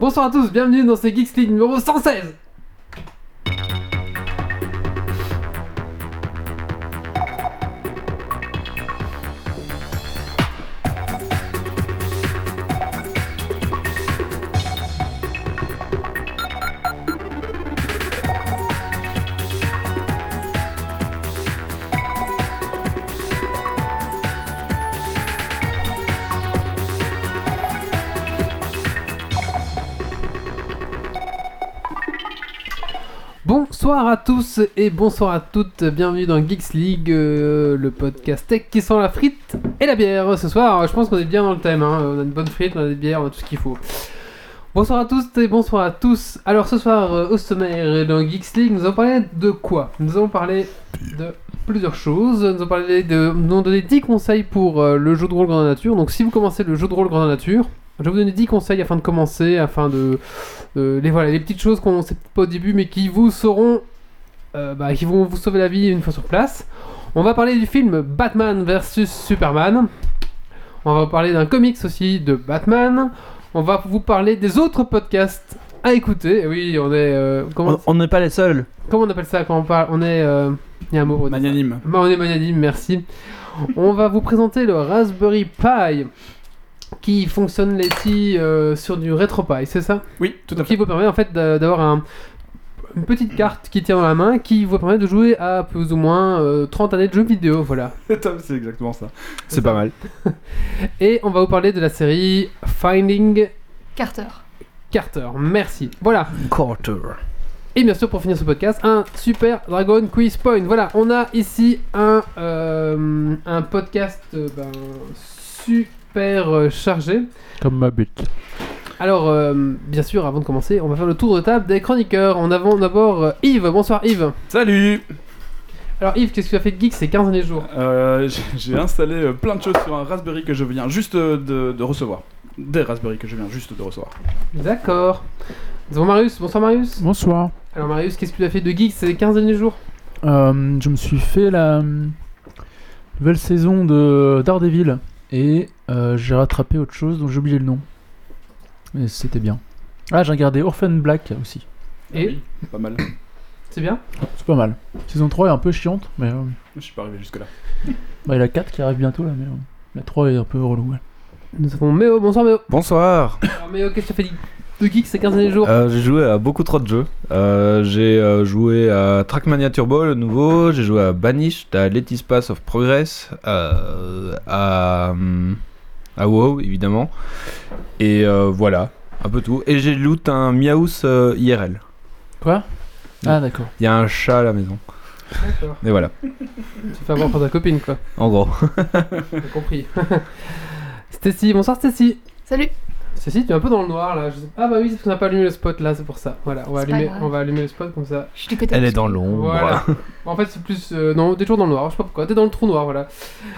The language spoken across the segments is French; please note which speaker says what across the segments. Speaker 1: Bonsoir à tous, bienvenue dans ce Geeks League numéro 116 Bonsoir à tous et bonsoir à toutes, bienvenue dans Geeks League, euh, le podcast tech qui sent la frite et la bière. Ce soir, euh, je pense qu'on est bien dans le thème, hein. on a une bonne frite, on a des bières, on a tout ce qu'il faut. Bonsoir à tous et bonsoir à tous. Alors ce soir, euh, au sommaire dans Geeks League, nous allons parler de quoi Nous allons parler de plusieurs choses. Nous allons parler de... Nous allons donner 10 conseils pour euh, le jeu de rôle Grandeur Nature. Donc si vous commencez le jeu de rôle Grandeur Nature, je vais vous donner 10 conseils afin de commencer, afin de... Euh, les, voilà, les petites choses qu'on ne sait peut-être pas au début, mais qui vous seront, euh, bah, qui vont vous sauver la vie une fois sur place. On va parler du film Batman vs Superman. On va parler d'un comics aussi de Batman. On va vous parler des autres podcasts à écouter. Eh Oui, on est. euh, comment,
Speaker 2: Oh.
Speaker 3: On on n'est pas les seuls.
Speaker 1: comment on appelle ça quand on parle On est. euh, Il y a un mot. pour dire ça.
Speaker 2: Magnanime.
Speaker 1: Bah, on est magnanime, merci. On va vous présenter le Raspberry Pi qui fonctionne les si sur du RetroPie, c'est ça
Speaker 2: Oui, tout à fait.
Speaker 1: qui vous permet en fait d'a- d'avoir un- une petite carte qui tient dans la main qui vous permet de jouer à plus ou moins euh, 30 années de jeux vidéo, voilà.
Speaker 2: C'est exactement ça.
Speaker 3: C'est pas mal.
Speaker 1: Et on va vous parler de la série Finding
Speaker 4: Carter.
Speaker 1: Carter. Merci. Voilà.
Speaker 3: Quarter.
Speaker 1: Et bien sûr, pour finir ce podcast, un super Dragon Quiz Point. Voilà, on a ici un, euh, un podcast euh, ben, super euh, chargé.
Speaker 3: Comme ma bite.
Speaker 1: Alors, euh, bien sûr, avant de commencer, on va faire le tour de table des chroniqueurs. En avant d'abord euh, Yves. Bonsoir Yves.
Speaker 2: Salut
Speaker 1: Alors Yves, qu'est-ce que tu as fait de geek ces 15 années jours
Speaker 2: Euh, j'ai- J'ai installé euh, plein de choses sur un Raspberry que je viens juste euh, de, de recevoir. Des Raspberry que je viens juste de recevoir.
Speaker 1: D'accord. Nous avons Marius. Bonsoir Marius.
Speaker 5: Bonsoir.
Speaker 1: Alors Marius, qu'est-ce que tu as fait de geek ces 15 derniers jours
Speaker 5: Euh, je me suis fait la euh, nouvelle saison de Daredevil et euh, j'ai rattrapé autre chose dont j'ai oublié le nom. Mais c'était bien. Ah, j'ai regardé Orphan Black aussi.
Speaker 1: Et
Speaker 2: Ah Oui, Pas mal.
Speaker 1: C'est bien
Speaker 5: C'est pas mal. Saison 3 est un peu chiante, mais euh,
Speaker 2: Je suis pas arrivé jusque-là.
Speaker 5: bah, il y a la 4 qui arrive bientôt là, mais euh, la 3 est un peu relou. ouais.
Speaker 1: Nous avons Méo. Bonsoir Méo.
Speaker 6: Bonsoir
Speaker 1: Alors Méo, qu'est-ce que tu as fait de geek ces 15 derniers jours
Speaker 6: Euh, J'ai joué à beaucoup trop de jeux. Euh, j'ai euh, joué à Trackmania Turbo, le nouveau. J'ai joué à Banished, à Let It Pass of Progress, euh, à, hum, à WoW, évidemment. Et euh, voilà, un peu tout. Et j'ai loot un Miaus euh, IRL.
Speaker 5: Quoi Ah, d'accord.
Speaker 6: Il y a un chat à la maison.
Speaker 1: D'accord.
Speaker 6: Et voilà,
Speaker 1: Tu fais avoir pour ta copine quoi.
Speaker 6: en gros.
Speaker 1: J'ai compris. Stacy, bonsoir Stacy.
Speaker 4: Salut
Speaker 1: Stacy, tu es un peu dans le noir là. Je sais- Ah bah oui, c'est parce qu'on n'a pas allumé le spot là, c'est pour ça. Voilà, on va,
Speaker 4: C'est pas
Speaker 1: allumer,
Speaker 4: grave.
Speaker 1: on va allumer le spot comme ça.
Speaker 4: Je suis du côté
Speaker 6: Elle
Speaker 4: de-
Speaker 6: est dans l'ombre.
Speaker 1: Voilà. En fait, c'est plus. euh, non, t'es toujours dans le noir, je sais pas pourquoi. T'es dans le trou noir, voilà.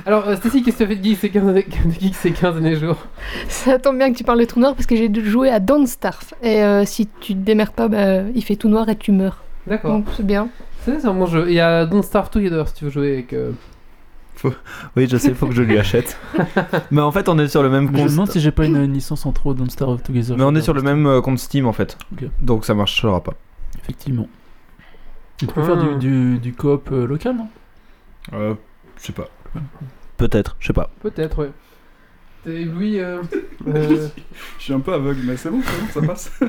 Speaker 1: Alors, euh, Stacy, qu'est-ce que tu as fait de geek ces 15 années- de geek ces 15 derniers jours
Speaker 4: Ça tombe bien que tu parles de tout noir parce que j'ai dû jouer à Don't Starve. Et euh, si tu te démerdes pas, bah, il fait tout noir et tu meurs.
Speaker 6: Oh.
Speaker 1: D'accord.
Speaker 4: Donc c'est bien.
Speaker 1: C'est c'est un bon jeu. Il y a Don't Starve Together si tu veux jouer avec. euh,
Speaker 6: Oui, je sais, faut que je lui achète. Mais en fait, on est sur le même
Speaker 5: Mais je me
Speaker 6: compte.
Speaker 5: demande si j'ai pas une, une licence en trop dans Star of Together.
Speaker 6: Mais on est sur le même euh, compte Steam en fait.
Speaker 5: Ok.
Speaker 6: Donc ça marchera pas.
Speaker 5: Effectivement. Tu
Speaker 6: Ah.
Speaker 5: peux faire du, du, du coop euh, local, non
Speaker 6: Euh, je sais pas. Peut-être, je sais pas.
Speaker 1: Peut-être, ouais. T'es Louis. euh, euh,
Speaker 2: Je suis un peu aveugle, mais c'est bon, c'est bon, ça passe.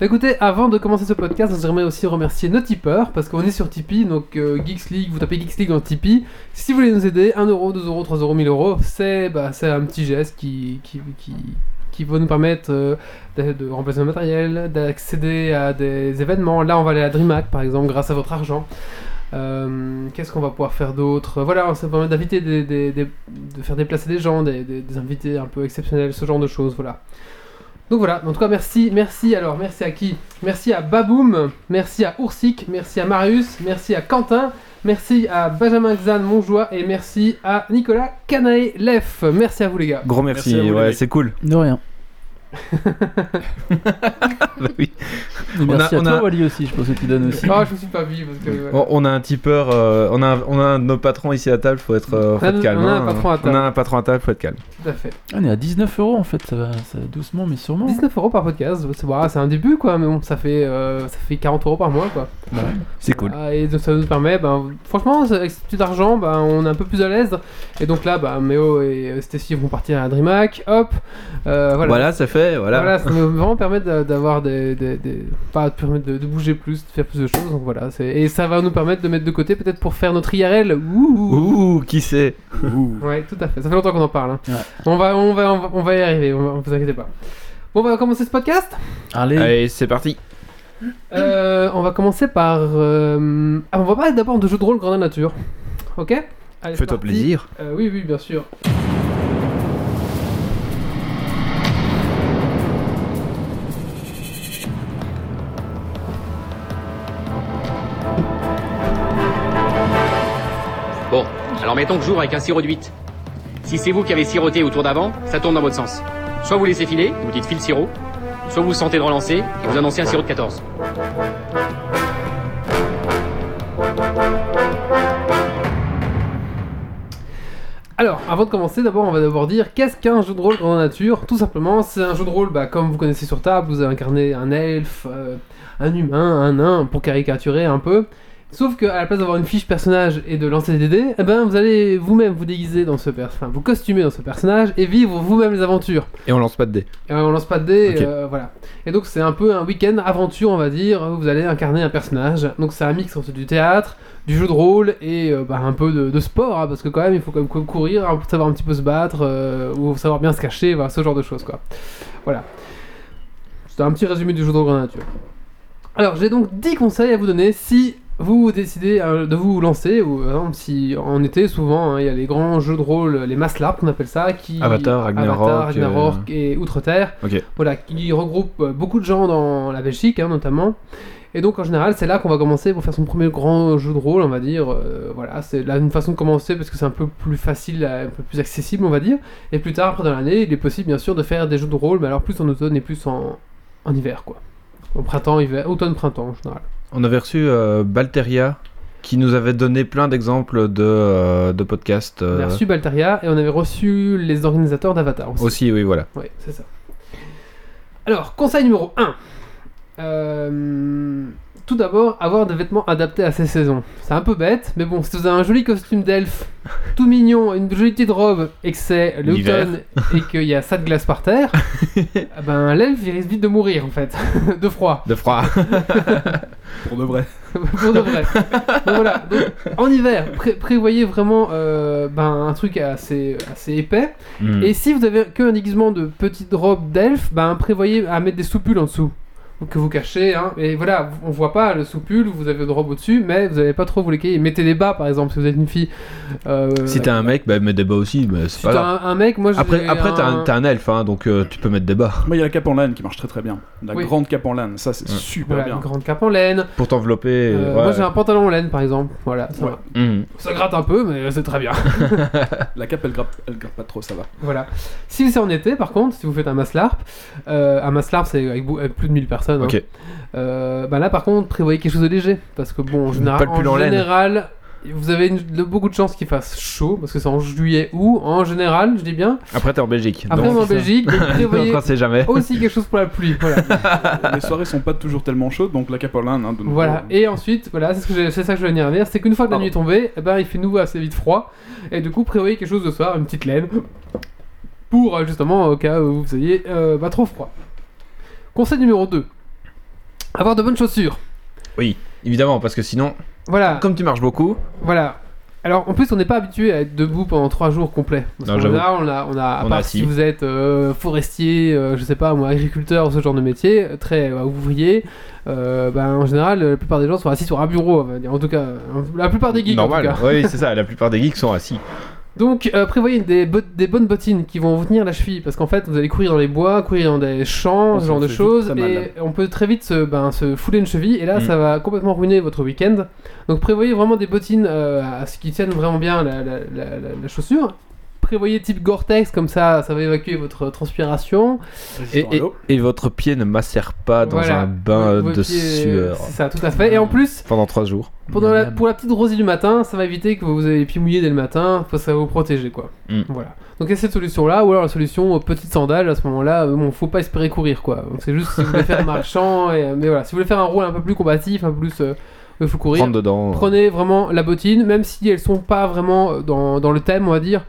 Speaker 1: Bah écoutez, avant de commencer ce podcast, j'aimerais aussi remercier nos tipeurs parce qu'on est sur Tipeee, donc euh, Geeks League, vous tapez Geeks League dans Tipeee. Si vous voulez nous aider, 1€, 2€, 3€, 1000€, c'est bah, c'est un petit geste qui, qui, qui, qui va nous permettre euh, de, de remplacer le matériel, d'accéder à des événements. Là, on va aller à DreamHack par exemple, grâce à votre argent. Euh, Qu'est-ce qu'on va pouvoir faire d'autre Voilà, ça permet d'inviter des, des- des- de faire déplacer des gens, des, des- des invités un peu exceptionnels, ce genre de choses, voilà. Donc voilà, en tout cas merci, merci alors, merci à qui Merci à Baboum, merci à Oursic, merci à Marius, merci à Quentin, merci à Benjamin Xan Monjoie et merci à Nicolas Canaé Leff. Merci à vous les gars.
Speaker 6: Gros
Speaker 2: Merci
Speaker 6: merci,
Speaker 2: à vous, les
Speaker 6: ouais,
Speaker 2: mecs.
Speaker 6: c'est cool.
Speaker 5: De rien.
Speaker 6: Bah oui.
Speaker 5: Et
Speaker 6: On a-
Speaker 5: merci
Speaker 6: on
Speaker 5: à toi,
Speaker 6: a-
Speaker 5: Wally, aussi. Je pense que tu donnes aussi.
Speaker 1: Ah, je me suis pas vu parce que. ouais.
Speaker 6: On, on a un tipeur, euh, on, a un, on a un de nos patrons ici à table, faut être, euh, faut
Speaker 1: On a-
Speaker 6: être calme.
Speaker 1: on a un
Speaker 6: hein.
Speaker 1: patron à table.
Speaker 6: On a un patron à table, faut être calme.
Speaker 1: Tout à fait.
Speaker 5: On est à 19 euros en fait. Ça va, ça va doucement, mais sûrement.
Speaker 1: 19 euros par podcast, c'est bah, c'est un début quoi, mais bon, ça fait, euh, ça fait 40 euros par mois quoi.
Speaker 6: C'est cool.
Speaker 1: Ah, et donc, ça nous permet, ben, franchement, avec ce petit argent, ben, on est un peu plus à l'aise. Et donc là, ben, Méo et euh, Stacy vont partir à DreamHack, hop, euh,
Speaker 6: Voilà,
Speaker 1: voilà.
Speaker 6: c'est fait, voilà.
Speaker 1: Voilà, ça nous vraiment permet d'a- d'avoir des, des, des- pas de, permettre de, de bouger plus, de faire plus de choses. Donc voilà, c'est- et ça va nous permettre de mettre de côté peut-être pour faire notre IRL. Ouh.
Speaker 6: Ouh, qui sait
Speaker 1: Ouais, tout à fait. Ça fait longtemps qu'on en parle. hein.
Speaker 5: Ouais.
Speaker 1: On va, on va, on va, on va y arriver. On va, vous inquiétez pas. Bon, on va commencer ce podcast.
Speaker 5: Allez,
Speaker 6: Allez, c'est parti.
Speaker 1: Euh, on va commencer par. euh, ah, on va parler d'abord de jeux de rôle grandeur nature. Ok. Allez, c'est
Speaker 6: Fais-toi
Speaker 1: parti.
Speaker 6: plaisir.
Speaker 1: Euh, oui, oui, bien sûr.
Speaker 7: Bon, alors mettons que j'ouvre avec un sirop de 8. Si c'est vous qui avez siroté au tour d'avant, ça tourne dans votre sens. Soit vous laissez filer, vous dites file sirop, soit vous vous sentez de relancer et vous annoncez un sirop de 14.
Speaker 1: Alors, avant de commencer, d'abord, on va d'abord dire qu'est-ce qu'un jeu de rôle grandeur nature Tout simplement, c'est un jeu de rôle, bah, comme vous connaissez sur table, vous incarnez un elfe, euh, un humain, un nain, pour caricaturer un peu. Sauf que à la place d'avoir une fiche personnage et de lancer des dés, eh ben, vous allez vous-même vous déguiser dans ce personnage, vous costumer dans ce personnage et vivre vous-même les aventures.
Speaker 6: Et on lance pas de dés.
Speaker 1: Et on lance pas de dés,
Speaker 6: Ok.
Speaker 1: euh, voilà. Et donc c'est un peu un week-end aventure, on va dire, où vous allez incarner un personnage. Donc c'est un mix entre du théâtre, du jeu de rôle et euh, bah, un peu de, de sport, hein, parce que quand même il faut quand même cou- courir, hein, pour savoir un petit peu se battre, euh, ou savoir bien se cacher, voilà, ce genre de choses quoi. Voilà. C'était un petit résumé du jeu de rôle en nature. Alors j'ai donc 10 conseils à vous donner si vous décidez euh, de vous lancer, ou par exemple si en été souvent hein, il y a les grands jeux de rôle, les maslarp qu'on appelle ça, qui...
Speaker 6: Avatar, Ragnarok, euh,
Speaker 1: Avatar, Ragnarok et Outre-Terre,
Speaker 6: Ok.
Speaker 1: voilà, qui regroupe euh, beaucoup de gens dans la Belgique hein, notamment. Et donc en général c'est là qu'on va commencer pour faire son premier grand jeu de rôle on va dire. Euh, voilà, c'est là une façon de commencer parce que c'est un peu plus facile, euh, un peu plus accessible on va dire. Et plus tard après dans l'année il est possible bien sûr de faire des jeux de rôle mais alors plus en automne et plus en, en hiver quoi. Au printemps, hiver, automne-printemps en général.
Speaker 6: On avait reçu euh, Balteria qui nous avait donné plein d'exemples de, euh, de podcasts. euh,
Speaker 1: On avait reçu Baltaria et on avait reçu les organisateurs d'Avatar aussi.
Speaker 6: aussi, oui, voilà.
Speaker 1: Ouais, c'est ça. Alors, conseil numéro 1. tout d'abord, avoir des vêtements adaptés à ces saisons. C'est un peu bête, mais bon, si vous avez un joli costume d'elfe, tout mignon, une jolie petite robe, et que c'est
Speaker 6: L'hiver.
Speaker 1: l'automne et qu'il y a ça de glace par terre, ah ben l'elfe il risque vite de mourir en fait, de froid,
Speaker 6: De froid.
Speaker 2: Pour de vrai.
Speaker 1: pour de vrai. Donc voilà, donc, en hiver, pré- prévoyez vraiment euh, ben, un truc assez, assez épais.
Speaker 6: Mm.
Speaker 1: Et si vous avez que un déguisement de petite robe d'elfe, ben prévoyez à mettre des soupules en dessous que vous cachez. Hein. Et voilà, on voit pas le soupule, vous avez une robe au-dessus, mais vous n'allez pas trop vous l'écailler. Mettez des bas par exemple si vous êtes une fille. Euh,
Speaker 6: Si t'es un mec, bah, mets des bas aussi, mais c'est
Speaker 1: si
Speaker 6: pas
Speaker 1: t'as
Speaker 6: grave.
Speaker 1: un, un mec, moi j'ai
Speaker 6: Après, après t'as un, t'as un elfe, hein, donc euh, tu peux mettre des bas
Speaker 2: Moi, il y a la cape en laine qui marche très très bien. La
Speaker 1: Oui.
Speaker 2: grande cape en laine, ça c'est
Speaker 6: Ouais.
Speaker 2: super
Speaker 1: voilà,
Speaker 2: bien.
Speaker 1: une grande cape en laine.
Speaker 6: pour t'envelopper.
Speaker 1: Euh,
Speaker 6: ouais.
Speaker 1: Moi j'ai un pantalon en laine par exemple. Voilà, ça,
Speaker 2: Ouais.
Speaker 1: va.
Speaker 6: Mm.
Speaker 1: ça gratte un peu, mais c'est très bien.
Speaker 2: La cape, elle grappe, elle grappe pas trop, ça va.
Speaker 1: voilà. Si c'est en été par contre, si vous faites un maslarp, euh, un maslarp c'est avec, bou- avec plus de 1000 personnes. hein.
Speaker 6: Ok.
Speaker 1: Euh, bah là par contre prévoyez quelque chose de léger parce que bon en général,
Speaker 6: Pas le pull
Speaker 1: en
Speaker 6: en laine.
Speaker 1: général, vous avez une- de- beaucoup de chances qu'il fasse chaud parce que c'est en juillet ou en général je dis bien
Speaker 6: Après, t'es en Belgique.
Speaker 1: après Oh. on est en
Speaker 6: donc,
Speaker 1: Belgique donc prévoyez
Speaker 6: donc on sait jamais.
Speaker 1: aussi quelque chose pour la pluie voilà,
Speaker 2: Les soirées sont pas toujours tellement chaudes, donc la cape en laine, hein, de nouveau.
Speaker 1: Voilà. et ensuite voilà c'est ce que j'ai- c'est ça que je voulais dire c'est qu'une fois que la
Speaker 2: Pardon.
Speaker 1: nuit est tombée eh ben, il fait nouveau assez vite froid et du coup prévoyez quelque chose de soir une petite laine pour euh, justement au cas où vous ayez euh, pas trop froid conseil numéro 2 avoir de bonnes chaussures
Speaker 6: Évidemment, parce que sinon,
Speaker 1: voilà
Speaker 6: comme tu marches beaucoup,
Speaker 1: Voilà. Alors en plus on n'est pas habitué à être debout pendant 3 jours complets. Parce
Speaker 6: Non,
Speaker 1: qu'en
Speaker 6: j'avoue.
Speaker 1: général, on a, on a, à
Speaker 6: On est
Speaker 1: part
Speaker 6: assis.
Speaker 1: si vous êtes euh, forestier, euh, je sais pas moi, agriculteur, ce genre de métier, très euh, ouvrier, euh, ben, en général la plupart des gens sont assis sur un bureau, on va dire. en tout cas, euh, la plupart des geeks en tout
Speaker 6: normal.
Speaker 1: cas.
Speaker 6: Oui, c'est ça. La plupart des geeks sont assis.
Speaker 1: Donc euh, prévoyez des, bottes- des bonnes bottines qui vont vous tenir la cheville, parce qu'en fait vous allez courir dans les bois, courir dans des champs,
Speaker 2: On
Speaker 1: ce
Speaker 2: se
Speaker 1: genre de
Speaker 2: fait vite
Speaker 1: choses,
Speaker 2: très mal.
Speaker 1: et on peut très vite se, ben, se fouler une cheville, et là
Speaker 6: Mm.
Speaker 1: ça va complètement ruiner votre week-end. Donc prévoyez vraiment des bottines euh, à ce qui tiennent vraiment bien la, la- la- la- la chaussure. Pré- prévoyez type Gore-Tex, comme ça, ça va évacuer votre transpiration.
Speaker 6: Et, et- et votre pied ne macère pas Ah, dans
Speaker 1: Voilà.
Speaker 6: un bain
Speaker 1: Vos
Speaker 6: de
Speaker 1: pieds, euh,
Speaker 6: sueur
Speaker 1: C'est ça, tout à fait. Et en plus,
Speaker 6: pendant trois jours.
Speaker 1: pendant la-
Speaker 5: Miam.
Speaker 1: pour la petite rosée du matin, ça va éviter que vous ayez les pieds mouillés dès le matin, parce que ça va vous protéger, quoi.
Speaker 6: Mm.
Speaker 1: Voilà. Donc il y a cette solution-là, ou alors la solution euh, petite sandale, à ce moment-là, euh, bon, faut pas espérer courir, quoi. Donc c'est juste si vous voulez faire un marchand, et, euh, mais voilà, si vous voulez faire un rôle un peu plus combatif, un peu plus... euh, il faut courir.
Speaker 6: Prendre dedans.
Speaker 1: Prenez vraiment la bottine, même si elles sont pas vraiment euh, dans, dans le thème, on va dire.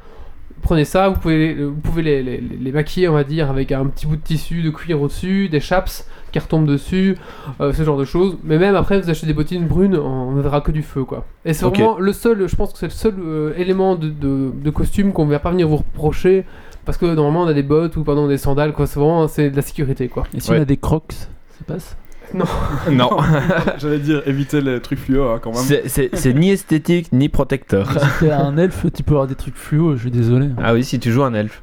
Speaker 1: Prenez ça, vous pouvez, vous pouvez les, les- les maquiller, on va dire, avec un petit bout de tissu, de cuir au-dessus, des chaps qui retombent dessus, euh, ce genre de choses. Mais même après, vous achetez des bottines brunes, on ne verra que du feu, quoi. Et c'est
Speaker 6: Ok.
Speaker 1: vraiment le seul, je pense que c'est le seul euh, élément de, de- de costume qu'on ne va pas venir vous reprocher, parce que normalement on a des bottes ou pardon, des sandales, quoi. C'est vraiment c'est de la sécurité, quoi.
Speaker 5: Et si
Speaker 6: Ouais.
Speaker 5: on a des crocs, ça passe
Speaker 6: Non,
Speaker 2: J'allais dire éviter les trucs fluo hein, quand même.
Speaker 6: c'est c'est- c'est ni esthétique ni protecteur.
Speaker 5: Si t'es un elfe, tu peux avoir des trucs fluo, je suis désolé.
Speaker 6: Ah oui, si tu joues un elfe.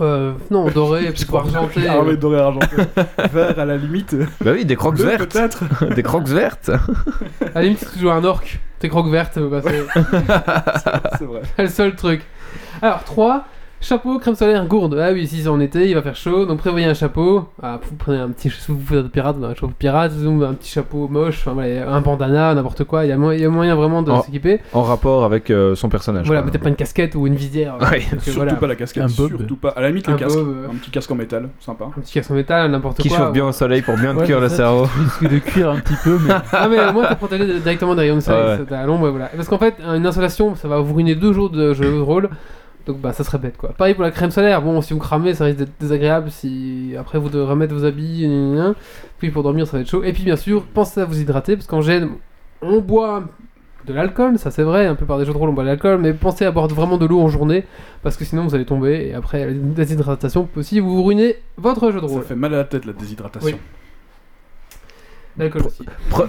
Speaker 1: Euh, non, doré, puis
Speaker 2: crois
Speaker 1: argenté. euh.
Speaker 2: Ah ouais, doré argenté. Vert à la limite.
Speaker 6: Bah oui, des crocs
Speaker 2: Bleu,
Speaker 6: vertes.
Speaker 2: peut-être.
Speaker 6: Des crocs vertes.
Speaker 1: À la limite, si tu joues un orc, tes bah, croques vertes, ça peut passer.
Speaker 2: C'est vrai.
Speaker 1: C'est le seul truc. Alors, 3. Chapeau, crème solaire, gourde. Ah oui, si c'est en été, il va faire chaud, donc prévoyez un chapeau. Ah, vous prenez un petit si vous faites de pirate, vous avez un chapeau pirate, ou un petit chapeau moche, enfin, voilà, un bandana, n'importe quoi. Il y, a mo- il y a moyen vraiment de
Speaker 6: Oh.
Speaker 1: s'équiper.
Speaker 6: En rapport avec euh, son personnage.
Speaker 1: Voilà,
Speaker 6: quoi.
Speaker 1: peut-être pas une casquette ou une visière.
Speaker 6: Ouais,
Speaker 1: Donc, euh,
Speaker 2: Surtout
Speaker 1: voilà.
Speaker 2: pas la casquette.
Speaker 5: Un bob.
Speaker 2: surtout pas. À la limite, le
Speaker 1: Un
Speaker 2: casque.
Speaker 1: bob, ouais.
Speaker 2: Un petit casque en métal, sympa.
Speaker 1: Un petit casque en métal, n'importe
Speaker 6: Qui
Speaker 1: quoi. hein.
Speaker 6: chauffe bien au soleil pour bien te
Speaker 5: Ouais,
Speaker 6: cuire le
Speaker 5: c'est ça,
Speaker 6: cerveau.
Speaker 5: Tu risques de cuire un petit peu, mais
Speaker 1: Ah mais au moins t'es protégé de- directement des rayons de soleil,
Speaker 6: Ouais.
Speaker 1: c'est à l'ombre, et voilà. Parce qu'en fait, une installation, ça va vous ruiner deux jours de jeu de rôle, donc bah ça serait bête quoi. Pareil pour la crème solaire, bon si vous cramez ça risque d'être désagréable, si après vous devez remettre vos habits, gna gna gna. puis pour dormir ça va être chaud. Et puis bien sûr, pensez à vous hydrater, parce qu'en gêne, on boit de l'alcool, ça c'est vrai, un peu par des jeux de rôle on boit de l'alcool, mais pensez à boire vraiment de l'eau en journée, parce que sinon vous allez tomber, et après la déshydratation peut aussi vous ruiner votre jeu de
Speaker 2: Ça
Speaker 1: rôle.
Speaker 2: fait mal à la tête la déshydratation.
Speaker 1: Oui. L'alcool aussi.
Speaker 6: Pre-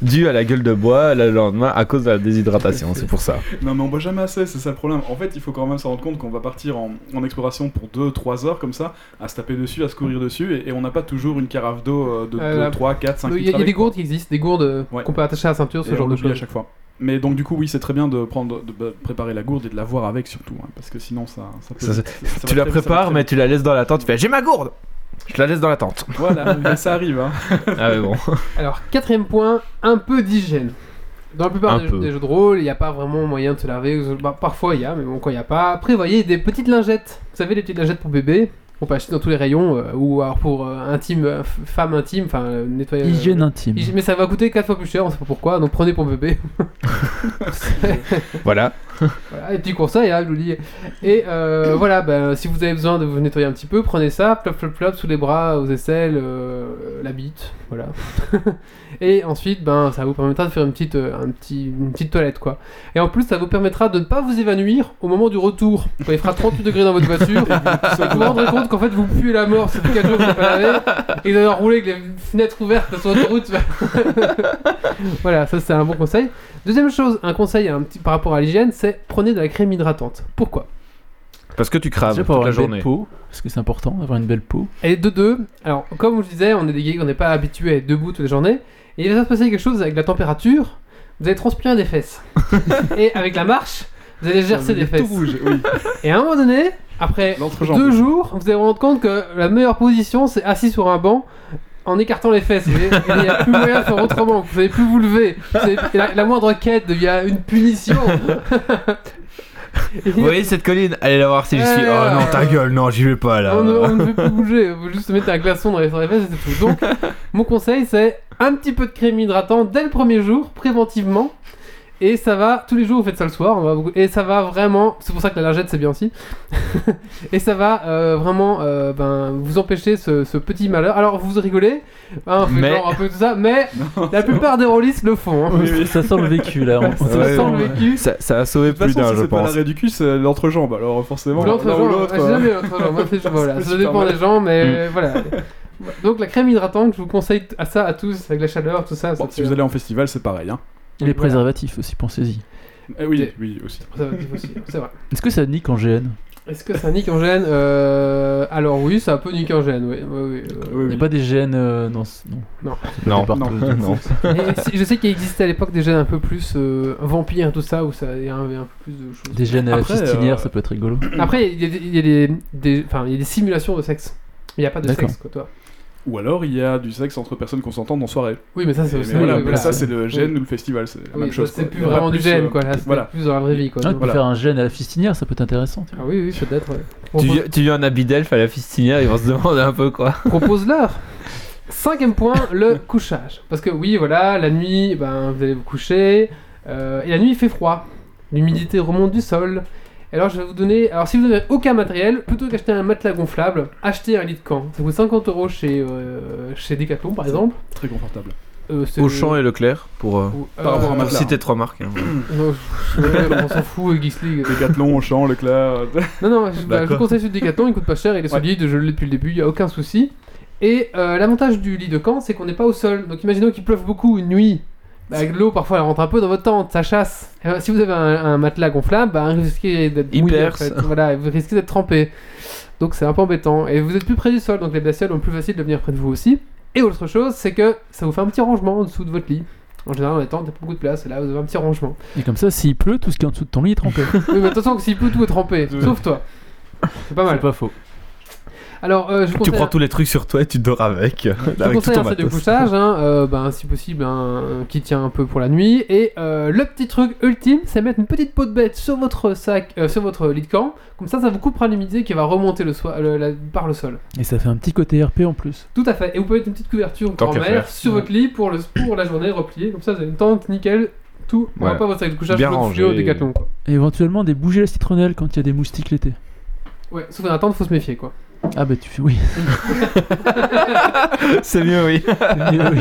Speaker 6: Dû à la gueule de bois le lendemain à cause de la déshydratation, c'est pour ça.
Speaker 2: Non mais on boit jamais assez, c'est ça le problème. En fait, il faut quand même se rendre compte qu'on va partir en, en exploration pour 2-3 heures comme ça, à se taper dessus, à se courir dessus, et, et on n'a pas toujours une carafe d'eau euh, de
Speaker 1: Euh,
Speaker 2: 2,
Speaker 1: la-
Speaker 2: 3, 4, 5
Speaker 1: Il
Speaker 2: litres.
Speaker 1: y, a- il y a
Speaker 2: avec,
Speaker 1: des
Speaker 2: quoi.
Speaker 1: gourdes qui existent, des gourdes euh,
Speaker 2: Ouais.
Speaker 1: qu'on peut attacher à la ceinture, ce
Speaker 2: Et on
Speaker 1: genre de
Speaker 2: l'oublie à
Speaker 1: choses.
Speaker 2: chaque fois. Mais donc du coup, oui, c'est très bien de prendre, de bah, préparer la gourde et de la voir avec surtout, hein, parce que sinon ça. ça peut-
Speaker 6: Ça,
Speaker 2: ça-
Speaker 6: c'est-
Speaker 2: ça va
Speaker 6: tu la
Speaker 2: très vite, ça va
Speaker 6: prépares,
Speaker 2: très
Speaker 6: mais
Speaker 2: vite.
Speaker 6: tu la laisses dans la tente. Tu fais J'ai ma gourde Je la laisse dans la tente.
Speaker 2: Voilà, mais ça arrive. Hein.
Speaker 6: Ah, mais bon.
Speaker 1: Alors, quatrième point, un peu d'hygiène. Dans la plupart
Speaker 6: Un
Speaker 1: des,
Speaker 6: peu.
Speaker 1: des jeux de rôle, il n'y a pas vraiment moyen de se laver. ou- bah, parfois, il y a, mais bon, quand il n'y a pas, prévoyez des petites lingettes. Vous savez, les petites lingettes pour bébé, on peut acheter dans tous les rayons, euh, ou alors pour euh, intime, euh, f- femme intime, enfin, euh, nettoyer.
Speaker 5: hygiène intime.
Speaker 1: hygiène, Mais ça va coûter 4 fois plus cher, on sait pas pourquoi, donc prenez pour bébé.
Speaker 6: Voilà.
Speaker 1: Voilà, et petit conseil, hein, je vous le dis. Et euh, voilà, ben, si vous avez besoin de vous nettoyer un petit peu, prenez ça, plop, plop, plop, sous les bras, aux aisselles, euh, la bite, voilà. et ensuite, ben, ça vous permettra de faire une petite, euh, un petit, une petite toilette, quoi. Et en plus, ça vous permettra de ne pas vous évanouir au moment du retour. Quand il fera 38 degrés dans votre voiture, vous vous rendrez compte qu'en fait, vous puez la mort, ça fait 4 jours que vous n'avez pas lavé, et vous avez roulé avec les fenêtres ouvertes sur l'autoroute. voilà, ça c'est un bon conseil. Deuxième chose, un conseil un petit, par rapport à l'hygiène, c'est prenez de la crème hydratante. Pourquoi
Speaker 6: Parce que tu craves
Speaker 5: Déjà
Speaker 6: Ah, bah, toute
Speaker 5: pour avoir
Speaker 6: la
Speaker 5: une
Speaker 6: journée.
Speaker 5: belle peau, parce que c'est important d'avoir une belle peau.
Speaker 1: Et de deux, alors comme je disais, on est des geeks, on n'est pas habitué à être debout toute la journée, et il va se passer quelque chose avec la température, vous allez transpirer des fesses. et avec la marche, vous allez gercer Ah, des fesses.
Speaker 2: Tout rouge, oui.
Speaker 1: Et à un moment donné, après
Speaker 2: L'entrejambe.
Speaker 1: deux jours, vous allez vous rendre compte que la meilleure position, c'est assis sur un banc en écartant les fesses. Vous voyez Et Il n'y a plus moyen de faire autrement. Vous savez plus vous lever. Vous savez- la, la moindre quête devient une punition.
Speaker 6: Vous voyez cette colline Allez la voir si je suis.
Speaker 1: Eh,
Speaker 6: Oh non,
Speaker 1: euh,
Speaker 6: ta gueule, non, j'y vais pas là.
Speaker 2: Oh,
Speaker 1: On ne, Oh on ne veut plus bouger, on veut juste se mettre un glaçon dans les dans les fesses et c'est tout. Donc, mon conseil, c'est un petit peu de crème hydratante dès le premier jour, préventivement. Et ça va, tous les jours, vous faites ça le soir. on va beaucoup- et ça va vraiment, c'est pour ça que la lingette, c'est bien aussi. et ça va euh, vraiment euh, ben, vous empêcher ce, ce petit malheur. Alors, vous rigolez, hein, on fait
Speaker 6: Mais-
Speaker 1: genre un peu tout ça, mais la plupart des rôlistes le font. hein.
Speaker 2: oui.
Speaker 5: Ça sent le vécu là. on-
Speaker 1: Ça
Speaker 6: Ouais,
Speaker 1: sent
Speaker 6: ouais.
Speaker 1: le vécu.
Speaker 6: Ça, ça a sauvé
Speaker 2: De toute
Speaker 6: plus
Speaker 2: façon,
Speaker 6: d'un,
Speaker 2: si
Speaker 6: je
Speaker 2: c'est pas
Speaker 6: pense.
Speaker 2: l'arrêt du cul, c'est l'entrejambe. Alors forcément, l'un
Speaker 1: L'autre
Speaker 2: ou
Speaker 1: genre,
Speaker 2: l'autre.
Speaker 1: j'ai
Speaker 2: euh, Hmm.
Speaker 1: jamais l'autre genre. Moi, c'est- voilà, ça
Speaker 2: Super
Speaker 1: dépend
Speaker 2: mal.
Speaker 1: des gens, mais voilà. Donc la crème hydratante, je vous conseille à ça à tous, avec la chaleur, tout ça. euh, ça
Speaker 2: Bon, si
Speaker 1: fait-
Speaker 2: vous allez en festival, c'est pareil. Hein.
Speaker 5: Et les
Speaker 1: Voilà.
Speaker 5: préservatifs aussi, pensez-y.
Speaker 2: Eh oui,
Speaker 1: Et-
Speaker 2: oui, aussi.
Speaker 1: Ça va, c'est possible, c'est vrai.
Speaker 5: Est-ce que ça nique en GN
Speaker 1: Est-ce que ça nique en gêne Euh, Alors oui, ça peut niquer en gêne, oui. oui, oui, euh.
Speaker 2: Oui,
Speaker 5: Il n'y
Speaker 2: oui.
Speaker 5: a pas des gènes. euh, non, c- non.
Speaker 6: Non,
Speaker 5: Partout,
Speaker 2: non,
Speaker 5: je
Speaker 6: non.
Speaker 1: Et si- je sais qu'il existait à l'époque des gènes un peu plus euh, vampires, tout ça, où ça il y avait un peu plus de choses.
Speaker 5: Des gènes à
Speaker 2: Après,
Speaker 5: fistinière,
Speaker 2: euh,
Speaker 5: ça peut être rigolo.
Speaker 1: Après, il y a, des, il y a des, des- enfin, il y a des simulations de sexe. Mais il n'y a pas de
Speaker 5: D'accord.
Speaker 1: sexe, quoi, toi.
Speaker 2: Ou alors il y a du sexe entre personnes consentantes en soirée.
Speaker 1: Oui, mais ça, c'est
Speaker 2: Mais
Speaker 1: aussi.
Speaker 2: voilà,
Speaker 1: oui,
Speaker 2: mais
Speaker 1: voilà.
Speaker 2: ça c'est le gène ou le festival, c'est la
Speaker 1: Oui,
Speaker 2: même
Speaker 1: ça,
Speaker 2: chose.
Speaker 1: C'est
Speaker 2: quoi.
Speaker 1: plus
Speaker 2: Il y a pas
Speaker 1: vraiment du gène,
Speaker 2: euh,
Speaker 1: quoi. Là, c'est
Speaker 2: voilà.
Speaker 1: plus dans la vraie vie, quoi.
Speaker 5: Ah, tu peux
Speaker 2: voilà.
Speaker 5: faire un gène à la fistinière, ça peut être intéressant. tu vois.
Speaker 1: Ah oui, oui, peut-être. ouais.
Speaker 6: Tu,
Speaker 1: Propose-
Speaker 6: viens- tu viens un abidelfe à la fistinière, ils vont se demander un peu quoi.
Speaker 1: Propose-leur. Cinquième point, le couchage. Parce que oui, voilà, la nuit, ben, vous allez vous coucher. euh, et la nuit, il fait froid. L'humidité remonte du sol. Et alors, je vais vous donner. Alors, si vous n'avez aucun matériel, plutôt qu'acheter un matelas gonflable, achetez un lit de camp. Ça coûte 50 euros chez, euh, chez Decathlon, par exemple.
Speaker 2: Très confortable.
Speaker 1: Euh, c'est-
Speaker 6: Auchan et Leclerc pour, euh,
Speaker 1: Ou-
Speaker 2: Par rapport à
Speaker 6: pour
Speaker 2: matelas,
Speaker 6: citer
Speaker 2: hein.
Speaker 6: trois marques. hein.
Speaker 1: Non, je- ouais, on s'en fout, euh, Geeks League.
Speaker 2: Décathlon, Auchan, Leclerc.
Speaker 1: Non, non, je, bah, je
Speaker 6: D'accord.
Speaker 1: vous conseille celui de Decathlon, il coûte pas cher, il est solide, je l'ai depuis le début, il n'y a aucun souci. Et euh, l'avantage du lit de camp, c'est qu'on n'est pas au sol. Donc imaginons qu'il pleuve beaucoup une nuit. Bah, l'eau parfois elle rentre un peu dans votre tente, ça chasse. Et, euh, si vous avez un, un matelas gonflable, bah, vous risquez d'être
Speaker 6: Il
Speaker 1: mouillé. en
Speaker 6: perce.
Speaker 1: fait. Voilà, et vous risquez d'être trempé. Donc c'est un peu embêtant. Et vous êtes plus près du sol, donc les bestioles ont plus facile de venir près de vous aussi. Et autre chose, c'est que ça vous fait un petit rangement en dessous de votre lit. En général, en attente, il y a pas beaucoup de place, et là vous avez un petit rangement.
Speaker 5: Et comme ça, s'il pleut, tout ce qui est en dessous de ton lit est trempé.
Speaker 1: Oui, mais attention, que s'il pleut, tout est trempé,
Speaker 2: Ouais.
Speaker 1: sauf toi. C'est pas mal.
Speaker 5: C'est pas faux.
Speaker 1: Alors, euh, je vous
Speaker 6: Tu
Speaker 1: conseille-
Speaker 6: prends tous les trucs sur toi et tu dors avec. Là,
Speaker 1: je vous
Speaker 6: avec tout
Speaker 1: conseille
Speaker 6: ton
Speaker 1: un set de
Speaker 6: matos.
Speaker 1: couchage, hein, euh, ben, si possible, un, un qui tient un peu pour la nuit. Et euh, le petit truc ultime, c'est mettre une petite peau de bête sur votre sac, euh, sur votre lit de camp. Comme ça, ça vous coupera l'humidité qui va remonter le soi- le- la- par le sol.
Speaker 5: Et ça fait un petit côté RP en plus.
Speaker 1: Tout à fait. Et vous pouvez mettre une petite couverture
Speaker 6: Tant qu'à
Speaker 1: grand-mère
Speaker 6: faire.
Speaker 1: sur votre lit pour, le, pour la journée repliée. Comme ça, vous avez une tente, nickel. Tout. On
Speaker 6: Ouais.
Speaker 1: va pas votre sac de couchage
Speaker 6: Bien
Speaker 1: plein de
Speaker 6: rangé.
Speaker 1: fluo, Décathlon, quoi.
Speaker 5: Et éventuellement des bougies à la citronnelle quand il y a des moustiques l'été.
Speaker 1: Ouais, sauf dans la tente, faut se méfier, quoi.
Speaker 5: Ah bah tu fais oui.
Speaker 6: C'est mieux, oui.
Speaker 5: C'est mieux, oui.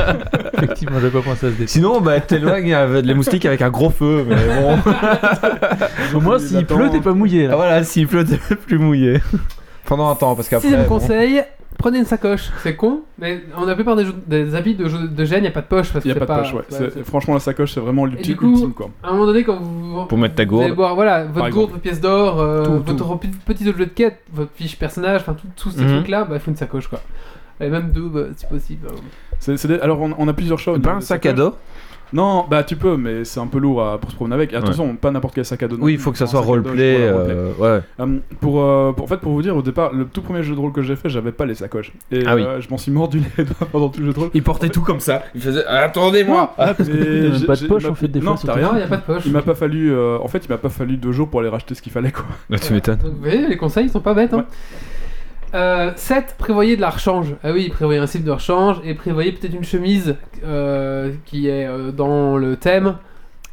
Speaker 5: Effectivement, j'avais pas pensé à ce détail.
Speaker 6: Sinon, bah, t'éloignes avec les moustiques avec un gros feu, mais bon.
Speaker 5: Au moins,
Speaker 2: Ils
Speaker 5: s'il
Speaker 2: attendent.
Speaker 5: pleut, t'es pas mouillé.
Speaker 6: Ah,
Speaker 5: Là.
Speaker 6: voilà, s'il pleut, t'es plus mouillé. Pendant un temps, parce qu'après.
Speaker 1: Sixième
Speaker 6: bon.
Speaker 1: conseil, prenez une sacoche. C'est con, mais on a la plupart des, jeux- des habits de, jeux- de gêne, il n'y a pas de poche. Parce
Speaker 2: Il y a
Speaker 1: que
Speaker 2: pas
Speaker 1: c'est
Speaker 2: de poche, ouais.
Speaker 1: c'est-
Speaker 2: C'est- Franchement, la sacoche, c'est vraiment
Speaker 1: du
Speaker 2: l'ultime,
Speaker 1: coup,
Speaker 2: ultime, quoi.
Speaker 1: À un moment donné, quand vous.
Speaker 6: Pour mettre ta
Speaker 1: vous allez
Speaker 6: gourde.
Speaker 1: boire, voilà, votre
Speaker 2: Par
Speaker 1: gourde, votre pièce d'or, euh,
Speaker 2: Tout, tout.
Speaker 1: votre petit- petit objet de quête, votre fiche personnage, enfin, tout- tous ces
Speaker 6: Mhm.
Speaker 1: trucs-là, bah, il faut une sacoche, quoi. Et même deux, bah, si possible.
Speaker 2: C'est- c'est des- Alors, on, on a plusieurs choses.
Speaker 6: Pas Eh ben, un sac à dos
Speaker 2: Non, bah tu peux, mais c'est un peu lourd à- pour se promener avec. Et Attention, pas n'importe quel sac à dos. non
Speaker 6: Oui, il
Speaker 2: plus.
Speaker 6: faut que ça
Speaker 2: Un
Speaker 6: soit
Speaker 2: sac à dos,
Speaker 6: roleplay.
Speaker 2: voilà, roleplay.
Speaker 6: euh, Ouais.
Speaker 2: Hum, pour, euh, pour- en fait, pour vous dire, au départ, le tout premier jeu de rôle que j'ai fait, j'avais pas les sacoches. Et
Speaker 6: Ah oui.
Speaker 2: euh, je m'en suis mordu les doigts pendant tout le jeu de rôle.
Speaker 6: Il portait tout comme ça. Il faisait Attendez-moi
Speaker 5: Ah, parce que
Speaker 2: Et
Speaker 5: du coup, t'as même
Speaker 2: j'ai-
Speaker 5: pas de
Speaker 2: j'ai-
Speaker 5: poche
Speaker 2: il m'a-
Speaker 5: en fait des
Speaker 2: non,
Speaker 5: fois. sur
Speaker 2: t'as
Speaker 5: ton-
Speaker 1: Non,
Speaker 2: rien.
Speaker 1: il n'y a pas de poche.
Speaker 2: Il m'a pas fallu. euh, en fait, il m'a pas fallu deux jours pour aller racheter ce qu'il fallait, quoi.
Speaker 6: bah, Tu m'étonnes.
Speaker 1: Euh, Donc, vous voyez, les conseils sont pas bêtes. Hein. 7. Prévoyez de la rechange. Ah oui, prévoyez un slip de rechange et prévoyez peut-être une chemise euh, qui est euh, dans le thème.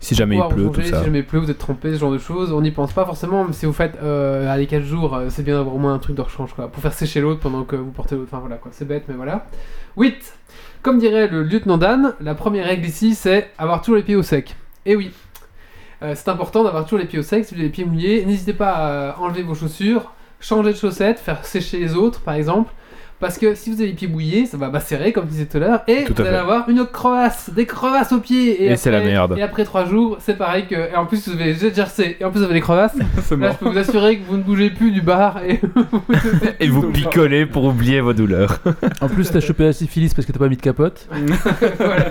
Speaker 6: Si jamais il
Speaker 1: pouvoir
Speaker 6: pleut,
Speaker 1: vous changer,
Speaker 6: tout ça.
Speaker 1: Si jamais il pleut, vous êtes trompé, ce genre de choses. On n'y pense pas forcément, mais si vous faites euh, allez, 4 jours, euh, c'est bien d'avoir au moins un truc de rechange quoi, pour faire sécher l'autre pendant que vous portez l'autre. Enfin voilà quoi, c'est bête, mais voilà. 8. Comme dirait le lieutenant Dan, la première règle ici c'est avoir toujours les pieds au sec. Et oui, Euh, c'est important d'avoir toujours les pieds au sec. Si vous avez les pieds mouillés, n'hésitez pas à euh, enlever vos chaussures, changer de chaussettes, faire sécher les autres par exemple. Parce que si vous avez les pieds mouillés, ça va macérer comme je disais tout à l'heure, et
Speaker 6: Tout à
Speaker 1: vous allez
Speaker 6: fait.
Speaker 1: avoir une autre crevasse, des crevasses aux pieds.
Speaker 6: Et c'est
Speaker 1: après-
Speaker 6: la merde.
Speaker 1: Et après 3 jours, c'est pareil que. Et en plus, vous avez des jersey, et en plus, vous avez des crevasses. Là, je
Speaker 2: C'est mort.
Speaker 1: peux vous assurer que vous ne bougez plus du bar et
Speaker 6: Et vous picolez pour oublier vos douleurs.
Speaker 5: En plus, t'as chopé la syphilis parce que t'as pas mis de capote.
Speaker 1: voilà.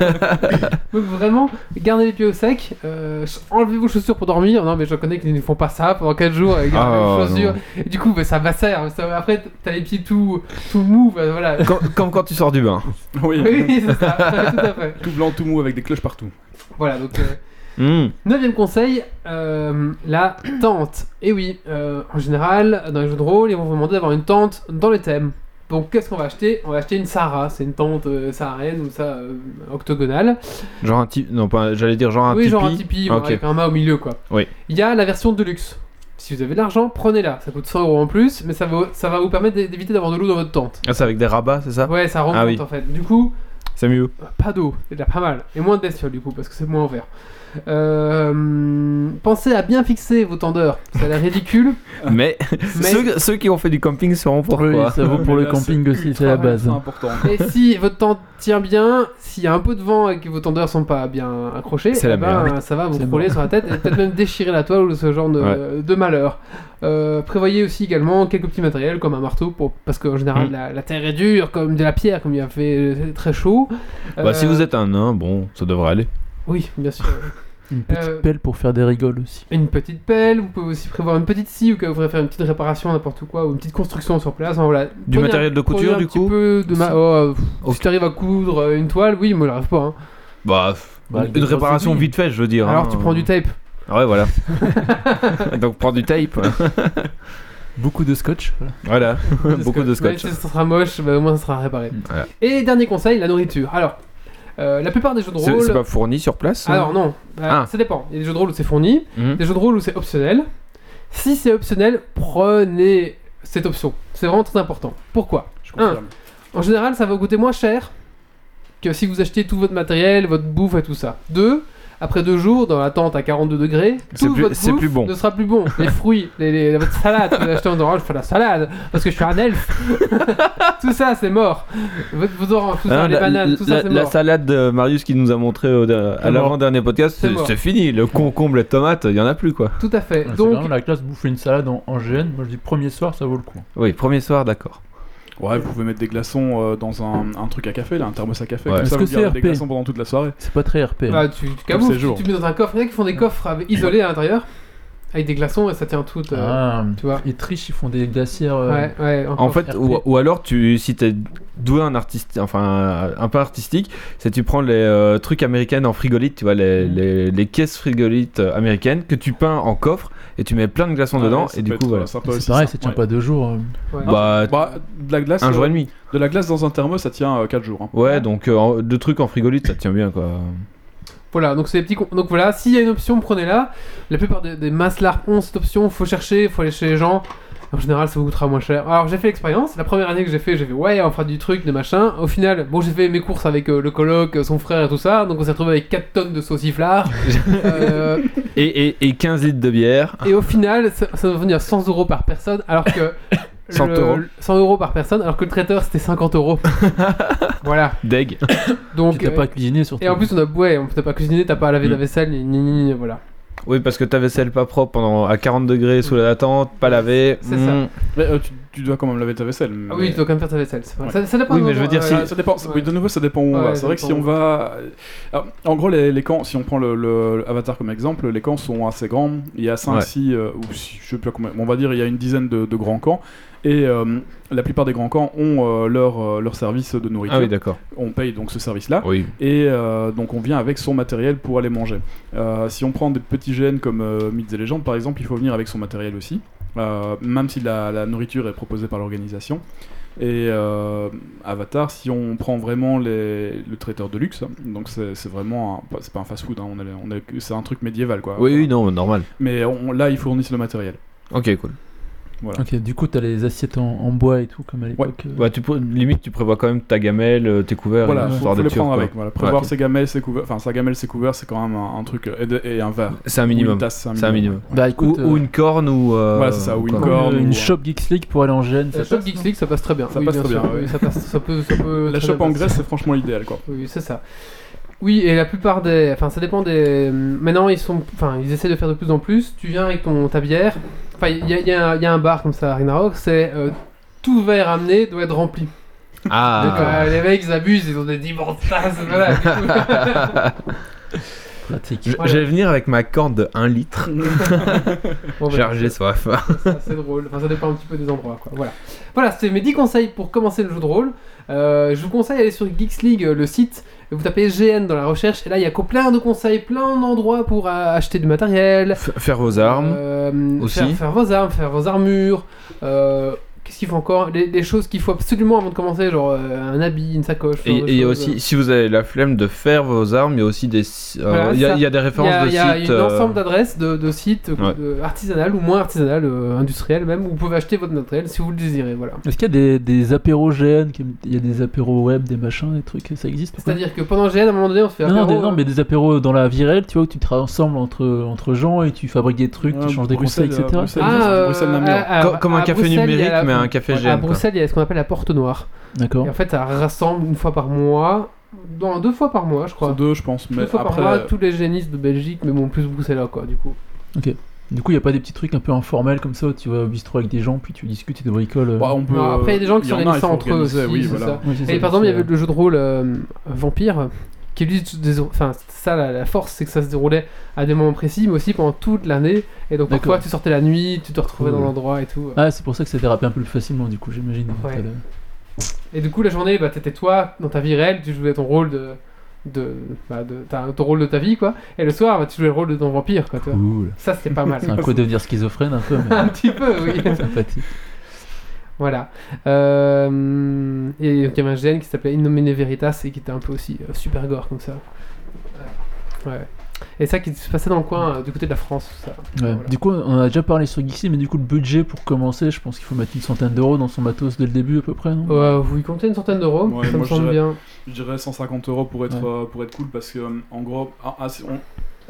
Speaker 1: Donc vraiment, gardez les pieds au sec, euh, ch- enlevez vos chaussures pour dormir. Non, mais je connais qu'ils ne font pas ça pendant 4 jours et gardez
Speaker 6: Ah,
Speaker 1: vos chaussures. Et du coup, bah, ça macère. Ça- Après, t'as les pieds tout, tout mous, bah, voilà.
Speaker 6: Comme, comme quand tu sors du bain.
Speaker 2: Oui.
Speaker 1: Oui, c'est ça, tout à fait.
Speaker 2: tout blanc, tout mou, avec des cloches partout.
Speaker 1: Voilà, donc. euh,
Speaker 6: Hmm.
Speaker 1: Neuvième conseil, euh, la tente. Et oui, euh, en général, dans les jeux de rôle, ils vont vous demander d'avoir une tente dans le thème. Donc qu'est-ce qu'on va acheter On va acheter une Sahara, c'est une tente euh, saharienne ou ça euh, octogonale.
Speaker 6: Genre un type. Non, pas. J'allais dire genre un
Speaker 1: oui,
Speaker 6: tipi. Ah,
Speaker 1: genre un tipi bon,
Speaker 6: Ok.
Speaker 1: avec un mât au milieu quoi.
Speaker 6: Oui.
Speaker 1: Il y a la version de luxe. Si vous avez de l'argent, prenez-la. Ça coûte 100 euros en plus, mais ça, vaut- ça va vous permettre d'é- d'éviter d'avoir de l'eau dans votre tente.
Speaker 6: Ah, c'est avec des rabats, c'est ça
Speaker 1: Ouais, ça remonte
Speaker 6: Ah oui.
Speaker 1: en fait. Du coup,
Speaker 6: Samu.
Speaker 1: Pas d'eau, c'est déjà pas mal. Et moins de bestioles du coup, parce que c'est moins en vert. Euh, pensez à bien fixer vos tendeurs. Ça a l'air ridicule,
Speaker 6: Mais,
Speaker 1: mais
Speaker 6: Ceux, ceux qui ont fait du camping sauront
Speaker 5: Oui,
Speaker 6: pourquoi.
Speaker 5: ça vaut pour
Speaker 2: Mais
Speaker 5: le
Speaker 2: là,
Speaker 5: camping aussi, c'est la base.
Speaker 2: C'est important.
Speaker 1: Et si votre tente tient bien, s'il y a un peu de vent et que vos tendeurs sont pas bien accrochés,
Speaker 6: C'est
Speaker 1: eh
Speaker 6: la
Speaker 1: ben, ça va vous
Speaker 5: C'est
Speaker 1: rouler sur la tête et peut-être même déchirer la toile ou ce genre de, de malheur. Euh, prévoyez aussi également quelques petits matériels comme un marteau, pour, parce qu'en général
Speaker 6: Mm.
Speaker 1: la, la terre est dure, comme de la pierre, comme il a fait euh, très chaud.
Speaker 6: Bah, si
Speaker 1: Euh,
Speaker 6: vous êtes un nain, bon, ça devrait aller.
Speaker 1: Oui, bien sûr.
Speaker 5: Une petite
Speaker 1: Euh,
Speaker 5: pelle pour faire des rigoles aussi.
Speaker 1: une petite pelle, vous pouvez aussi prévoir une petite scie ou que vous voudrez faire une petite réparation, n'importe quoi, ou une petite construction sur place. Enfin, voilà.
Speaker 6: Du matériel de couture,
Speaker 1: prenez un
Speaker 6: du
Speaker 1: petit
Speaker 6: coup
Speaker 1: peu de ma- oh, pff,
Speaker 6: Ok.
Speaker 1: Si t'arrives à coudre euh, une toile, oui, moi j'arrive pas. hein.
Speaker 6: Bah, pff,
Speaker 5: Bah,
Speaker 6: une
Speaker 5: une
Speaker 6: réparation
Speaker 5: grosse aiguille.
Speaker 6: vite faite, je veux dire.
Speaker 1: Alors
Speaker 6: hein.
Speaker 1: tu prends du tape.
Speaker 6: Ouais, voilà. Donc prends du tape.
Speaker 5: Beaucoup de scotch.
Speaker 6: voilà, beaucoup de
Speaker 1: Même
Speaker 6: scotch.
Speaker 1: si ça sera moche, bah, au moins ça sera réparé.
Speaker 6: Voilà.
Speaker 1: Et dernier conseil, la nourriture. Alors, euh, la plupart des jeux de
Speaker 6: C'est
Speaker 1: rôle.
Speaker 6: c'est pas fourni sur place hein
Speaker 1: Alors non, Bah,
Speaker 6: Ah.
Speaker 1: ça dépend. Il y a des jeux de rôle où c'est fourni,
Speaker 6: Mhm.
Speaker 1: des jeux de rôle où c'est optionnel. Si c'est optionnel, prenez cette option. C'est vraiment très important. Pourquoi
Speaker 2: Je confirme.
Speaker 1: En général, ça va vous coûter moins cher que si vous achetez tout votre matériel, votre bouffe et tout ça. Deux, après deux jours, dans la tente à 42 degrés,
Speaker 6: C'est
Speaker 1: tout
Speaker 6: plus-
Speaker 1: votre
Speaker 6: c'est
Speaker 1: bouffe
Speaker 6: plus bon.
Speaker 1: ne sera plus bon. Les fruits, les, les- votre salade que vous achetez en orange, je fais la salade parce que je suis un elfe. tout ça, c'est mort. Votre, vos oranges, tout ça,
Speaker 6: Hein,
Speaker 1: les
Speaker 6: la,
Speaker 1: bananes, tout
Speaker 6: la-
Speaker 1: ça, c'est
Speaker 6: la
Speaker 1: mort.
Speaker 6: salade de Marius qui nous a montré au- à
Speaker 5: C'est
Speaker 6: l'avant-dernier podcast,
Speaker 1: C'est
Speaker 6: c'est-
Speaker 1: mort.
Speaker 6: c'est fini. Le concombre, les tomates, il y en a plus quoi.
Speaker 1: Tout à
Speaker 6: Ah,
Speaker 1: fait.
Speaker 5: Donc,
Speaker 1: Donc,
Speaker 5: la classe bouffe une salade en, en GN. Moi, je dis premier soir, ça vaut le coup.
Speaker 6: Oui, premier soir, d'accord.
Speaker 2: Ouais, vous pouvez mettre des glaçons euh, dans un, un truc à café, là, un thermos à café.
Speaker 6: Ouais.
Speaker 2: Comme
Speaker 5: Est-ce
Speaker 2: ça,
Speaker 5: que
Speaker 2: vous gardez
Speaker 5: c'est
Speaker 2: des
Speaker 5: RP?
Speaker 2: glaçons pendant toute la soirée.
Speaker 5: C'est pas très RP. hein.
Speaker 1: bah, tu, tu cabouffes,
Speaker 2: ces jours.
Speaker 1: tu mets dans un coffre. Il y en a qui
Speaker 6: Hein.
Speaker 1: font des coffres avec- isolés à l'intérieur avec des glaçons et ça tient tout. euh,
Speaker 5: Ah,
Speaker 1: Tu vois
Speaker 5: Ils trichent, ils font des glacières. euh,
Speaker 1: Ouais, ouais.
Speaker 6: En
Speaker 1: encore.
Speaker 6: fait,
Speaker 5: RP.
Speaker 6: ou, ou alors, tu, si t'es doué un artiste, enfin un peu artistique, c'est tu prends les euh, trucs américaines en frigolite, tu vois, les,
Speaker 1: Mmh.
Speaker 6: les- les caisses frigolites euh, américaines que tu peins en coffre et tu mets plein de glaçons
Speaker 2: Ah,
Speaker 6: dedans
Speaker 2: ça
Speaker 6: et du
Speaker 2: peut
Speaker 6: coup,
Speaker 2: être,
Speaker 6: voilà.
Speaker 2: euh, sympa aussi,
Speaker 5: C'est pareil,
Speaker 2: ça.
Speaker 5: ça tient
Speaker 2: Ouais.
Speaker 5: pas deux jours. euh.
Speaker 1: Ouais.
Speaker 6: Bah,
Speaker 2: Bah, de la glace,
Speaker 6: un jour
Speaker 2: euh,
Speaker 6: et demi.
Speaker 2: de la glace dans un thermos, ça tient 4 jours. hein.
Speaker 6: Ouais, donc euh, en- deux trucs en frigolite, ça tient bien quoi.
Speaker 1: Voilà, donc c'est des petits. con- Donc voilà, s'il y a une option, prenez-la. La plupart des, des masses LARP ont cette option, faut chercher, faut aller chez les gens. En général, ça vous coûtera moins cher. Alors j'ai fait l'expérience, la première année que j'ai fait, j'ai fait ouais, on fera du truc, de machin. Au final, bon, j'ai fait mes courses avec euh, le coloc, euh, son frère et tout ça, donc on s'est retrouvé avec 4 tonnes de sauciflard. Euh,
Speaker 6: Et, et, et 15 litres de bière.
Speaker 1: et au final, ça, ça va venir 100 euros par personne, alors que.
Speaker 6: 100
Speaker 1: le-
Speaker 6: euros.
Speaker 1: 100 euros par personne, alors que le traiteur c'était 50 euros. voilà.
Speaker 6: Deg.
Speaker 1: Donc.
Speaker 5: Puis t'as
Speaker 1: euh,
Speaker 5: pas à cuisiner surtout.
Speaker 1: Et en plus, on a, ouais, on- t'as pas cuisiné, t'as pas à laver la
Speaker 6: Mm.
Speaker 1: vaisselle, ni, ni, ni- ni- voilà.
Speaker 6: Oui, parce que ta vaisselle pas propre pendant à 40 degrés sous la tente, pas lavée.
Speaker 1: C'est ça.
Speaker 6: Mm.
Speaker 2: Mais, euh, tu, tu dois quand même laver ta vaisselle.
Speaker 1: Ah
Speaker 2: mais-
Speaker 1: oui, tu dois quand même faire ta vaisselle. c'est vrai.
Speaker 2: Ouais.
Speaker 1: Ça, ça dépend.
Speaker 6: Oui,
Speaker 1: de euh,
Speaker 6: mais je veux
Speaker 1: l'endroit,
Speaker 6: dire, si-
Speaker 1: ouais.
Speaker 2: Ah, ça dépend. ça-
Speaker 1: Ouais.
Speaker 2: Oui, de nouveau, ça dépend où on
Speaker 1: Ouais,
Speaker 2: va.
Speaker 1: ça
Speaker 2: C'est vrai que si
Speaker 1: dépend
Speaker 2: on
Speaker 1: où.
Speaker 2: va. euh, Alors, en gros, les, les camps, si on prend le, le- le Avatar comme exemple, les camps sont assez grands. Il y a 5,
Speaker 6: Ouais.
Speaker 2: 6, ou six, je sais plus combien. On va dire il y a une dizaine de, de grands camps. Et euh, la plupart des grands camps ont euh, leur, euh, leur service de nourriture.
Speaker 6: Ah oui, d'accord.
Speaker 2: on paye donc ce service-là.
Speaker 6: Oui.
Speaker 2: Et euh, donc on vient avec son matériel pour aller manger. Euh, si on prend des petits gènes comme euh, Mythes et Légendes par exemple, il faut venir avec son matériel aussi, Euh, même si la, la nourriture est proposée par l'organisation. Et euh, Avatar, si on prend vraiment les- le traiteur de luxe, hein, donc c'est c'est vraiment un- pas- c'est pas un fast-food, hein, on est- on est- c'est un truc médiéval quoi.
Speaker 6: Oui, oui, non, normal.
Speaker 2: Mais on- là ils fournissent le matériel.
Speaker 6: Ok, cool.
Speaker 5: Ok, du coup, t'as les assiettes en, en bois et tout, comme à l'époque. euh.
Speaker 6: Bah, tu pré- limite, tu prévois quand même ta gamelle, euh, tes couverts,
Speaker 2: Voilà, faut,
Speaker 6: histoire
Speaker 2: faut
Speaker 6: de
Speaker 2: les
Speaker 6: tuer,
Speaker 2: prendre
Speaker 6: quoi.
Speaker 2: avec. Voilà. Prévoir
Speaker 6: ok.
Speaker 2: ses gamelles, ses couverts, enfin sa gamelle, ses couverts, c'est quand même un, un truc et, de- et un verre.
Speaker 6: C'est un
Speaker 2: Ou une
Speaker 6: minimum.
Speaker 2: tasse, C'est
Speaker 6: C'est un minimum.
Speaker 5: Bah
Speaker 6: Ou,
Speaker 5: écoute,
Speaker 6: ou
Speaker 5: euh,
Speaker 6: une corne ou. euh,
Speaker 2: Voilà, c'est ça, ou une
Speaker 6: quoi.
Speaker 5: comme,
Speaker 2: corne
Speaker 5: euh,
Speaker 2: ou-
Speaker 5: une shop Geeks League pour aller en GN.
Speaker 1: La
Speaker 5: ça
Speaker 1: shop
Speaker 5: passe,
Speaker 1: Geeks
Speaker 5: non
Speaker 1: League, Eh, ça passe très bien.
Speaker 2: Ça passe très
Speaker 1: sûr,
Speaker 2: bien, ouais.
Speaker 1: oui, ça, passe, ça peut, ça peut
Speaker 2: La
Speaker 1: très
Speaker 2: chope
Speaker 1: bien
Speaker 2: en
Speaker 1: passer.
Speaker 2: Grèce, c'est franchement l'idéal quoi.
Speaker 1: Oui, c'est ça. Oui, et la plupart des. Enfin, ça dépend des. Maintenant, ils sont. Enfin, ils essaient de faire de plus en plus. Tu viens avec ton, ta bière. Enfin, il y a, il y a un- il y a un bar comme ça à Ragnarok, c'est. euh, tout verre amené doit être rempli. Donc,
Speaker 6: Ah
Speaker 1: euh, les mecs, ils abusent, ils ont des dimanches tasses, voilà.
Speaker 5: Pratique.
Speaker 6: Je-
Speaker 1: voilà.
Speaker 6: Je vais venir avec ma corne de 1 litre.
Speaker 1: Bon, bah,
Speaker 6: Chargée soif.
Speaker 1: Ça, c'est drôle. Enfin, ça dépend un petit peu des endroits, quoi. Voilà. Voilà, c'est mes 10 conseils pour commencer le jeu de rôle. Euh, je vous conseille d'aller sur Geeks League, euh, le site. Vous tapez GN dans la recherche, et là, il y a co- plein de conseils, plein d'endroits pour euh, acheter du matériel.
Speaker 6: F- Faire vos armes.
Speaker 1: Euh,
Speaker 6: aussi.
Speaker 1: Faire, faire vos armes, faire vos armures. euh, Qu'est-ce qu'il faut encore les, les choses qu'il faut absolument avant de commencer, genre euh, un habit, une sacoche. ce
Speaker 6: Et
Speaker 1: genre de
Speaker 6: et il y a
Speaker 1: choses. euh.
Speaker 6: aussi, si vous avez la flemme de faire vos armes, il y a aussi des. euh,
Speaker 1: Voilà,
Speaker 6: il, y a,
Speaker 1: ça.
Speaker 6: il y a des
Speaker 1: Il y
Speaker 6: références
Speaker 1: a,
Speaker 6: de
Speaker 1: il y a
Speaker 6: sites.
Speaker 1: un
Speaker 6: euh,
Speaker 1: ensemble d'adresses de, de sites euh,
Speaker 6: Ouais.
Speaker 1: de- artisanales ou moins artisanales, euh, industrielles même, où vous pouvez acheter votre matériel si vous le désirez. Voilà.
Speaker 5: Est-ce qu'il y a des, des apéros GN qui- Il y a des apéros web, des machins, des trucs, ça existe ou pas
Speaker 1: C'est-à-dire que pendant GN, à un moment donné, on se fait
Speaker 5: non, non,
Speaker 1: apéro,
Speaker 5: des- non,
Speaker 1: hein.
Speaker 5: mais des apéros dans la vie réelle, tu vois, où tu travailles ensemble entre, entre gens et tu fabriques des trucs,
Speaker 2: Ouais,
Speaker 5: tu changes des
Speaker 2: Bruxelles,
Speaker 5: conseils,
Speaker 2: euh,
Speaker 5: etc.
Speaker 2: Bruxelles,
Speaker 1: Ah,
Speaker 2: c'est
Speaker 1: euh,
Speaker 2: Bruxelles, la merde.
Speaker 1: à- à-
Speaker 6: co- comme un
Speaker 1: à
Speaker 6: café
Speaker 1: Bruxelles, il y a
Speaker 6: numérique,
Speaker 1: la-
Speaker 6: mais un café
Speaker 1: À
Speaker 6: GN. quoi.
Speaker 1: Bruxelles, il y a ce qu'on appelle la porte noire.
Speaker 5: D'accord.
Speaker 1: Et en fait, ça rassemble une fois par mois, dans, deux fois par mois, je crois.
Speaker 2: C'est deux, je pense. Mais
Speaker 1: Deux fois
Speaker 2: après,
Speaker 1: par mois,
Speaker 2: euh,
Speaker 1: tous les génistes de Belgique, mais bon, plus bruxellois, quoi, du coup.
Speaker 5: Du coup, il n'y a pas des petits trucs un peu informels comme ça où tu vas au bistrot avec des gens, puis tu discutes et tu bricoles. euh.
Speaker 2: bah, on peut,
Speaker 1: Non, après, il y a des gens qui
Speaker 2: il
Speaker 1: sont
Speaker 2: en a, il
Speaker 1: réticents
Speaker 2: faut
Speaker 1: entre eux
Speaker 2: organiser,
Speaker 1: aussi,
Speaker 2: oui,
Speaker 1: c'est
Speaker 2: voilà.
Speaker 1: ça.
Speaker 5: Oui, c'est ça,
Speaker 1: Et par exemple, il y
Speaker 5: c'est-
Speaker 1: avait le jeu de rôle euh, Vampire, qui lui, se dés- enfin, ça, la, la force, c'est que ça se déroulait à des moments précis, mais aussi pendant toute l'année. Et donc,
Speaker 5: D'accord.
Speaker 1: parfois, tu sortais la nuit, tu te retrouvais dans
Speaker 5: Cool.
Speaker 1: l'endroit et tout.
Speaker 5: Ah, c'est pour ça que ça dérapait un peu plus facilement, du coup, j'imagine.
Speaker 1: Ouais.
Speaker 5: T'as le-
Speaker 1: Et du coup, la journée, bah, t'étais toi dans ta vie réelle, tu jouais ton rôle de. De, bah, de t'as ton rôle de ta vie quoi et le soir bah, tu jouais le rôle de ton vampire quoi tu vois.
Speaker 5: Cool.
Speaker 1: ça c'était pas mal
Speaker 5: C'est un coup de devenir schizophrène un peu,
Speaker 1: un
Speaker 5: mais
Speaker 1: petit peu oui
Speaker 5: sympathique.
Speaker 1: Voilà. Euh, et donc, il y avait un GN qui s'appelait Innomine Veritas et qui était un peu aussi euh, super gore comme ça. Ouais. Ouais. Et ça qui se passait dans le coin, euh, du côté de la France. tout Ça.
Speaker 5: Ouais.
Speaker 1: Voilà.
Speaker 5: Du coup, on a déjà parlé sur Geeksy, mais du coup, le budget pour commencer, je pense qu'il faut mettre une centaine d'euros dans son matos dès le début à peu près, non
Speaker 1: Euh, vous y comptez une centaine d'euros,
Speaker 2: Ouais,
Speaker 1: ça me
Speaker 2: moi, je
Speaker 1: semble
Speaker 2: dirais-
Speaker 1: bien.
Speaker 2: Je dirais 150 euros pour être,
Speaker 5: Ouais.
Speaker 2: euh, pour être cool parce que, euh, en gros, ah, ah, c'est- on,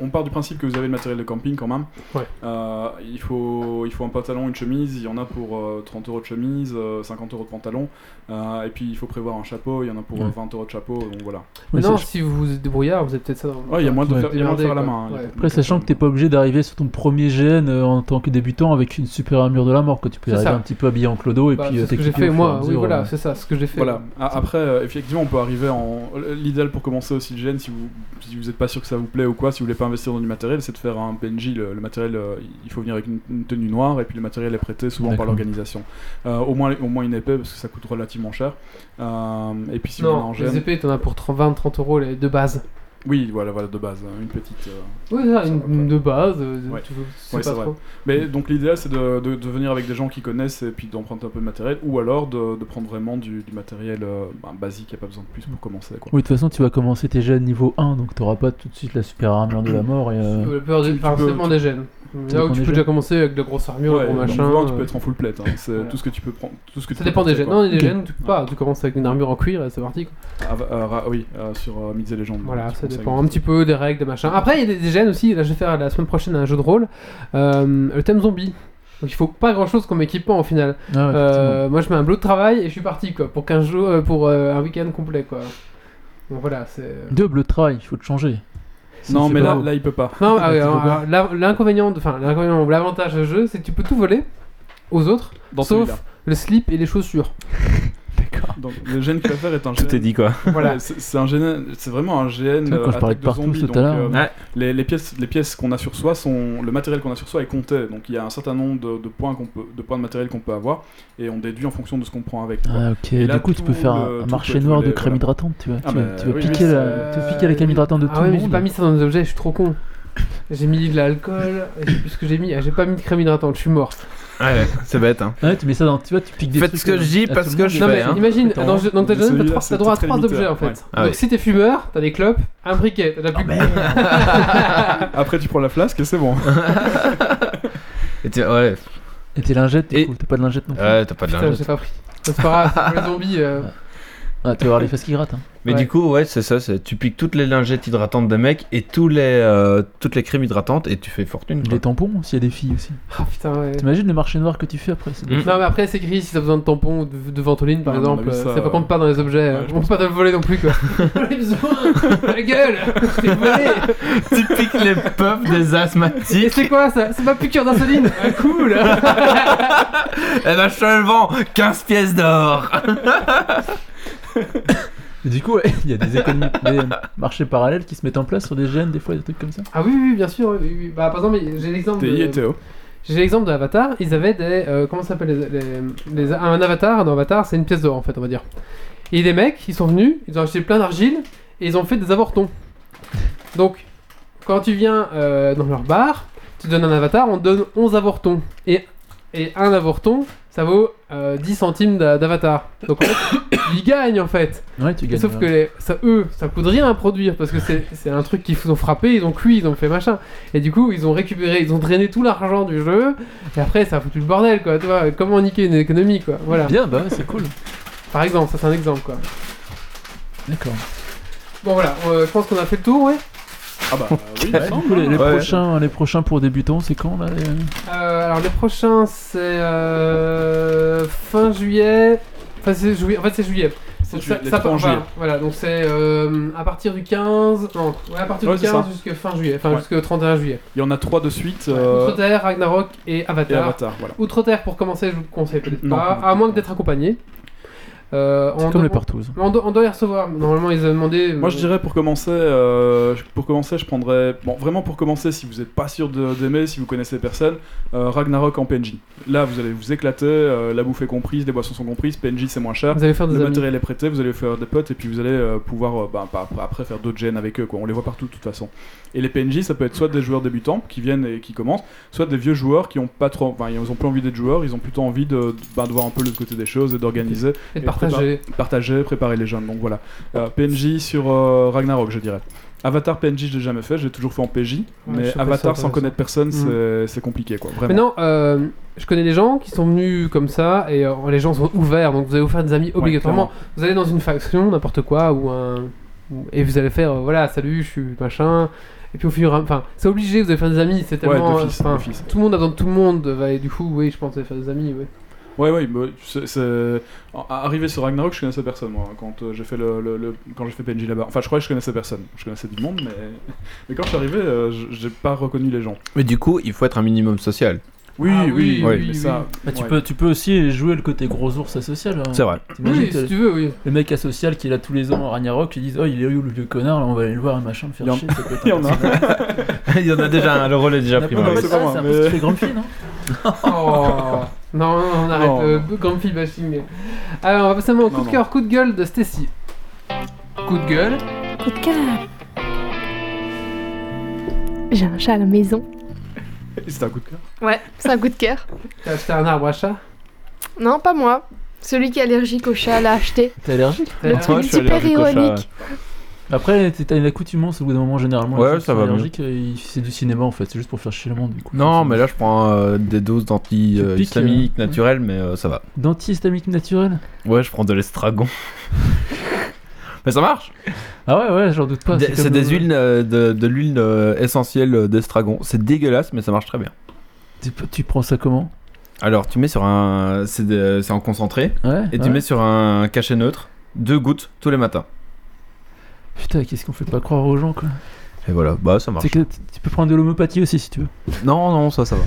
Speaker 2: on part du principe que vous avez le matériel de camping quand même.
Speaker 1: Ouais.
Speaker 2: Euh, il, faut, il faut un pantalon, une chemise. Il y en a pour euh, 30 euros de chemise, euh, 50 euros de pantalon. Euh, et puis il faut prévoir un chapeau. Il y en a pour euh,
Speaker 5: Ouais.
Speaker 2: 20 euros de chapeau. Donc voilà.
Speaker 5: Ouais,
Speaker 1: non,
Speaker 5: sach-
Speaker 1: si vous vous êtes débrouillard, vous avez peut-être ça dans
Speaker 2: Ouais, il y a moins de,
Speaker 5: Ouais.
Speaker 2: faire- il y a moins de faire à la
Speaker 1: Demander,
Speaker 2: main. hein,
Speaker 1: quoi.
Speaker 2: il y a
Speaker 1: Ouais.
Speaker 2: pas-
Speaker 5: Après, sachant que t'es pas obligé d'arriver sur ton premier GN euh, en tant que débutant avec une super armure de la mort, que tu peux
Speaker 1: C'est
Speaker 5: arriver
Speaker 1: ça.
Speaker 5: un petit peu habillé en clodo et
Speaker 1: Bah,
Speaker 5: puis
Speaker 1: c'est
Speaker 5: euh,
Speaker 1: ce que j'ai
Speaker 5: t'équiper
Speaker 1: fait
Speaker 5: au fur et à
Speaker 1: moi, oui,
Speaker 5: mesure,
Speaker 1: voilà,
Speaker 5: euh.
Speaker 1: c'est ça, ce que j'ai fait.
Speaker 2: Voilà. A- Après, euh, effectivement, on peut arriver en. L'idéal pour commencer aussi le GN, si vous si vous n'êtes pas sûr que ça vous plaît ou quoi, si vous voulez pas investir dans du matériel, c'est de faire un PNJ. Le, le matériel, euh, il faut venir avec une, une tenue noire et puis le matériel est prêté souvent par
Speaker 5: D'accord.
Speaker 2: l'organisation. Euh, au moins, au moins une épée parce que ça coûte relativement cher. Euh, et puis si vous venez
Speaker 1: non,
Speaker 2: en
Speaker 1: les
Speaker 2: GN,
Speaker 1: épées, t'en as pour 20-30 euros les de base.
Speaker 2: oui, voilà, voilà de base, hein, une petite. euh,
Speaker 1: Oui, c'est ça,
Speaker 2: Ça
Speaker 1: une,
Speaker 2: va, ouais.
Speaker 1: de base, euh,
Speaker 2: Ouais.
Speaker 1: tu veux- c'est
Speaker 2: Ouais,
Speaker 1: pas
Speaker 2: c'est vrai.
Speaker 1: trop.
Speaker 2: Mais donc l'idéal, c'est de, de, de venir avec des gens qui connaissent et puis d'emprunter un peu de matériel, ou alors de, de prendre vraiment du, du matériel euh, bah, basique, il n'y a pas besoin de plus pour commencer. Quoi.
Speaker 5: Oui, de toute façon, tu vas commencer tes GN niveau 1, donc t'auras pas tout de suite la super armure de la mort. Et, euh,
Speaker 1: Euh, la peur
Speaker 2: tu-
Speaker 1: des-
Speaker 2: tu
Speaker 1: enfin,
Speaker 2: peux-
Speaker 1: c'est bon, des gènes. Là
Speaker 5: dépend
Speaker 1: où tu
Speaker 5: des
Speaker 1: peux
Speaker 5: gènes.
Speaker 1: déjà commencer avec de la grosse armure,
Speaker 2: Ouais,
Speaker 1: le gros
Speaker 2: donc,
Speaker 1: machin.
Speaker 2: vraiment, tu peux
Speaker 1: euh,
Speaker 2: être en full plate, hein, c'est
Speaker 1: voilà.
Speaker 2: tout ce que tu peux prendre. Tout ce que tu
Speaker 1: Ça
Speaker 2: peux
Speaker 1: dépend des
Speaker 2: porter,
Speaker 1: gènes.
Speaker 2: quoi.
Speaker 1: Non, il y a des
Speaker 5: Ok.
Speaker 1: gènes, tu peux pas. Tu commences avec une armure en cuir et c'est parti. quoi.
Speaker 2: Ah, va- euh, ra- oui, euh, sur euh, Myths et Légendes.
Speaker 1: Voilà,
Speaker 2: Tu
Speaker 1: ça
Speaker 2: conseilles.
Speaker 1: dépend un petit peu des règles, des machins. Après, il y a des, des gènes aussi. Là, je vais faire la semaine prochaine un jeu de rôle. Euh, le thème zombie. Donc il faut pas grand chose comme équipement au final.
Speaker 5: Ah ouais, effectivement.
Speaker 1: Euh, moi je mets un blot de travail et je suis parti quoi pour 15 jours, euh, pour euh, un week-end complet quoi. Donc voilà, c'est. euh,
Speaker 5: Double travail, il faut te changer.
Speaker 2: Non,
Speaker 5: c'est
Speaker 2: mais
Speaker 5: pas
Speaker 2: là,
Speaker 5: grave.
Speaker 2: là, il peut pas.
Speaker 1: Non,
Speaker 5: Ah,
Speaker 1: ah ouais,
Speaker 5: tu peux
Speaker 1: alors,
Speaker 5: pas.
Speaker 1: alors, la- l'inconvénient, de- enfin l'inconvénient, l'avantage du jeu, c'est que tu peux tout voler aux autres,
Speaker 2: Dans
Speaker 1: sauf
Speaker 2: celui-là.
Speaker 1: le slip et les chaussures.
Speaker 2: Donc, le gène qu'il va faire est un gène.
Speaker 6: Tout est dit quoi.
Speaker 1: Voilà.
Speaker 2: Ouais, C'est c'est un gène, c'est vraiment un gène.
Speaker 5: Tu vois,
Speaker 2: euh,
Speaker 5: quand je parlais
Speaker 2: attaque
Speaker 5: de partout
Speaker 2: zombies,
Speaker 5: tout à l'heure,
Speaker 2: donc, euh,
Speaker 6: Ouais.
Speaker 2: Les, les pièces, les pièces qu'on a sur soi sont le matériel qu'on a sur soi est compté. Donc il y a un certain nombre de, de points qu'on peut, de points de matériel qu'on peut avoir et on déduit en fonction de ce qu'on prend avec. quoi.
Speaker 5: Ah, ok,
Speaker 2: Et là,
Speaker 5: du coup, tu peux
Speaker 2: tout
Speaker 5: faire un-
Speaker 2: le-
Speaker 5: un
Speaker 2: tout
Speaker 5: marché
Speaker 2: peut- tout
Speaker 5: noir
Speaker 2: les-
Speaker 5: de crème
Speaker 2: voilà.
Speaker 5: hydratante, tu vois.
Speaker 2: Ah,
Speaker 5: tu, vas-
Speaker 2: bah
Speaker 5: tu vas
Speaker 2: oui,
Speaker 5: piquer,
Speaker 2: mais
Speaker 5: la,
Speaker 1: c'est-
Speaker 5: tu vas piquer la crème hydratante de tout
Speaker 1: Euh, Ah ouais,
Speaker 5: le
Speaker 1: mais j'ai
Speaker 5: monde.
Speaker 1: pas mis ça dans les objets, je suis trop con. J'ai mis de l'alcool, et je sais plus ce que j'ai mis, Ah, j'ai pas mis de crème hydratante, je suis mort.
Speaker 6: Ouais, c'est bête. Hein.
Speaker 5: Ah ouais, tu mets ça dans, tu vois, tu piques des
Speaker 6: Faites
Speaker 5: trucs
Speaker 6: ce que
Speaker 5: à-
Speaker 6: je dis
Speaker 5: à
Speaker 6: parce
Speaker 5: tout le
Speaker 6: que
Speaker 5: monde,
Speaker 6: je
Speaker 5: et-
Speaker 1: Non, mais
Speaker 6: fais, hein.
Speaker 1: imagine,
Speaker 5: Attends,
Speaker 1: dans, dans ta
Speaker 2: mais
Speaker 1: journée, t'as
Speaker 2: celui-là,
Speaker 1: trois-
Speaker 2: c'est
Speaker 1: t'as droit à
Speaker 2: très
Speaker 1: trois
Speaker 2: limité,
Speaker 1: objets en
Speaker 2: ouais.
Speaker 1: fait.
Speaker 6: Ah ouais.
Speaker 1: Donc si t'es fumeur, t'as des clopes, un briquet, t'as
Speaker 5: Ah bah,
Speaker 1: plus
Speaker 2: Après tu prends la flasque et c'est bon.
Speaker 6: Et t'es- ouais,
Speaker 5: Et tes lingettes, du
Speaker 6: Et-
Speaker 5: coup, t'as pas de lingettes non plus.
Speaker 6: ouais, t'as pas de
Speaker 1: Putain,
Speaker 6: linge.
Speaker 1: j'ai pas pris. C'est pas grave, c'est pour les zombies. euh,
Speaker 5: Ah, tu vas avoir les fesses qui grattent. hein.
Speaker 6: Mais
Speaker 1: Ouais.
Speaker 6: du coup, ouais, c'est ça. c'est- Tu piques toutes les lingettes hydratantes des mecs et tous les, euh, toutes les crèmes hydratantes et tu fais fortune. quoi.
Speaker 5: Les tampons, s'il y a des filles aussi.
Speaker 1: Ah putain, ouais.
Speaker 5: T'imagines le marché noir que tu fais après c'est-
Speaker 6: Mm.
Speaker 1: Non, mais après, c'est écrit si t'as besoin de tampons ou de, de ventoline par
Speaker 2: Ouais, on
Speaker 1: exemple,
Speaker 2: a vu
Speaker 1: euh,
Speaker 2: ça,
Speaker 1: ça,
Speaker 2: euh,
Speaker 1: compte pas dans les objets. euh,
Speaker 2: ouais, je
Speaker 1: on peut pas te le voler non plus quoi. J'en ai besoin, la gueule, c'est volé.
Speaker 6: tu piques les puffs des
Speaker 1: Et
Speaker 6: asthmatiques.
Speaker 1: c'est quoi ça C'est ma piqûre d'insuline Ah, Cool
Speaker 6: Eh ben, je te le vends 15 pièces d'or.
Speaker 5: Et du coup, ouais, il y a des économies, des marchés parallèles qui se mettent en place sur des gènes, des fois, des trucs comme ça.
Speaker 1: Ah oui, oui, oui, bien sûr. oui, oui, oui. Bah, par exemple, j'ai l'exemple
Speaker 2: TI et
Speaker 1: de...
Speaker 2: Théo.
Speaker 1: J'ai l'exemple d'Avatar. Ils avaient des... euh, comment ça s'appelle les, les- les- Un avatar, dans Avatar, c'est une pièce d'or, en fait, on va dire. Et des mecs, ils sont venus, ils ont acheté plein d'argile, et ils ont fait des avortons. Donc, quand tu viens euh, dans leur bar, tu donnes un avatar, on te donne 11 avortons. Et, et un avorton, ça vaut euh, 10 centimes d'a- d'avatar. Donc en fait, ils gagnent en fait.
Speaker 5: Ouais, tu gagnes.
Speaker 1: Sauf
Speaker 5: ouais.
Speaker 1: que les- ça, eux, ça coûte rien à produire parce que c'est c'est un truc qu'ils ont frappé, ils ont cuit, ils ont fait machin. Et du coup, ils ont récupéré, ils ont drainé tout l'argent du jeu. Et après, ça a foutu le bordel, quoi. Tu vois, comment niquer une économie, quoi. Voilà.
Speaker 5: Bien, bah ouais, c'est cool.
Speaker 1: Par exemple, ça c'est un exemple, quoi.
Speaker 5: D'accord.
Speaker 1: Bon, voilà, euh, je pense qu'on a fait le tour, ouais.
Speaker 2: Ah bah oui, il me
Speaker 5: Du
Speaker 2: semble,
Speaker 5: coup, les, les
Speaker 2: hein.
Speaker 6: Ouais.
Speaker 5: prochains, les prochains pour débutants, c'est quand là les-
Speaker 1: Euh, alors, le prochain, c'est euh, fin juillet. Enfin, c'est juillet. En fait, c'est juillet.
Speaker 2: C'est
Speaker 1: Donc,
Speaker 2: ju- les
Speaker 1: part-
Speaker 2: trois en
Speaker 1: voilà,
Speaker 2: juillet.
Speaker 1: Voilà, donc c'est euh, à partir du 15. Non, ouais, à partir
Speaker 2: Ouais,
Speaker 1: du
Speaker 2: c'est
Speaker 1: 15
Speaker 2: ça.
Speaker 1: jusqu'à fin juillet. Enfin,
Speaker 2: Ouais.
Speaker 1: jusqu'au 31 juillet.
Speaker 2: Il y en a trois de suite. euh,
Speaker 1: Outre-Terre, Ragnarok et
Speaker 2: et
Speaker 1: Avatar.
Speaker 2: Avatar, voilà.
Speaker 1: Outre-Terre, pour commencer, je vous le conseille peut-être
Speaker 2: Non,
Speaker 1: pas,
Speaker 2: non,
Speaker 1: à
Speaker 2: non.
Speaker 1: moins que d'être accompagné. Euh, on
Speaker 5: C'est comme les
Speaker 1: doit-
Speaker 5: partous.
Speaker 1: mais on, doit, on doit les recevoir. Normalement, ils ont demandé.
Speaker 2: Moi je dirais pour commencer, euh, je- pour commencer je prendrais, bon vraiment pour commencer si vous n'êtes pas sûr de- d'aimer, si vous connaissez personne, euh, Ragnarok en PNJ. Là vous allez vous éclater, euh, la bouffe est comprise, les boissons sont comprises, PNJ c'est moins cher,
Speaker 1: Vous allez faire des
Speaker 2: le
Speaker 1: amis.
Speaker 2: matériel est prêté, vous allez vous faire des potes et puis vous allez euh, pouvoir euh, bah, pas- après, après faire d'autres gens avec eux quoi, on les voit partout de toute façon. Et les PNJ ça peut être soit des joueurs débutants qui viennent et qui commencent, soit des vieux joueurs qui ont pas trop, enfin ils ont plus envie d'être joueurs, ils ont plutôt envie de, de- bah, de voir un peu le côté des choses et d'organiser,
Speaker 1: et de
Speaker 2: et
Speaker 1: partager.
Speaker 2: partager, préparer les jeunes. Donc voilà. Euh, PNJ sur euh, Ragnarok, je dirais. Avatar PNJ, je l'ai jamais fait, j'ai toujours fait en PJ,
Speaker 1: je
Speaker 2: mais
Speaker 1: trouvais ça
Speaker 2: Avatar
Speaker 1: intéressant.
Speaker 2: sans connaître personne, c'est- c'est compliqué quoi. Vraiment.
Speaker 1: Maintenant, euh, je connais des gens qui sont venus comme ça et euh, les gens sont ouverts, donc vous allez vous faire des amis obligatoirement. vous allez dans une faction, n'importe quoi, ou un. ou- Et vous allez faire, euh, voilà, salut, je suis machin. Et puis au fur et à enfin, c'est obligé, vous allez faire des amis, c'est
Speaker 2: Ouais,
Speaker 1: tellement. euh,
Speaker 2: d'office,
Speaker 1: enfin,
Speaker 2: d'office.
Speaker 1: tout le monde attend tout le monde, euh, et du coup, oui, je pense que vous allez faire des amis, ouais.
Speaker 2: Ouais, ouais, mais c'est- c'est- en- Arrivé sur Ragnarok, je connaissais personne moi, hein, quand euh, j'ai fait, le, le- le- quand j'ai fait PNJ là-bas. Enfin, je crois que je connaissais personne. Je connaissais du monde, mais, mais quand je suis arrivé, euh, j- j'ai pas reconnu les gens.
Speaker 6: Mais du coup, il faut être un minimum social.
Speaker 2: Oui,
Speaker 1: Ah oui,
Speaker 2: oui,
Speaker 1: oui,
Speaker 2: mais
Speaker 1: oui,
Speaker 2: ça.
Speaker 5: Bah, tu,
Speaker 2: ouais.
Speaker 5: peux, tu peux aussi jouer le côté gros ours asocial. hein.
Speaker 6: C'est vrai.
Speaker 5: T'imagines,
Speaker 1: Oui,
Speaker 5: t'as
Speaker 1: si tu veux, oui.
Speaker 5: le mec asocial qui est là tous les ans à Ragnarok, qui disent Oh, il est où le vieux connard Là, on va aller le voir, machin, le
Speaker 2: Il y
Speaker 5: faire
Speaker 2: en-
Speaker 5: chier. ça peut être
Speaker 2: Il y en a.
Speaker 6: il y en a déjà un, le rôle est déjà
Speaker 5: Ah,
Speaker 6: pris.
Speaker 5: c'est
Speaker 2: ouais.
Speaker 5: pas
Speaker 2: C'est pas moi,
Speaker 5: ça,
Speaker 2: mais-
Speaker 5: c'est un peu ce que fait hein. Grumpy, non
Speaker 1: Oh. non, non, on arrête,
Speaker 2: Non,
Speaker 1: euh, Grumpy bashing. Alors, on va passer à mon coup
Speaker 2: Non,
Speaker 1: de
Speaker 2: non.
Speaker 1: cœur, coup de gueule de Stacy. Coup de gueule.
Speaker 4: Coup de cœur. J'ai un chat à la maison.
Speaker 2: C'était un coup de cœur.
Speaker 4: Ouais, c'est un coup de cœur.
Speaker 1: T'as acheté un arbre à chat
Speaker 4: Non, pas moi. Celui qui est allergique au chat l'a acheté.
Speaker 5: T'es allergique
Speaker 1: T'as-
Speaker 4: Le
Speaker 6: moi,
Speaker 4: truc
Speaker 6: je suis
Speaker 4: super
Speaker 6: allergique au chat.
Speaker 4: ironique.
Speaker 5: Après, t'es- t'as une accoutumance au bout d'un moment, généralement.
Speaker 6: Ouais,
Speaker 5: les gens qui
Speaker 6: ça
Speaker 5: sont
Speaker 6: va mieux.
Speaker 5: allergiques, euh, ils- c'est du cinéma en fait, c'est juste pour faire chier le monde. Du coup.
Speaker 6: Non,
Speaker 5: C'est-
Speaker 6: mais là je prends euh, des doses
Speaker 5: Tu piques,
Speaker 6: d'anti-islamique naturel, mais euh, ça va.
Speaker 5: Denti-islamique naturel
Speaker 6: Ouais, je prends de l'estragon. mais ça marche
Speaker 5: Ah ouais, ouais, j'en doute pas.
Speaker 6: Des- C'est
Speaker 5: comme
Speaker 6: des
Speaker 5: le-
Speaker 6: huiles, euh, de, de l'huile euh, essentielle euh, d'estragon. C'est dégueulasse, mais ça marche très bien.
Speaker 5: Tu, tu prends ça comment
Speaker 6: Alors, tu mets sur un. C'est de- c'est en concentré.
Speaker 5: Ouais.
Speaker 6: Et
Speaker 5: ouais.
Speaker 6: tu mets sur un cachet neutre deux gouttes tous les matins.
Speaker 5: Putain, qu'est-ce qu'on fait pas croire aux gens quoi.
Speaker 6: Et voilà, bah ça marche.
Speaker 5: C'est que t- tu peux prendre de l'homéopathie aussi si tu veux.
Speaker 6: Non, non, ça, ça va.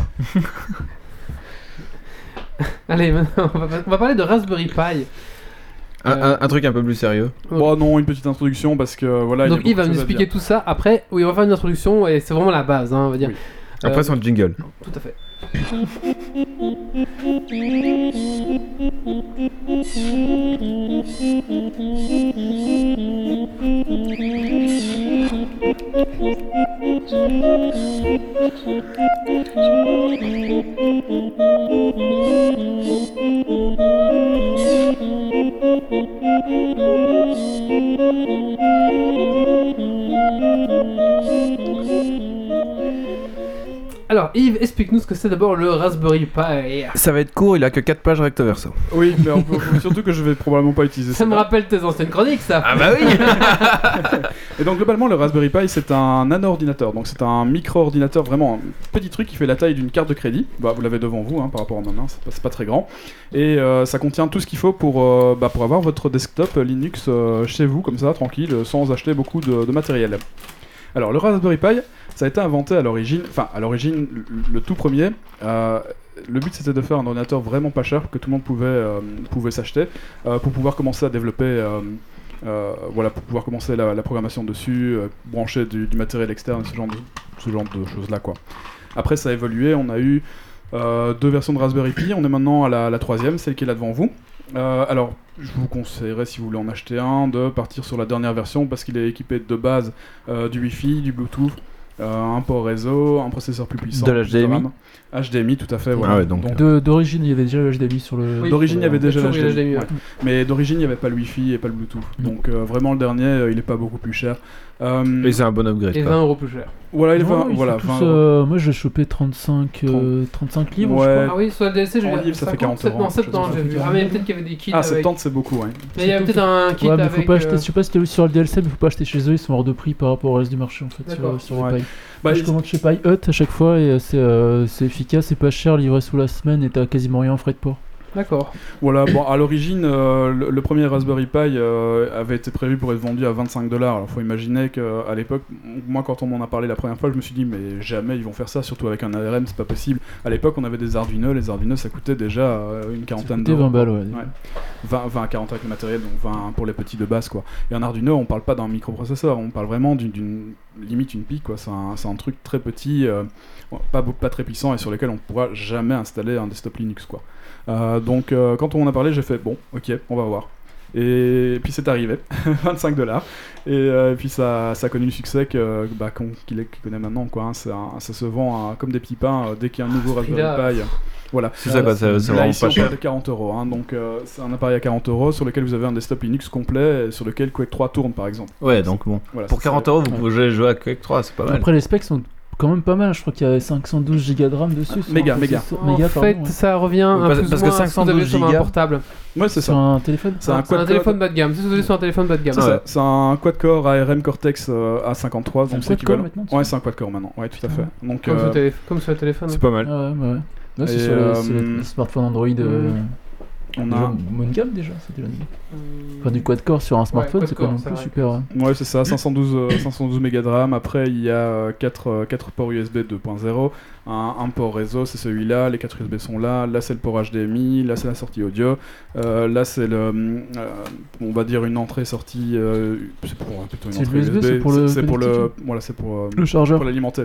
Speaker 1: Allez, maintenant, on va, on va parler de Raspberry Pi.
Speaker 6: Un, un- un truc un peu plus sérieux.
Speaker 2: Bon, Oh non, une petite introduction parce que voilà.
Speaker 1: Donc,
Speaker 2: il y a
Speaker 1: il va
Speaker 2: beaucoup
Speaker 1: nous
Speaker 2: de choses à dire.
Speaker 1: expliquer tout ça après. Oui, on va faire une introduction et c'est vraiment la base, hein, on va dire.
Speaker 2: Oui.
Speaker 6: Après,
Speaker 1: Euh,
Speaker 6: son jingle.
Speaker 1: Tout à fait. Alors, Yves, explique-nous ce que c'est d'abord le Raspberry Pi.
Speaker 6: Ça va être court, il a que 4 pages recto verso.
Speaker 2: Oui, mais on peut- surtout que je vais probablement pas utiliser
Speaker 1: Ça me
Speaker 2: là.
Speaker 1: rappelle tes anciennes chroniques, ça.
Speaker 6: Ah bah oui
Speaker 2: Et donc globalement, le Raspberry Pi, c'est un nano-ordinateur. Donc c'est un micro-ordinateur, vraiment un petit truc qui fait la taille d'une carte de crédit. Bah, vous l'avez devant vous, hein, par rapport à ma main, c'est pas, c'est pas très grand. Et euh, ça contient tout ce qu'il faut pour, euh, bah, pour avoir votre desktop Linux euh, chez vous, comme ça, tranquille, euh, sans acheter beaucoup de, de matériel. Alors le Raspberry Pi, ça a été inventé à l'origine, enfin à l'origine, le, le tout premier. euh, le but c'était de faire un ordinateur vraiment pas cher que tout le monde pouvait, euh, pouvait s'acheter euh, pour pouvoir commencer à développer euh, euh, voilà, pour pouvoir commencer la, la programmation dessus, euh, brancher du, du matériel externe, ce genre de, ce genre de choses-là. quoi. Après, ça a évolué, on a eu euh, deux versions de Raspberry Pi, on est maintenant à la, la troisième, celle qui est là devant vous. Euh, alors, je vous conseillerais, si vous voulez en acheter un, de partir sur la dernière version parce qu'il est équipé de base euh, du Wi-Fi, du Bluetooth, euh, un port réseau, un processeur plus puissant.
Speaker 6: De la
Speaker 2: plus de
Speaker 6: HDMI?
Speaker 2: RAM. HDMI, tout à fait. voilà.
Speaker 6: Ah ouais, donc,
Speaker 2: Donc,
Speaker 5: De- D'origine, il y avait déjà le HDMI sur le.
Speaker 1: Oui.
Speaker 2: D'origine, il y avait déjà
Speaker 1: toujours
Speaker 2: le
Speaker 1: eu le HDMI,
Speaker 2: HDMI.
Speaker 1: ouais.
Speaker 2: ouais. Mais d'origine, il n'y avait pas le Wi-Fi et pas le Bluetooth.
Speaker 6: Mm.
Speaker 2: Donc euh, vraiment, le dernier, euh, il n'est pas beaucoup plus cher. Euh,
Speaker 6: Et c'est un bon upgrade.
Speaker 1: Et
Speaker 6: quoi.
Speaker 1: 20 euros plus cher.
Speaker 2: voilà, il est
Speaker 5: Non,
Speaker 2: vingt-
Speaker 5: ils sont
Speaker 2: voilà,
Speaker 5: tous,
Speaker 2: 20
Speaker 5: euh, moi, j'ai chopé 35, euh, 35 livres. je
Speaker 2: Ouais.
Speaker 5: crois.
Speaker 1: Ah oui, sur le DLC, j'ai
Speaker 2: Euh, En
Speaker 1: vu
Speaker 2: livre, ça fait
Speaker 1: 50,
Speaker 2: 40 euros,
Speaker 1: Non, 70,
Speaker 2: quelque
Speaker 1: j'ai
Speaker 2: chose
Speaker 1: vu.
Speaker 5: comme
Speaker 1: Ah,
Speaker 5: ça.
Speaker 1: mais peut-être qu'il y avait
Speaker 5: euh,
Speaker 1: des kits.
Speaker 2: Ah,
Speaker 1: avec...
Speaker 2: 70, c'est beaucoup, ouais.
Speaker 1: Mais il y avait peut-être un kit
Speaker 5: Ouais, mais
Speaker 1: avec.
Speaker 5: faut pas acheter,
Speaker 1: euh,
Speaker 5: je sais pas si t'as vu sur le DLC, mais faut pas acheter chez eux, ils sont hors de prix par rapport au reste du marché en fait.
Speaker 1: D'accord.
Speaker 5: Sur, sur
Speaker 2: Ouais.
Speaker 5: eBay.
Speaker 2: Bah,
Speaker 5: Moi, je
Speaker 2: ils-
Speaker 5: commande chez Pie Hut à chaque fois et euh, c'est euh, c'est efficace, c'est pas cher, livré sous la semaine et t'as quasiment rien en frais de port.
Speaker 1: D'accord.
Speaker 2: Voilà, bon, à l'origine, euh, le, le premier Raspberry Pi euh, avait été prévu pour être vendu à 25 dollars. Alors, faut imaginer qu'à l'époque, m- moi, quand on m'en a parlé la première fois, je me suis dit, mais jamais ils vont faire ça, surtout avec un ARM, c'est pas possible. À l'époque, on avait des Arduino, les Arduino, ça coûtait déjà euh, une
Speaker 5: Ça
Speaker 2: quarantaine
Speaker 5: coûtait
Speaker 2: d'euros.
Speaker 5: 20 balles, ouais.
Speaker 2: 20, 20 à 40 avec le matériel, donc 20 pour les petits de base quoi. Et un Arduino, on parle pas d'un microprocesseur, on parle vraiment d'une- d'une limite une pile quoi. C'est un, c'est un truc très petit, euh, pas, beau- pas très puissant et sur lequel on pourra jamais installer un desktop Linux quoi. Euh, donc euh, quand on en a parlé, j'ai fait bon, ok, on va voir. Et puis c'est arrivé, 25 dollars. Et, euh, et puis ça, ça a connu le succès que, bah, qu'on- qu'il est- qu'il connaît maintenant. Quoi, hein. C'est un- ça se vend hein, comme des petits pains euh, dès qu'il y a un nouveau
Speaker 1: prix-là.
Speaker 2: Raspberry Pi. Voilà.
Speaker 6: C'est ça, quoi, c'est- c'est
Speaker 2: Euh, Là,
Speaker 6: vraiment
Speaker 2: ici,
Speaker 6: pas
Speaker 2: on
Speaker 6: cher.
Speaker 2: parle de 40 euros. hein, donc, euh, c'est un appareil à 40 euros sur lequel vous avez un desktop Linux complet et sur lequel Quake 3 tourne, par exemple.
Speaker 6: Ouais, donc bon.
Speaker 2: Voilà,
Speaker 6: Pour
Speaker 2: ça,
Speaker 6: 40
Speaker 2: c'est-
Speaker 6: euros, vous pouvez jouer à Quake 3, c'est pas mal.
Speaker 5: Après, les specs sont quand même pas mal, je crois qu'il y avait 512 gigas de RAM dessus. sur
Speaker 2: méga,
Speaker 5: un
Speaker 2: méga.
Speaker 5: processeur-
Speaker 1: En
Speaker 5: méga,
Speaker 1: fait,
Speaker 5: pardon, ouais.
Speaker 1: ça revient un
Speaker 6: Parce-
Speaker 1: peu moins
Speaker 6: parce que
Speaker 1: à ce que vous avez sur
Speaker 6: 512
Speaker 1: un
Speaker 6: gigas.
Speaker 1: portable.
Speaker 2: Ouais, c'est
Speaker 5: Sur
Speaker 2: ça.
Speaker 5: un téléphone
Speaker 2: C'est un
Speaker 1: C'est un
Speaker 2: quad-core.
Speaker 1: téléphone bas de gamme. Désolé, sur un téléphone bas de gamme.
Speaker 2: C'est
Speaker 6: Ah
Speaker 2: ça, c'est un quad-core ARM Cortex euh, A53,
Speaker 5: C'est un
Speaker 2: donc c'est
Speaker 5: quad-core
Speaker 2: équivalent.
Speaker 5: maintenant, tu
Speaker 2: Ouais, c'est un quad-core maintenant, ouais, tout à fait. Donc,
Speaker 1: Comme,
Speaker 2: euh,
Speaker 1: sur télé- comme sur le téléphone.
Speaker 6: C'est pas mal.
Speaker 5: Ah ouais, bah ouais. Non,
Speaker 2: Et,
Speaker 5: c'est sur le- c'est le,
Speaker 2: euh, Hmm,
Speaker 5: smartphone Android. euh,
Speaker 2: on
Speaker 5: déjà,
Speaker 2: a.
Speaker 5: bonne gamme déjà, c'était la
Speaker 1: Hmm.
Speaker 5: Enfin, du quad-core sur un smartphone, c'est pas
Speaker 1: quad-core,
Speaker 5: non
Speaker 1: c'est
Speaker 5: plus
Speaker 1: vrai.
Speaker 5: super. hein.
Speaker 2: Ouais, c'est ça, 512, euh, 512 mégas de RAM. Après, il y a euh, 4, ports USB 2.0, un, un port réseau, c'est celui-là. Les 4 USB sont là. Là, c'est le port HDMI. Là, c'est la sortie audio. euh, là, c'est le. hum, euh, on va dire une entrée-sortie. euh, c'est pour euh, plutôt une
Speaker 5: C'est
Speaker 2: entrée
Speaker 5: l'USB, c'est pour le
Speaker 2: C'est pour le.
Speaker 5: connectique.
Speaker 2: Voilà, c'est pour. euh,
Speaker 5: Le chargeur.
Speaker 2: pour l'alimenter.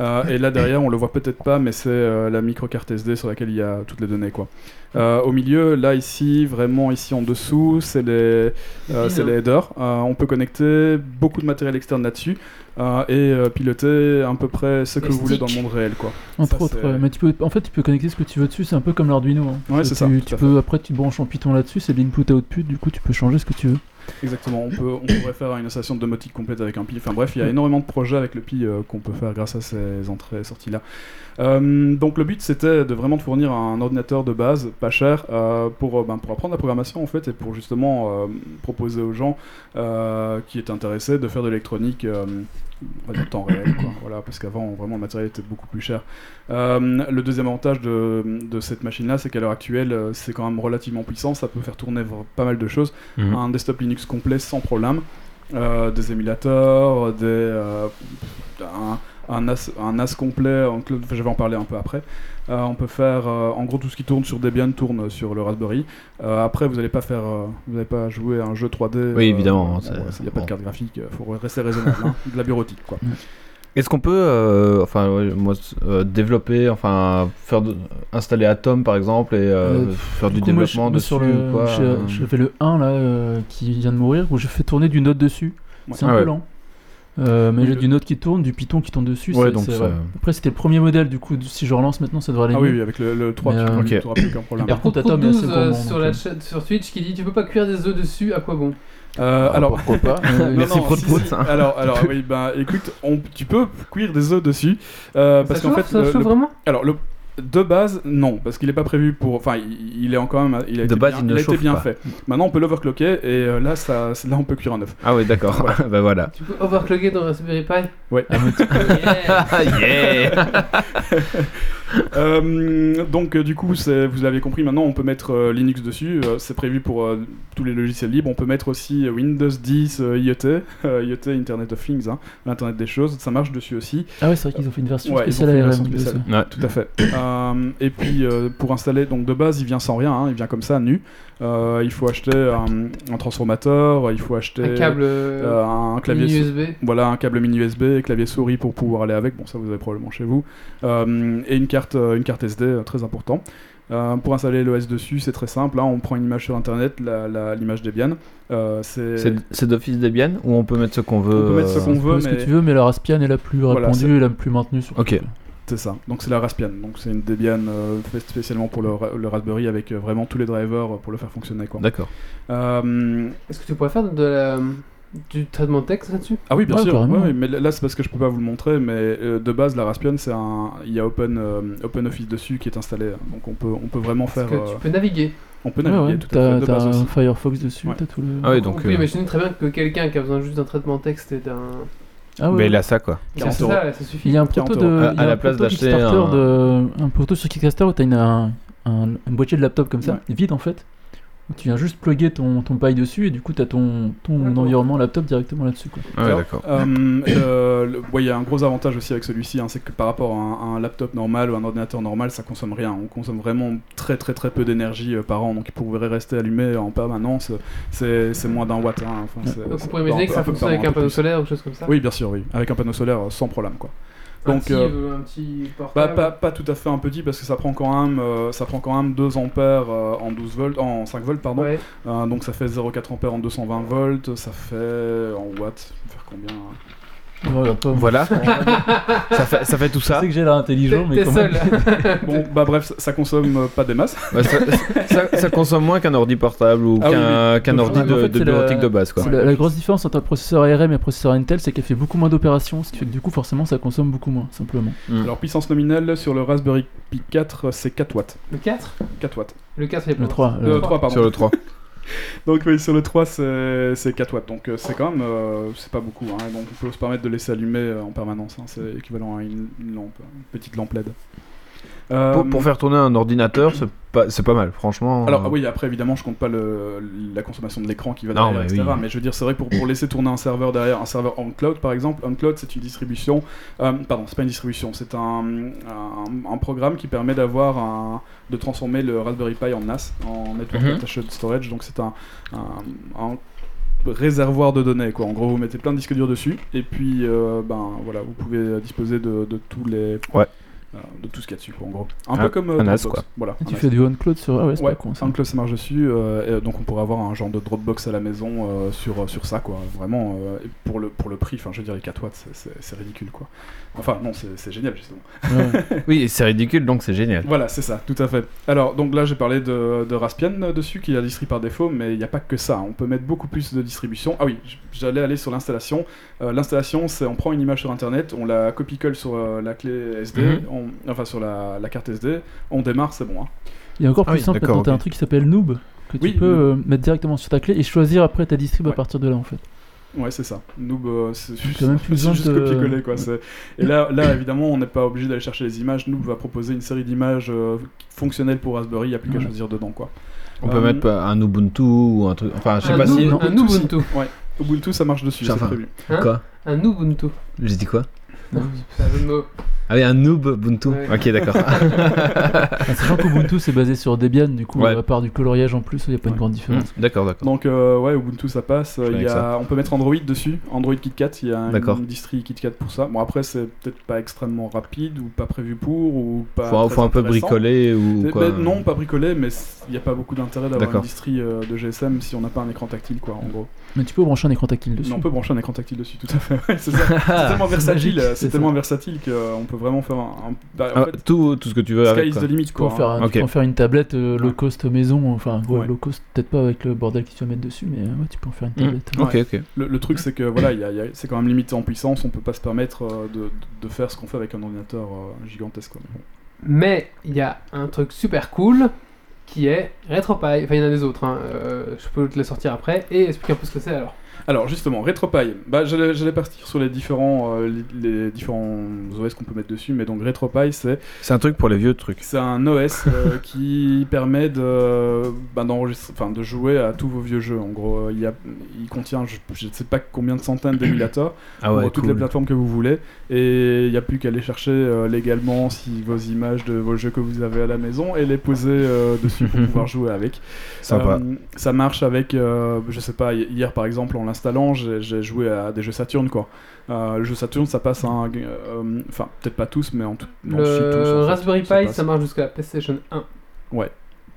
Speaker 2: Euh, et là derrière, on le voit peut-être pas, mais c'est euh, la microcarte SD sur laquelle il y a toutes les données. Quoi. Euh, au milieu, là ici, vraiment ici en dessous, c'est les, euh, c'est les headers. Euh, on peut connecter beaucoup de matériel externe là-dessus euh, et euh, piloter à peu près ce que
Speaker 1: Les
Speaker 2: vous voulez dans le
Speaker 1: sticks.
Speaker 2: monde réel. Quoi.
Speaker 5: Entre
Speaker 2: Ça,
Speaker 5: autres,
Speaker 2: c'est-
Speaker 5: ouais, mais tu peux, en fait, tu peux connecter ce que tu veux dessus, c'est un peu comme l'Arduino. hein.
Speaker 2: Ouais, c'est ça,
Speaker 5: Tu,
Speaker 2: tout
Speaker 5: tu
Speaker 2: à
Speaker 5: peux, après, tu branches en Python là-dessus, c'est de l'input à output, du coup, tu peux changer ce que tu veux.
Speaker 2: Exactement. On, peut, on pourrait faire une association de domotique complète avec un pi. Enfin bref, il y a énormément de projets avec le pi euh, qu'on peut faire grâce à ces entrées et sorties là. Euh, donc le but c'était de vraiment te fournir un ordinateur de base, pas cher, euh, pour, euh, ben, pour apprendre la programmation en fait et pour justement euh, proposer aux gens euh, qui étaient intéressés de faire de l'électronique euh, on va dire, en temps réel. quoi. Voilà, parce qu'avant vraiment le matériel était beaucoup plus cher. Euh, le deuxième avantage de, de cette machine là c'est qu'à l'heure actuelle euh, c'est quand même relativement puissant, ça peut faire tourner v- pas mal de choses.
Speaker 6: Mhm.
Speaker 2: Un desktop Linux complet sans problème. Euh, des émulateurs, des, euh, un, un as, un as complet, en cloud, enfin, je vais en parler un peu après. Euh, on peut faire, euh, en gros, tout ce qui tourne sur Debian tourne sur le Raspberry. Euh, après, vous n'allez pas faire, euh, vous n'allez pas jouer à un jeu 3D.
Speaker 6: Oui, évidemment,
Speaker 2: bon,
Speaker 6: c'est-
Speaker 2: ouais, Il n'y a pas
Speaker 6: bon.
Speaker 2: de carte graphique, il faut rester raisonnable, hein, de la bureautique, quoi.
Speaker 6: Est-ce qu'on peut, euh, enfin, ouais, moi, euh, développer, enfin, faire de- installer Atom par exemple et euh,
Speaker 5: Euh,
Speaker 6: faire du
Speaker 5: coup, moi, je-
Speaker 6: développement
Speaker 5: moi,
Speaker 6: dessus
Speaker 5: sur le,
Speaker 6: ou quoi
Speaker 5: j'ai-
Speaker 6: euh,
Speaker 5: J'avais le 1 là euh, qui vient de mourir où je fais tourner du Node dessus.
Speaker 2: Ouais.
Speaker 5: C'est un
Speaker 6: Ah
Speaker 5: peu
Speaker 6: ouais.
Speaker 5: lent. Euh, mais
Speaker 2: Oui,
Speaker 5: j'ai
Speaker 2: le-
Speaker 5: du Node qui tourne, du Python qui tourne dessus.
Speaker 6: Ouais,
Speaker 5: c'est-
Speaker 6: donc
Speaker 5: c'est-
Speaker 6: ça-
Speaker 5: ouais. Après, c'était le premier modèle du coup. Si je relance maintenant, ça devrait aller
Speaker 2: Ah oui,
Speaker 5: mieux.
Speaker 2: oui, avec le, le 3,
Speaker 5: Mais,
Speaker 2: tu
Speaker 5: euh,
Speaker 2: n'auras
Speaker 6: ok.
Speaker 2: plus aucun problème.
Speaker 5: Par contre, Atom est assez
Speaker 1: 12 euh,
Speaker 5: gourmand.
Speaker 1: sur,
Speaker 5: donc,
Speaker 1: la
Speaker 5: euh,
Speaker 1: chat- sur Twitch qui dit Tu peux pas cuire des œufs dessus, à quoi bon
Speaker 2: Euh, alors,
Speaker 6: Ah, pourquoi pas
Speaker 5: euh,
Speaker 2: Non,
Speaker 6: Merci
Speaker 2: non,
Speaker 6: Prout
Speaker 2: si,
Speaker 6: Prout.
Speaker 2: si. Alors, alors oui, ben écoute, on, tu peux cuire des œufs dessus. euh, parce
Speaker 1: Ça
Speaker 2: qu'en
Speaker 1: chauffe,
Speaker 2: fait,
Speaker 1: ça
Speaker 2: le-
Speaker 1: chauffe
Speaker 2: le-
Speaker 1: vraiment
Speaker 2: alors le- de base, non, parce qu'il n'est pas prévu pour. Enfin, il, il est encore même. Il a
Speaker 6: De
Speaker 2: été
Speaker 6: base,
Speaker 2: bien,
Speaker 6: il ne
Speaker 2: a été
Speaker 6: chauffe
Speaker 2: bien
Speaker 6: pas.
Speaker 2: fait. Maintenant, on peut l'overclocker et euh, là, ça, là, on peut cuire un œuf.
Speaker 6: Ah oui, d'accord. bah voilà.
Speaker 1: Tu peux overclocker ton Raspberry Pi
Speaker 2: Ouais.
Speaker 1: Yeah.
Speaker 6: Ah yeah
Speaker 2: Euh, donc, euh, du coup, c'est- vous l'avez compris. Maintenant, on peut mettre euh, Linux dessus. euh, c'est prévu pour euh, tous les logiciels libres. On peut mettre aussi euh, Windows 10, euh, IoT, euh, IoT, Internet of Things, hein, l'Internet des choses. Ça marche dessus aussi.
Speaker 5: Ah ouais, c'est vrai qu'ils ont fait une version
Speaker 2: Ouais, ils ont
Speaker 5: spéciale
Speaker 2: fait une
Speaker 5: ARM.
Speaker 2: version
Speaker 5: de ça.
Speaker 2: spéciale.
Speaker 6: Ouais.
Speaker 2: Tout à fait. Euh, et puis euh, pour installer, donc de base, il vient sans rien, hein, il vient comme ça, nu. Euh, il faut acheter un, un transformateur, il faut acheter
Speaker 1: Un câble
Speaker 2: euh,
Speaker 1: euh,
Speaker 2: un clavier.
Speaker 1: mini
Speaker 2: sou-
Speaker 1: USB.
Speaker 2: Voilà, un câble mini USB, clavier souris pour pouvoir aller avec. Bon, ça vous avez probablement chez vous. Euh, et une carte, euh, une carte SD, euh, très important. Euh, pour installer l'OS dessus, c'est très simple. hein, on prend une image sur internet, la- la- l'image Debian. Euh, c'est
Speaker 6: C'est c'est d'office Debian ou on peut mettre ce qu'on veut
Speaker 2: On peut mettre ce
Speaker 6: euh,
Speaker 2: qu'on
Speaker 5: Tu
Speaker 2: veut,
Speaker 5: peux ce que
Speaker 2: mais
Speaker 5: tu veux, mais la Raspbian est la plus
Speaker 2: Voilà,
Speaker 5: répandue
Speaker 2: c'est-
Speaker 5: et la plus maintenue. surtout.
Speaker 6: euh, Ok.
Speaker 2: c'est ça. Donc c'est la Raspbian. Donc c'est une Debian euh, faite spécialement pour le, ra- le Raspberry avec euh, vraiment tous les drivers pour le faire fonctionner. Quoi.
Speaker 6: D'accord.
Speaker 2: Euh,
Speaker 1: Est-ce que tu pourrais faire de la- du traitement de texte là-dessus
Speaker 2: Ah oui, bien
Speaker 5: Ouais,
Speaker 2: sûr.
Speaker 5: carrément.
Speaker 2: Ouais, ouais, mais là, c'est parce que je peux pas vous le montrer, mais euh, de base, la Raspbian, c'est un, il y a Open, euh, OpenOffice dessus qui est installé, donc on peut, on peut vraiment faire,
Speaker 1: Parce que
Speaker 2: euh,
Speaker 1: tu peux naviguer.
Speaker 2: on peut
Speaker 5: Ah, Ouais,
Speaker 2: naviguer
Speaker 5: ouais,
Speaker 2: tout à fait
Speaker 5: T'as
Speaker 2: de
Speaker 5: t'as
Speaker 2: base
Speaker 5: un
Speaker 2: aussi.
Speaker 5: Firefox dessus,
Speaker 2: Ouais.
Speaker 5: t'as tout le.
Speaker 6: Ah oui, donc.
Speaker 1: on peut
Speaker 6: euh,
Speaker 1: imaginer très bien que quelqu'un qui a besoin juste d'un traitement de texte et d'un.
Speaker 5: Ah ouais,
Speaker 6: Mais
Speaker 5: ouais.
Speaker 6: il a ça quoi.
Speaker 1: C'est
Speaker 2: 40 euros.
Speaker 1: ça, ça suffit.
Speaker 5: Il y a un
Speaker 2: 40
Speaker 5: proto
Speaker 2: euros.
Speaker 5: de.
Speaker 6: À-
Speaker 5: il y a
Speaker 6: à
Speaker 5: un
Speaker 6: la place
Speaker 5: proto
Speaker 6: d'acheter
Speaker 5: Kickstarter
Speaker 6: un-
Speaker 5: de- un proto sur Kickstarter où t'as une, un, un- une boîtier de laptop comme ça, vide en fait. où Tu viens juste plugger ton, ton paille dessus et du coup t'as ton, ton
Speaker 1: D'accord.
Speaker 5: environnement laptop directement là-dessus. quoi.
Speaker 6: Ah Ouais, d'accord.
Speaker 2: Euh, le- le- ouais, il y a un gros avantage aussi avec celui-ci, hein, c'est que par rapport à un, à un laptop normal ou un ordinateur normal, ça consomme rien. On consomme vraiment très très très peu d'énergie euh, par an, donc il pourrait rester allumé en permanence. C'est c'est moins d'un watt. hein. Enfin, c'est-
Speaker 1: Donc on
Speaker 2: c'est-
Speaker 1: pourrait imaginer
Speaker 2: peu-
Speaker 1: que ça
Speaker 2: peu-
Speaker 1: fonctionne avec
Speaker 2: peu
Speaker 1: un panneau
Speaker 2: plus.
Speaker 1: solaire ou quelque chose comme ça.
Speaker 2: Oui, bien sûr, oui, avec un panneau solaire euh, sans problème, quoi.
Speaker 1: Un
Speaker 2: donc,
Speaker 1: petit,
Speaker 2: euh,
Speaker 1: euh, un petit
Speaker 2: Bah,
Speaker 1: portable.
Speaker 2: pas, pas tout à fait un petit parce que ça prend quand même, euh, ça prend quand même 2 ampères euh, en 12 volts, en 5 volts pardon.
Speaker 1: Ouais.
Speaker 2: Euh, donc ça fait 0,4 ampères en 220 volts, ça fait en watts, ça fait combien hein
Speaker 5: Ouais, regarde pas, moi,
Speaker 6: Voilà. ça, fait, ça fait tout
Speaker 5: Je
Speaker 6: ça.
Speaker 5: sais que j'ai l'air intelligent,
Speaker 1: T'es
Speaker 5: mais
Speaker 1: t'es
Speaker 5: quand
Speaker 1: seul.
Speaker 5: même.
Speaker 2: Bon bah bref, ça, ça consomme euh, pas des masses.
Speaker 6: Bah, ça, ça- ça consomme moins qu'un ordi portable ou
Speaker 2: Ah oui,
Speaker 6: qu'un qu'un
Speaker 2: Donc,
Speaker 6: ordi
Speaker 5: en
Speaker 6: de,
Speaker 5: fait,
Speaker 6: de
Speaker 5: c'est
Speaker 6: bureautique
Speaker 5: la-
Speaker 6: de base quoi.
Speaker 5: C'est La, la grosse différence entre un processeur ARM et un processeur Intel, c'est qu'elle fait beaucoup moins d'opérations, ce qui fait que du coup forcément ça consomme beaucoup moins, simplement.
Speaker 2: Alors puissance nominale sur le Raspberry Pi 4 euh, c'est 4 watts.
Speaker 1: Le 4
Speaker 2: 4 watts.
Speaker 1: Le 4, il est pas
Speaker 5: Le
Speaker 1: mal.
Speaker 5: 3.
Speaker 2: Euh, 3 pardon.
Speaker 6: Sur le 3.
Speaker 2: Donc oui sur le 3 c'est c'est 4 watts, donc euh, c'est quand même euh, c'est pas beaucoup. hein. Donc on peut se permettre de laisser allumer euh, en permanence, hein. c'est équivalent à une, une lampe, une petite lampe LED. Euh,
Speaker 6: Pour, pour faire tourner un ordinateur, c'est pas, c'est pas mal, franchement.
Speaker 2: Alors ah
Speaker 6: euh,
Speaker 2: oui, après évidemment, je compte pas le, la consommation de l'écran qui va
Speaker 6: Non,
Speaker 2: derrière,
Speaker 6: mais
Speaker 2: etc.
Speaker 6: oui.
Speaker 2: Mais je veux dire, c'est vrai que pour, pour laisser tourner un serveur derrière, un serveur OnCloud par exemple, OnCloud c'est une distribution, euh, pardon, c'est pas une distribution, c'est un, un, un programme qui permet d'avoir un, de transformer le Raspberry Pi en NAS, en Network
Speaker 6: Mhm.
Speaker 2: Attached Storage, donc c'est un, un- un réservoir de données quoi. En gros, vous mettez plein de disques durs dessus et puis euh, ben voilà, vous pouvez disposer de, de tous les
Speaker 6: Ouais.
Speaker 2: euh, de tout ce qu'il y a dessus quoi, en gros. Un,
Speaker 6: Un-
Speaker 2: peu comme euh,
Speaker 6: un NAS,
Speaker 2: Dropbox.
Speaker 6: quoi.
Speaker 2: Voilà.
Speaker 5: Et
Speaker 2: un
Speaker 5: tu
Speaker 2: NAS.
Speaker 5: fais du on-cloud sur. Ah ouais, c'est
Speaker 2: Ouais,
Speaker 5: pas con ça.
Speaker 2: SoundCloud ça marche dessus, euh, et donc on pourrait avoir un genre de Dropbox à la maison euh, sur, sur ça, quoi. Vraiment, euh, et pour, le, pour le prix, enfin je dirais 4 watts, c'est- c'est c'est ridicule, quoi. Enfin, non, c'est c'est génial, justement.
Speaker 5: Ouais.
Speaker 6: Oui, c'est ridicule, donc c'est génial.
Speaker 2: Voilà, c'est ça, tout à fait. Alors, donc là, j'ai parlé de, de Raspbian euh, dessus, qui est la distri par défaut, mais il n'y a pas que ça. On peut mettre beaucoup plus de distributions. Ah oui, j- j'allais aller sur l'installation. Euh, l'installation, c'est on prend une image sur Internet, on la copie-colle sur euh, la clé SD,
Speaker 6: Mhm.
Speaker 2: on- enfin sur la, la carte SD, on démarre, c'est bon. hein.
Speaker 5: Il y a encore
Speaker 6: Ah
Speaker 5: plus
Speaker 6: oui,
Speaker 5: simple
Speaker 6: d'accord,
Speaker 5: maintenant, t'as
Speaker 6: ok.
Speaker 5: un truc qui s'appelle Noob, que
Speaker 2: Oui,
Speaker 5: tu peux euh, mettre directement sur ta clé et choisir après ta distrib à
Speaker 2: Ouais.
Speaker 5: partir de là en fait.
Speaker 2: Ouais, c'est ça. Noob, euh, c'est juste,
Speaker 5: t'as même plus
Speaker 2: c'est
Speaker 5: besoin
Speaker 2: juste
Speaker 5: de-
Speaker 2: copier-coller. Quoi. c'est- Et là, là, évidemment, on n'est pas obligé d'aller chercher les images. Noob va proposer une série d'images euh, fonctionnelles pour Raspberry. Il n'y a plus qu'à
Speaker 5: Ouais.
Speaker 2: choisir dedans. Quoi.
Speaker 6: On peut
Speaker 2: Euh,
Speaker 6: mettre pas un Ubuntu ou un truc. Enfin, je sais
Speaker 1: Un
Speaker 6: pas si.
Speaker 1: nou- Un
Speaker 2: Ubuntu,
Speaker 1: Ubuntu.
Speaker 2: Ubuntu, ça marche dessus,
Speaker 6: Ça
Speaker 2: c'est
Speaker 6: va.
Speaker 2: prévu.
Speaker 6: Quoi
Speaker 1: Un Ubuntu.
Speaker 6: J'ai dit quoi
Speaker 1: C'est un jeu de mots.
Speaker 6: Ah oui, un noob Ubuntu.
Speaker 1: Ouais.
Speaker 6: Ok, d'accord.
Speaker 5: Ah, Sachant qu'Ubuntu c'est basé sur Debian, du coup
Speaker 6: Ouais.
Speaker 5: à part du coloriage en plus, il n'y a pas
Speaker 2: Ouais.
Speaker 5: une grande
Speaker 6: Hmm,
Speaker 5: différence.
Speaker 6: d'accord, d'accord.
Speaker 2: Donc, euh, ouais, Ubuntu, ça passe.
Speaker 6: suis
Speaker 2: Il y
Speaker 6: avec
Speaker 2: a- On peut mettre Android dessus. Android KitKat, il y a
Speaker 6: D'accord.
Speaker 2: une distri KitKat pour ça. Bon, après, c'est peut-être pas extrêmement rapide ou pas prévu pour. ou pas
Speaker 6: Faut,
Speaker 2: très
Speaker 6: faut un peu
Speaker 2: intéressant.
Speaker 6: bricoler ou
Speaker 2: Mais-
Speaker 6: quoi.
Speaker 2: mais non, pas bricoler, mais c- il n'y a pas beaucoup d'intérêt d'avoir une
Speaker 6: D'accord.
Speaker 2: distri euh, de GSM si on n'a pas un écran tactile, quoi, en gros.
Speaker 5: Mais tu peux brancher un écran tactile dessus. Ah,
Speaker 2: Mais on peut brancher un écran tactile dessus, tout à fait. ouais, c'est ça. C'est tellement
Speaker 5: c'est
Speaker 2: versatile,
Speaker 5: magique,
Speaker 2: euh,
Speaker 5: c'est
Speaker 2: c'est
Speaker 5: ça.
Speaker 2: tellement versatile qu'on peut vraiment faire un. un- bah, en
Speaker 6: Ah,
Speaker 2: fait,
Speaker 6: tout, tout ce que tu
Speaker 5: euh,
Speaker 6: veux
Speaker 2: sky
Speaker 6: avec.
Speaker 2: is
Speaker 6: quoi.
Speaker 2: the limit,
Speaker 5: Tu peux,
Speaker 2: quoi.
Speaker 5: en faire,
Speaker 2: hein.
Speaker 5: tu peux en
Speaker 6: Ok.
Speaker 5: faire une tablette euh, low cost maison, enfin ouais,
Speaker 2: Ouais.
Speaker 5: low cost peut-être pas avec le bordel que tu vas mettre dessus, mais euh, ouais, tu peux en faire une
Speaker 1: Mm.
Speaker 6: Hmm.
Speaker 5: tablette.
Speaker 6: Ok, ok.
Speaker 2: Le, le truc, c'est que voilà, il y a- il y a- c'est quand même limité en puissance, on peut pas se permettre euh, de, de faire ce qu'on fait avec un ordinateur euh, gigantesque. quoi.
Speaker 1: Mais il y a un truc super cool qui est RetroPie. Enfin, il y en a des autres. hein. Euh, je peux te les sortir après et expliquer un peu ce que c'est alors.
Speaker 2: Alors, justement, RetroPie, bah, j'allais j'allais partir sur les différents, euh, les, les différents OS qu'on peut mettre dessus, mais donc RetroPie, c'est
Speaker 6: C'est un truc pour les vieux trucs.
Speaker 2: C'est un OS euh, qui permet de, ben, d'enregistrer- enfin, de jouer à tous vos vieux jeux. En gros, il, y a- il contient, je je ne sais pas combien de centaines d'émulateurs
Speaker 6: Ah
Speaker 2: pour toutes les plateformes que vous voulez. Et il n'y a plus qu'à aller chercher euh, légalement si vos images de vos jeux que vous avez à la maison et les poser euh, dessus pour pouvoir jouer avec.
Speaker 6: Sympa.
Speaker 2: Euh, ça marche avec, euh, je sais pas, hi- hier par exemple en l'installant, j'ai j'ai joué à des jeux Saturn quoi. Euh, le jeu Saturn, ça passe à un. euh, Enfin, peut-être pas tous, mais en tout. non, si, tous, en
Speaker 1: le
Speaker 2: fait,
Speaker 1: Raspberry
Speaker 2: ça
Speaker 1: Pi,
Speaker 2: passe.
Speaker 1: ça marche jusqu'à la PlayStation 1.
Speaker 2: Ouais. Un
Speaker 1: Voilà.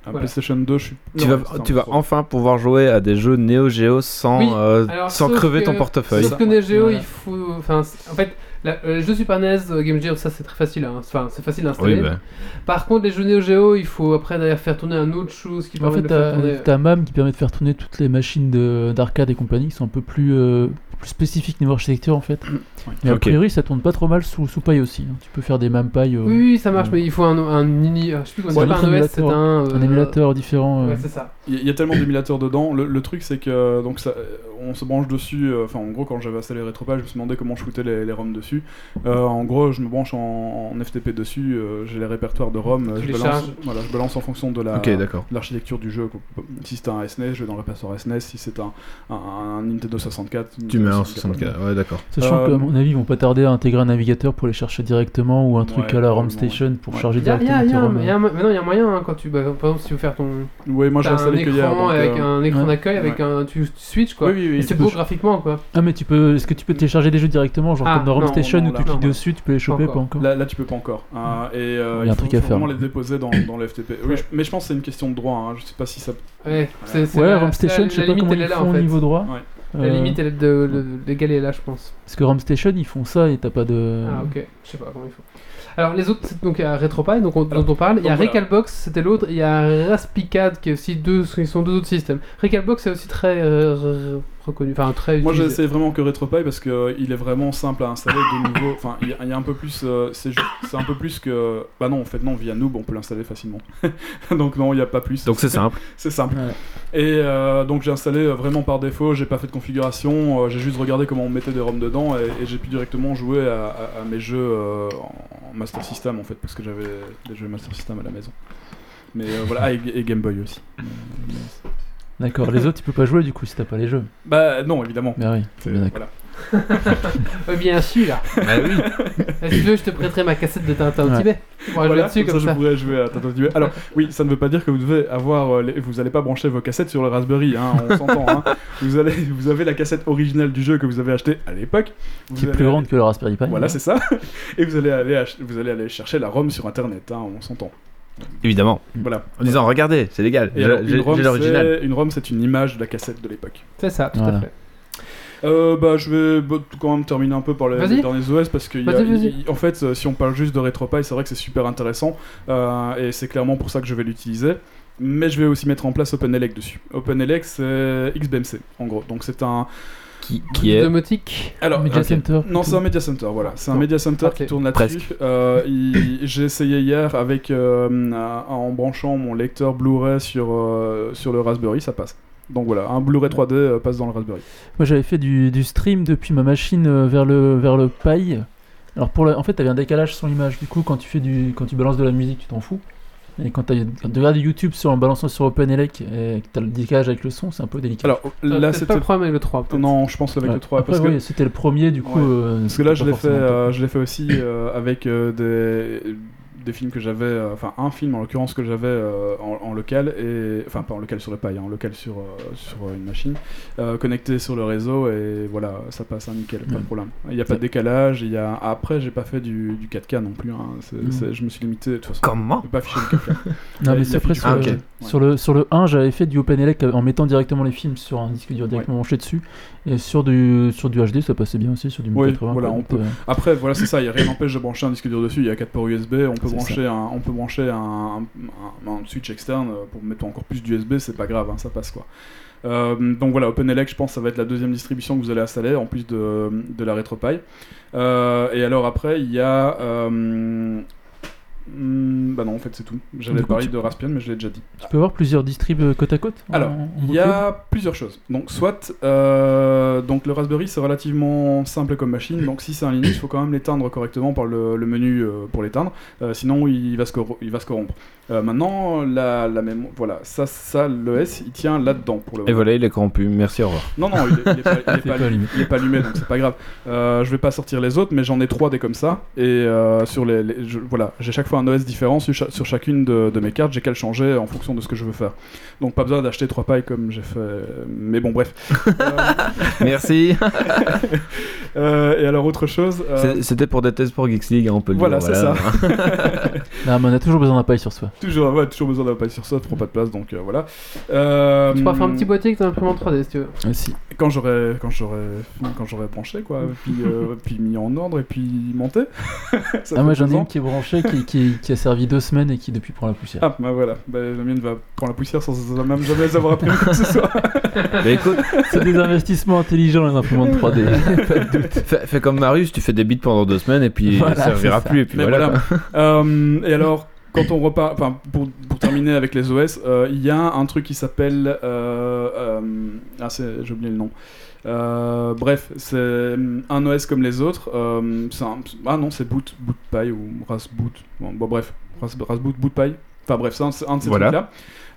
Speaker 2: Ah, PlayStation 2, je suis.
Speaker 6: Tu
Speaker 2: Non,
Speaker 6: vas,
Speaker 2: c'est un
Speaker 6: tu vas
Speaker 2: pro.
Speaker 6: enfin pouvoir jouer à des jeux Neo Geo sans,
Speaker 1: Oui,
Speaker 6: euh,
Speaker 1: Alors,
Speaker 6: sans
Speaker 1: sauf
Speaker 6: crever
Speaker 1: que-
Speaker 6: ton portefeuille.
Speaker 1: Sauf que Neo Geo,
Speaker 5: Voilà.
Speaker 1: il faut. Enfin, c'est- en fait, la, euh, les jeux Super NES, euh, Game Gear, ça c'est très facile. hein. Enfin, c'est facile d'installer.
Speaker 6: Oui, bah.
Speaker 1: Par contre, les jeux Neo Geo, il faut après d'ailleurs faire tourner un autre chose qui
Speaker 5: En
Speaker 1: permet
Speaker 5: fait, euh,
Speaker 1: de le faire
Speaker 5: t'as
Speaker 1: tourner.
Speaker 5: t'as MAM qui permet de faire tourner toutes les machines de- d'arcade et compagnie qui sont un peu plus, euh, plus spécifiques niveau architecture en fait. Mais a
Speaker 6: Ok.
Speaker 5: priori, ça tourne pas trop mal sous, sous paille aussi. hein. Tu peux faire des MAM paille, euh,
Speaker 1: Oui, oui, ça marche, mais il faut un, un mini. euh, Je sais plus comment
Speaker 5: Ouais,
Speaker 1: c'est pas
Speaker 5: un
Speaker 1: un OS, c'est
Speaker 5: émulateur.
Speaker 1: un.
Speaker 5: un
Speaker 1: euh,
Speaker 5: émulateur différent. euh.
Speaker 1: Ouais, c'est ça.
Speaker 2: Il y a- il y a tellement d'émulateurs dedans. Le, le truc, c'est que euh, donc ça, on se branche dessus. euh, Enfin, en gros, quand j'avais installé Retropage, je me suis demandé comment je foutais les, les ROM dessus. Euh, en gros, je me branche en, en FTP dessus. euh, J'ai les répertoires de ROM. euh,
Speaker 1: Tu
Speaker 2: je
Speaker 1: les
Speaker 2: balance,
Speaker 1: charges.
Speaker 2: voilà, je balance en fonction de la.
Speaker 6: Ok, d'accord.
Speaker 2: de l'architecture du jeu. quoi. Si c'est un SNES, je vais dans le répertoire SNES. Si c'est un, un, un Nintendo 64,
Speaker 6: Tu mets un
Speaker 2: Nintendo
Speaker 6: 64, ouais, d'accord.
Speaker 5: Sachant
Speaker 2: Euh,
Speaker 5: qu'à mon avis, ils vont pas tarder à intégrer un navigateur pour les chercher directement ou un truc
Speaker 2: Ouais,
Speaker 5: à la ROM
Speaker 2: probablement, ouais.
Speaker 5: Station pour
Speaker 2: Ouais.
Speaker 5: charger
Speaker 1: Il y a, il y
Speaker 5: directement
Speaker 1: a- il y
Speaker 5: tes
Speaker 1: a un-
Speaker 5: ROM.
Speaker 1: il y a un- mais non, il y a un moyen hein, quand tu. bah, par exemple, si tu veux faire ton.
Speaker 2: Oui, moi j'ai
Speaker 1: T'as un
Speaker 2: installé que hier.
Speaker 1: écran
Speaker 2: donc,
Speaker 1: avec
Speaker 2: euh,
Speaker 1: un écran
Speaker 5: ouais.
Speaker 1: d'accueil, avec
Speaker 2: Ouais.
Speaker 1: un. Tu switches quoi.
Speaker 2: Oui, oui, oui.
Speaker 1: Et c'est
Speaker 2: tu
Speaker 1: beau
Speaker 2: peux-
Speaker 1: graphiquement quoi.
Speaker 5: Ah mais tu peux, est-ce que tu peux télécharger des jeux directement, genre
Speaker 1: Ah,
Speaker 5: comme dans ROM
Speaker 1: non,
Speaker 5: Station
Speaker 2: non,
Speaker 5: où
Speaker 2: là,
Speaker 5: tu cliques
Speaker 1: non.
Speaker 5: dessus, tu peux les choper,
Speaker 1: encore.
Speaker 5: pas encore.
Speaker 2: Là, là, tu peux pas encore. hein, et euh,
Speaker 5: Il y a
Speaker 2: il
Speaker 5: un
Speaker 2: faut,
Speaker 5: truc à
Speaker 2: faut
Speaker 5: faire.
Speaker 2: vraiment les déposer dans, dans le FTP. Oui, je- mais je pense que c'est une question de droit. hein, Je sais pas si ça.
Speaker 1: Ouais, c'est- c'est
Speaker 5: Ouais,
Speaker 1: la-
Speaker 5: ROM
Speaker 1: c'est la-
Speaker 5: Station, je sais
Speaker 1: la
Speaker 5: pas
Speaker 1: limite,
Speaker 5: comment
Speaker 1: elle est
Speaker 5: ils
Speaker 1: là,
Speaker 5: font
Speaker 1: en
Speaker 5: au
Speaker 1: fait.
Speaker 5: niveau droit.
Speaker 1: La
Speaker 5: Euh,
Speaker 1: limite, elle est de, de- légale est là, je pense.
Speaker 5: Parce que ROM Station, ils font ça et t'as pas
Speaker 2: Euh,
Speaker 5: de...
Speaker 1: Ah ok, je sais pas comment il faut. Alors les autres, c'est donc il y a Retropie donc on-
Speaker 2: Alors,
Speaker 1: dont on parle, il y a
Speaker 2: donc voilà.
Speaker 1: Recalbox, c'était l'autre, il y a Raspicad qui est aussi deux, qui sont deux autres systèmes. Recalbox c'est aussi très euh, re- re- reconnu, enfin très
Speaker 2: Moi, j'ai
Speaker 1: utilisé.
Speaker 2: essayé vraiment que RetroPie parce que euh, il est vraiment simple à installer de nouveau. Enfin, il y, a- il y a un peu plus. euh, c'est ju- c'est un peu plus que. Bah non, en fait, non, via Noob, on peut l'installer facilement. Donc non, il y a pas plus.
Speaker 6: Donc c'est simple.
Speaker 2: C'est simple.
Speaker 5: Ouais.
Speaker 2: Et euh, donc j'ai installé euh, vraiment par défaut, j'ai pas fait de configuration, euh, j'ai juste regardé comment on mettait des ROM dedans et, et j'ai pu directement jouer à, à- à mes jeux euh, en Master System en fait, parce que j'avais des jeux Master System à la maison. Mais euh, voilà, ah, et, et Game Boy aussi.
Speaker 5: D'accord, les autres, tu peux pas jouer du coup si t'as pas les jeux.
Speaker 2: Bah non, évidemment.
Speaker 5: Mais oui,
Speaker 2: C'est-
Speaker 5: bien d'accord.
Speaker 2: voilà.
Speaker 1: Euh, bien sûr là.
Speaker 6: Ah oui.
Speaker 1: Euh, si tu veux, je te prêterai ma cassette de Tintin au
Speaker 5: Ouais.
Speaker 1: Tibet. On pourra jouer
Speaker 2: Voilà,
Speaker 1: dessus
Speaker 2: comme
Speaker 1: comme
Speaker 2: ça,
Speaker 1: ça.
Speaker 2: je pourrais jouer à Tintin Tibet. Alors, oui, ça ne veut pas dire que vous devez avoir. euh, les- Vous n'allez pas brancher vos cassettes sur le Raspberry, hein, on s'entend. hein. Vous, allez... vous avez la cassette originale du jeu que vous avez acheté à l'époque. Vous
Speaker 5: Qui est
Speaker 2: allez
Speaker 5: plus
Speaker 2: aller-
Speaker 5: grande que le Raspberry Pi.
Speaker 2: Voilà, c'est ça. Et vous allez aller, ach- vous allez aller chercher la ROM sur internet, hein, on s'entend.
Speaker 6: Évidemment.
Speaker 2: Voilà.
Speaker 6: Mm. En disant, regardez, c'est légal.
Speaker 2: Et
Speaker 6: J'ai
Speaker 2: alors,
Speaker 6: j'ai-
Speaker 2: une, ROM,
Speaker 6: j'ai l'original.
Speaker 2: c'est- une ROM, c'est une image de la cassette de l'époque.
Speaker 1: C'est ça, tout à
Speaker 5: Voilà.
Speaker 1: fait.
Speaker 2: Euh, bah, je vais bah, quand même terminer un peu par les,
Speaker 1: Vas-y.
Speaker 2: les derniers OS parce que il y a-
Speaker 1: Vas-y, vas-y.
Speaker 2: il- en fait, euh, si on parle juste de RetroPie, c'est vrai que c'est super intéressant euh, et c'est clairement pour ça que je vais l'utiliser. Mais je vais aussi mettre en place OpenELEC dessus. OpenELEC, c'est XBMC en gros. Donc c'est un.
Speaker 6: Qui,
Speaker 1: Plus
Speaker 6: qui est.
Speaker 1: domotique.
Speaker 2: Alors,
Speaker 5: Media
Speaker 6: Ok.
Speaker 5: Center.
Speaker 2: Non, c'est un media center, voilà. C'est un media center
Speaker 1: Ok.
Speaker 2: qui tourne là-dessus.
Speaker 6: Presque.
Speaker 2: Euh, il- J'ai essayé hier avec euh, un- en branchant mon lecteur Blu-ray sur, euh, sur le Raspberry, ça passe. Donc voilà, un Blu-ray 3D euh, passe dans le Raspberry.
Speaker 5: Moi j'avais fait du, du stream depuis ma machine euh, vers le, vers le Pi. Alors pour la- en fait t'avais un décalage sur l'image, du coup quand tu, fais du, quand tu balances de la musique tu t'en fous. Et quand, t'as- quand tu regardes YouTube sur, en balançant sur OpenELEC et que t'as le décalage avec le son, c'est un peu délicat.
Speaker 2: Alors là,
Speaker 1: c'est pas
Speaker 2: c'était.
Speaker 1: le problème avec le 3. peut-être.
Speaker 2: Non, je pense avec
Speaker 5: Ouais.
Speaker 2: le 3
Speaker 5: Après,
Speaker 2: parce que.
Speaker 5: oui, c'était le premier du coup.
Speaker 2: Ouais.
Speaker 5: euh,
Speaker 2: Parce que là,
Speaker 5: c'était
Speaker 2: je
Speaker 5: pas
Speaker 2: l'ai fait,
Speaker 5: forcément top.
Speaker 2: euh, je l'ai fait aussi euh, avec euh, des, des films que j'avais, euh, enfin un film en l'occurrence que j'avais euh, en, en local et enfin pas en local sur le paille, en local sur euh, sur euh, une machine, euh, connecté sur le réseau et voilà, ça passe hein, nickel, pas
Speaker 5: Mm.
Speaker 2: de problème. Il n'y a pas de décalage. Il y a après, j'ai pas fait du, du 4K non plus. hein, c'est-
Speaker 5: Mm.
Speaker 2: c'est- je me suis limité de toute façon.
Speaker 6: Comment
Speaker 2: je peux Pas afficher le 4K.
Speaker 5: Non,
Speaker 2: Il
Speaker 5: mais
Speaker 2: a
Speaker 5: c'est après
Speaker 2: fait
Speaker 5: sur,
Speaker 6: du-
Speaker 5: le-
Speaker 6: Ah, ok.
Speaker 5: sur le, sur le 1, j'avais fait du OpenELEC euh, en mettant directement les films sur un disque dur directement branché dessus. Et sur du, sur du HD, ça passait bien aussi, sur du
Speaker 2: Oui,
Speaker 5: 1080.
Speaker 2: voilà,
Speaker 5: quoi,
Speaker 2: on
Speaker 5: donc,
Speaker 2: peut-
Speaker 5: euh,
Speaker 2: Après, voilà, c'est ça. Il y a rien n'empêche de brancher un disque dur dessus. Il y a 4 ports USB. On peut
Speaker 5: C'est
Speaker 2: brancher, un, on peut brancher un, un- un- un switch externe euh, pour mettre encore plus d'USB. C'est pas grave, hein, ça passe quoi. Euh, donc voilà, OpenELEC, je pense, ça va être la deuxième distribution que vous allez installer en plus de, de la RetroPie. Euh, et alors après, il y a. euh, hmm, bah non, en fait, c'est tout. J'allais
Speaker 5: Du coup,
Speaker 2: parler
Speaker 5: tu-
Speaker 2: de Raspbian, mais je l'ai déjà dit.
Speaker 5: Tu peux avoir plusieurs distribs euh, côte à côte en-
Speaker 2: Alors,
Speaker 5: en
Speaker 2: Il
Speaker 5: bootload
Speaker 2: y a plusieurs choses. Donc, soit euh, donc le Raspberry c'est relativement simple comme machine. Donc, si c'est un Linux, il faut quand même l'éteindre correctement par le, le menu euh, pour l'éteindre. Euh, sinon, il va se, corro- il va se corrompre. Euh, maintenant, la, la même, voilà, ça, ça, le S, il tient là-dedans pour le
Speaker 6: Et
Speaker 2: moment.
Speaker 6: voilà, il est corrompu. Merci, au revoir.
Speaker 2: Non, non, il est, il est pas, il est pas
Speaker 5: C'est pas
Speaker 2: allumé.
Speaker 5: allumé.
Speaker 2: Il est pas allumé, donc c'est pas grave. Euh, je vais pas sortir les autres, mais j'en ai trois des comme ça. Et euh, sur les, les- je- voilà, j'ai chaque fois un OS différent sur, cha- sur chacune de, de mes cartes. J'ai qu'à le changer en fonction de ce que je veux faire. Donc pas besoin d'acheter trois pailles comme j'ai fait. Mais bon, bref. Euh,
Speaker 6: Merci.
Speaker 2: euh, et alors autre chose. euh,
Speaker 6: C'est- C'était pour des tests pour Geeks League, hein, on peut le
Speaker 2: Voilà,
Speaker 6: dire.
Speaker 2: c'est ça.
Speaker 5: Non, mais on a toujours besoin d'un paille sur soi.
Speaker 2: Toujours, ouais, toujours besoin d'un paille sur ça, ça prend pas de place, donc euh, voilà. Euh,
Speaker 1: Tu pourras faire un petit boîtier que t'as imprimé en 3D si tu veux.
Speaker 5: si.
Speaker 2: Quand j'aurai, quand j'aurai, quand j'aurai branché, quoi,
Speaker 1: Mm.
Speaker 2: et puis, euh, puis mis en ordre et puis monté. Ça
Speaker 5: Ah, moi
Speaker 2: fait
Speaker 5: j'en ai
Speaker 2: deux
Speaker 5: une
Speaker 2: ans.
Speaker 5: qui est branchée, qui, qui, qui a servi deux semaines et qui depuis prend la poussière.
Speaker 2: Ah, bah voilà, bah, la mienne va prendre la poussière sans même jamais avoir appris quoi que ce soit.
Speaker 6: Mais écoute,
Speaker 5: Ah, C'est des investissements intelligents, les imprimantes 3D.
Speaker 6: fais, fais comme Marius, tu fais des bits pendant deux semaines et puis
Speaker 5: Voilà,
Speaker 6: ça servira
Speaker 5: c'est ça.
Speaker 6: plus. Et puis
Speaker 2: Mais
Speaker 6: voilà.
Speaker 2: voilà. Euh, et alors, quand on repart, enfin, pour, pour terminer avec les OS, euh, il y a un truc qui s'appelle. euh, euh, ah, c'est- j'ai oublié le nom. Euh, bref, c'est hum, un OS comme les autres. euh, c'est un- ah non, c'est Boot, Boot Pie ou Rasboot. Bon, bon, bref, Ras- Rasboot, Boot Pie. Enfin bref, c'est un, c'est un de ces
Speaker 6: Voilà.
Speaker 2: trucs-là.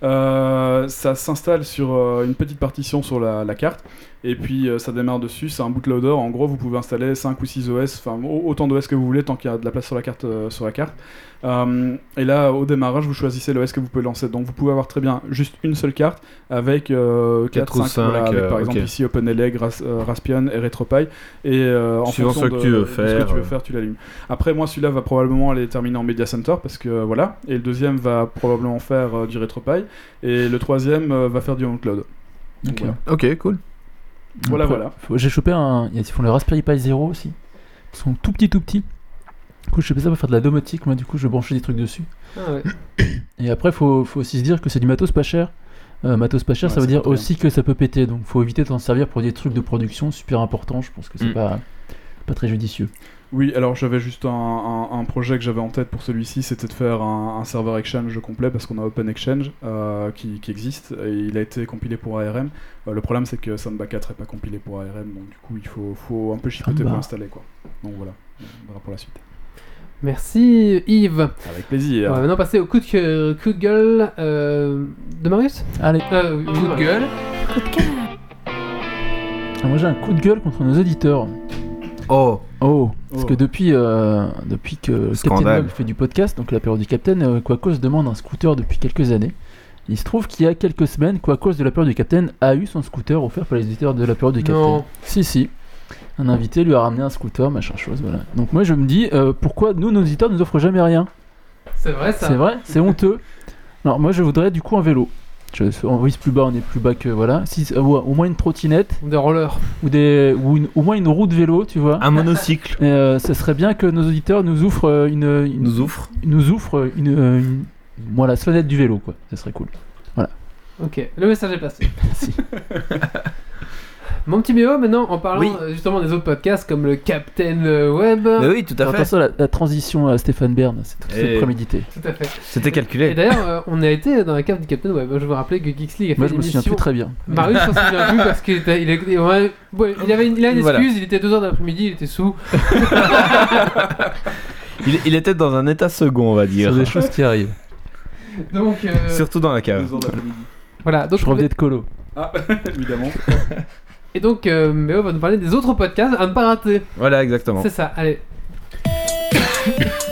Speaker 2: Euh, ça s'installe sur euh, une petite partition sur la, la carte. Et puis euh, ça démarre dessus, c'est un bootloader. En gros, vous pouvez installer 5 ou 6 OS, enfin au- autant d'OS que vous voulez tant qu'il y a de la place sur la carte. euh, sur la carte. Euh, et là, au démarrage, vous choisissez l'OS que vous pouvez lancer. Donc vous pouvez avoir très bien juste une seule carte avec euh,
Speaker 6: Quatre
Speaker 2: 4
Speaker 6: ou
Speaker 2: 5,
Speaker 6: cinq,
Speaker 2: avec, par
Speaker 6: euh,
Speaker 2: exemple
Speaker 6: ok.
Speaker 2: ici OpenELEG, Ras- euh, Raspbian et RetroPie. Et euh, en
Speaker 6: Suivant
Speaker 2: fonction
Speaker 6: ce que
Speaker 2: de-
Speaker 6: tu veux
Speaker 2: de ce que
Speaker 6: faire,
Speaker 2: tu veux
Speaker 6: euh.
Speaker 2: faire, tu l'allumes. Après, moi, celui-là va probablement aller terminer en Media Center parce que euh, voilà. Et le deuxième va probablement faire euh, du RetroPie. Et le troisième euh, va faire du OnCloud. Donc,
Speaker 5: Ok.
Speaker 2: voilà.
Speaker 6: Ok, cool.
Speaker 2: Voilà,
Speaker 5: Après,
Speaker 2: voilà.
Speaker 5: faut- J'ai chopé un. Ils font le Raspberry Pi Zero aussi. Ils sont tout petits, tout petits. Du coup, je sais pas ça pour faire de la domotique. Moi, du coup, je branchais des trucs dessus.
Speaker 1: Ah ouais.
Speaker 5: Et après, faut, faut aussi se dire que c'est du matos pas cher. Euh, matos pas cher,
Speaker 2: Ouais,
Speaker 5: ça veut
Speaker 2: ça
Speaker 5: dire
Speaker 2: coûte rien.
Speaker 5: aussi que ça peut péter. Donc, faut éviter d'en servir pour des trucs de production super importants. Je pense que c'est
Speaker 6: Mm.
Speaker 5: pas, pas très judicieux.
Speaker 2: Oui, alors j'avais juste un, un- un projet que j'avais en tête pour celui-ci, c'était de faire un, un serveur Exchange complet parce qu'on a Open Exchange euh, qui, qui existe et il a été compilé pour ARM. Euh, le problème c'est que Samba 4 n'est pas compilé pour ARM, donc du coup il faut, faut un peu chipoter
Speaker 5: Samba.
Speaker 2: pour installer quoi. Donc voilà, on verra pour la suite.
Speaker 1: Merci Yves.
Speaker 2: Avec plaisir.
Speaker 1: On va maintenant passer au coup de, que- coup de gueule euh, de Marius.
Speaker 5: Allez,
Speaker 1: Euh, coup de gueule.
Speaker 5: Ah, moi j'ai un coup de gueule contre nos auditeurs.
Speaker 6: Oh,
Speaker 2: Oh.
Speaker 5: Oh, parce que depuis, euh, depuis que Captain
Speaker 6: Scandale.
Speaker 5: Log fait du podcast, donc la période du Captain, euh, Quacos demande un scooter depuis quelques années. Il se trouve qu'il y a quelques semaines, Quacos de la période du Captain a eu son scooter offert par les éditeurs de la période du Captain.
Speaker 1: Non.
Speaker 5: Si, si. Un invité lui a ramené un scooter, machin chose, voilà. Donc moi je me dis, euh, pourquoi nous, nos auditeurs, nous offrent jamais rien
Speaker 1: C'est vrai ça.
Speaker 5: c'est vrai, c'est honteux. Alors moi je voudrais du coup un vélo. Je, on vise plus bas, on est plus bas que voilà. Si, euh, ouais, au moins une trottinette
Speaker 1: Des rollers.
Speaker 5: ou des ou une- au moins une roue de vélo, tu vois.
Speaker 6: un monocycle
Speaker 5: Et, euh, ce serait bien que nos auditeurs nous offrent euh, une, une-
Speaker 6: nous offre.
Speaker 5: nous offrent une, euh, une- voilà sonnette du vélo quoi. Ça serait cool.
Speaker 1: Ok, le message est passé.
Speaker 5: Merci.
Speaker 1: Mon petit BO maintenant, en parlant
Speaker 6: Oui.
Speaker 1: euh, justement des autres podcasts comme le Captain euh, Web.
Speaker 5: Ah
Speaker 6: Mais oui, tout à fait.
Speaker 5: Attention la, la transition à Stéphane Bern, c'est tout
Speaker 6: Et-
Speaker 5: c'est prémédité.
Speaker 1: Tout à fait.
Speaker 6: C'était
Speaker 1: Et
Speaker 5: Eh.
Speaker 6: calculé.
Speaker 1: d'ailleurs, euh, on a été dans la cave du Captain Web. Je vous rappelais que Geeks League a fait
Speaker 5: Moi je
Speaker 1: une
Speaker 5: me souviens
Speaker 1: émission.
Speaker 5: plus très bien.
Speaker 1: Marius s'en souvient plus parce qu'il était- il a- ouais, ouais, il avait une, il a une excuse,
Speaker 6: Voilà.
Speaker 1: il était 2h d'après-midi, il était sous.
Speaker 6: Il, il était dans un état second, on va dire.
Speaker 5: Sur des choses qui arrivent.
Speaker 1: Donc euh,
Speaker 6: Surtout dans la cave.
Speaker 2: Deux heures d'après-midi.
Speaker 1: voilà, donc
Speaker 5: Je revenais de colo.
Speaker 2: Ah, évidemment.
Speaker 1: et donc euh, Méo va nous parler des autres podcasts à ne pas rater.
Speaker 6: Voilà, exactement.
Speaker 1: C'est ça, allez.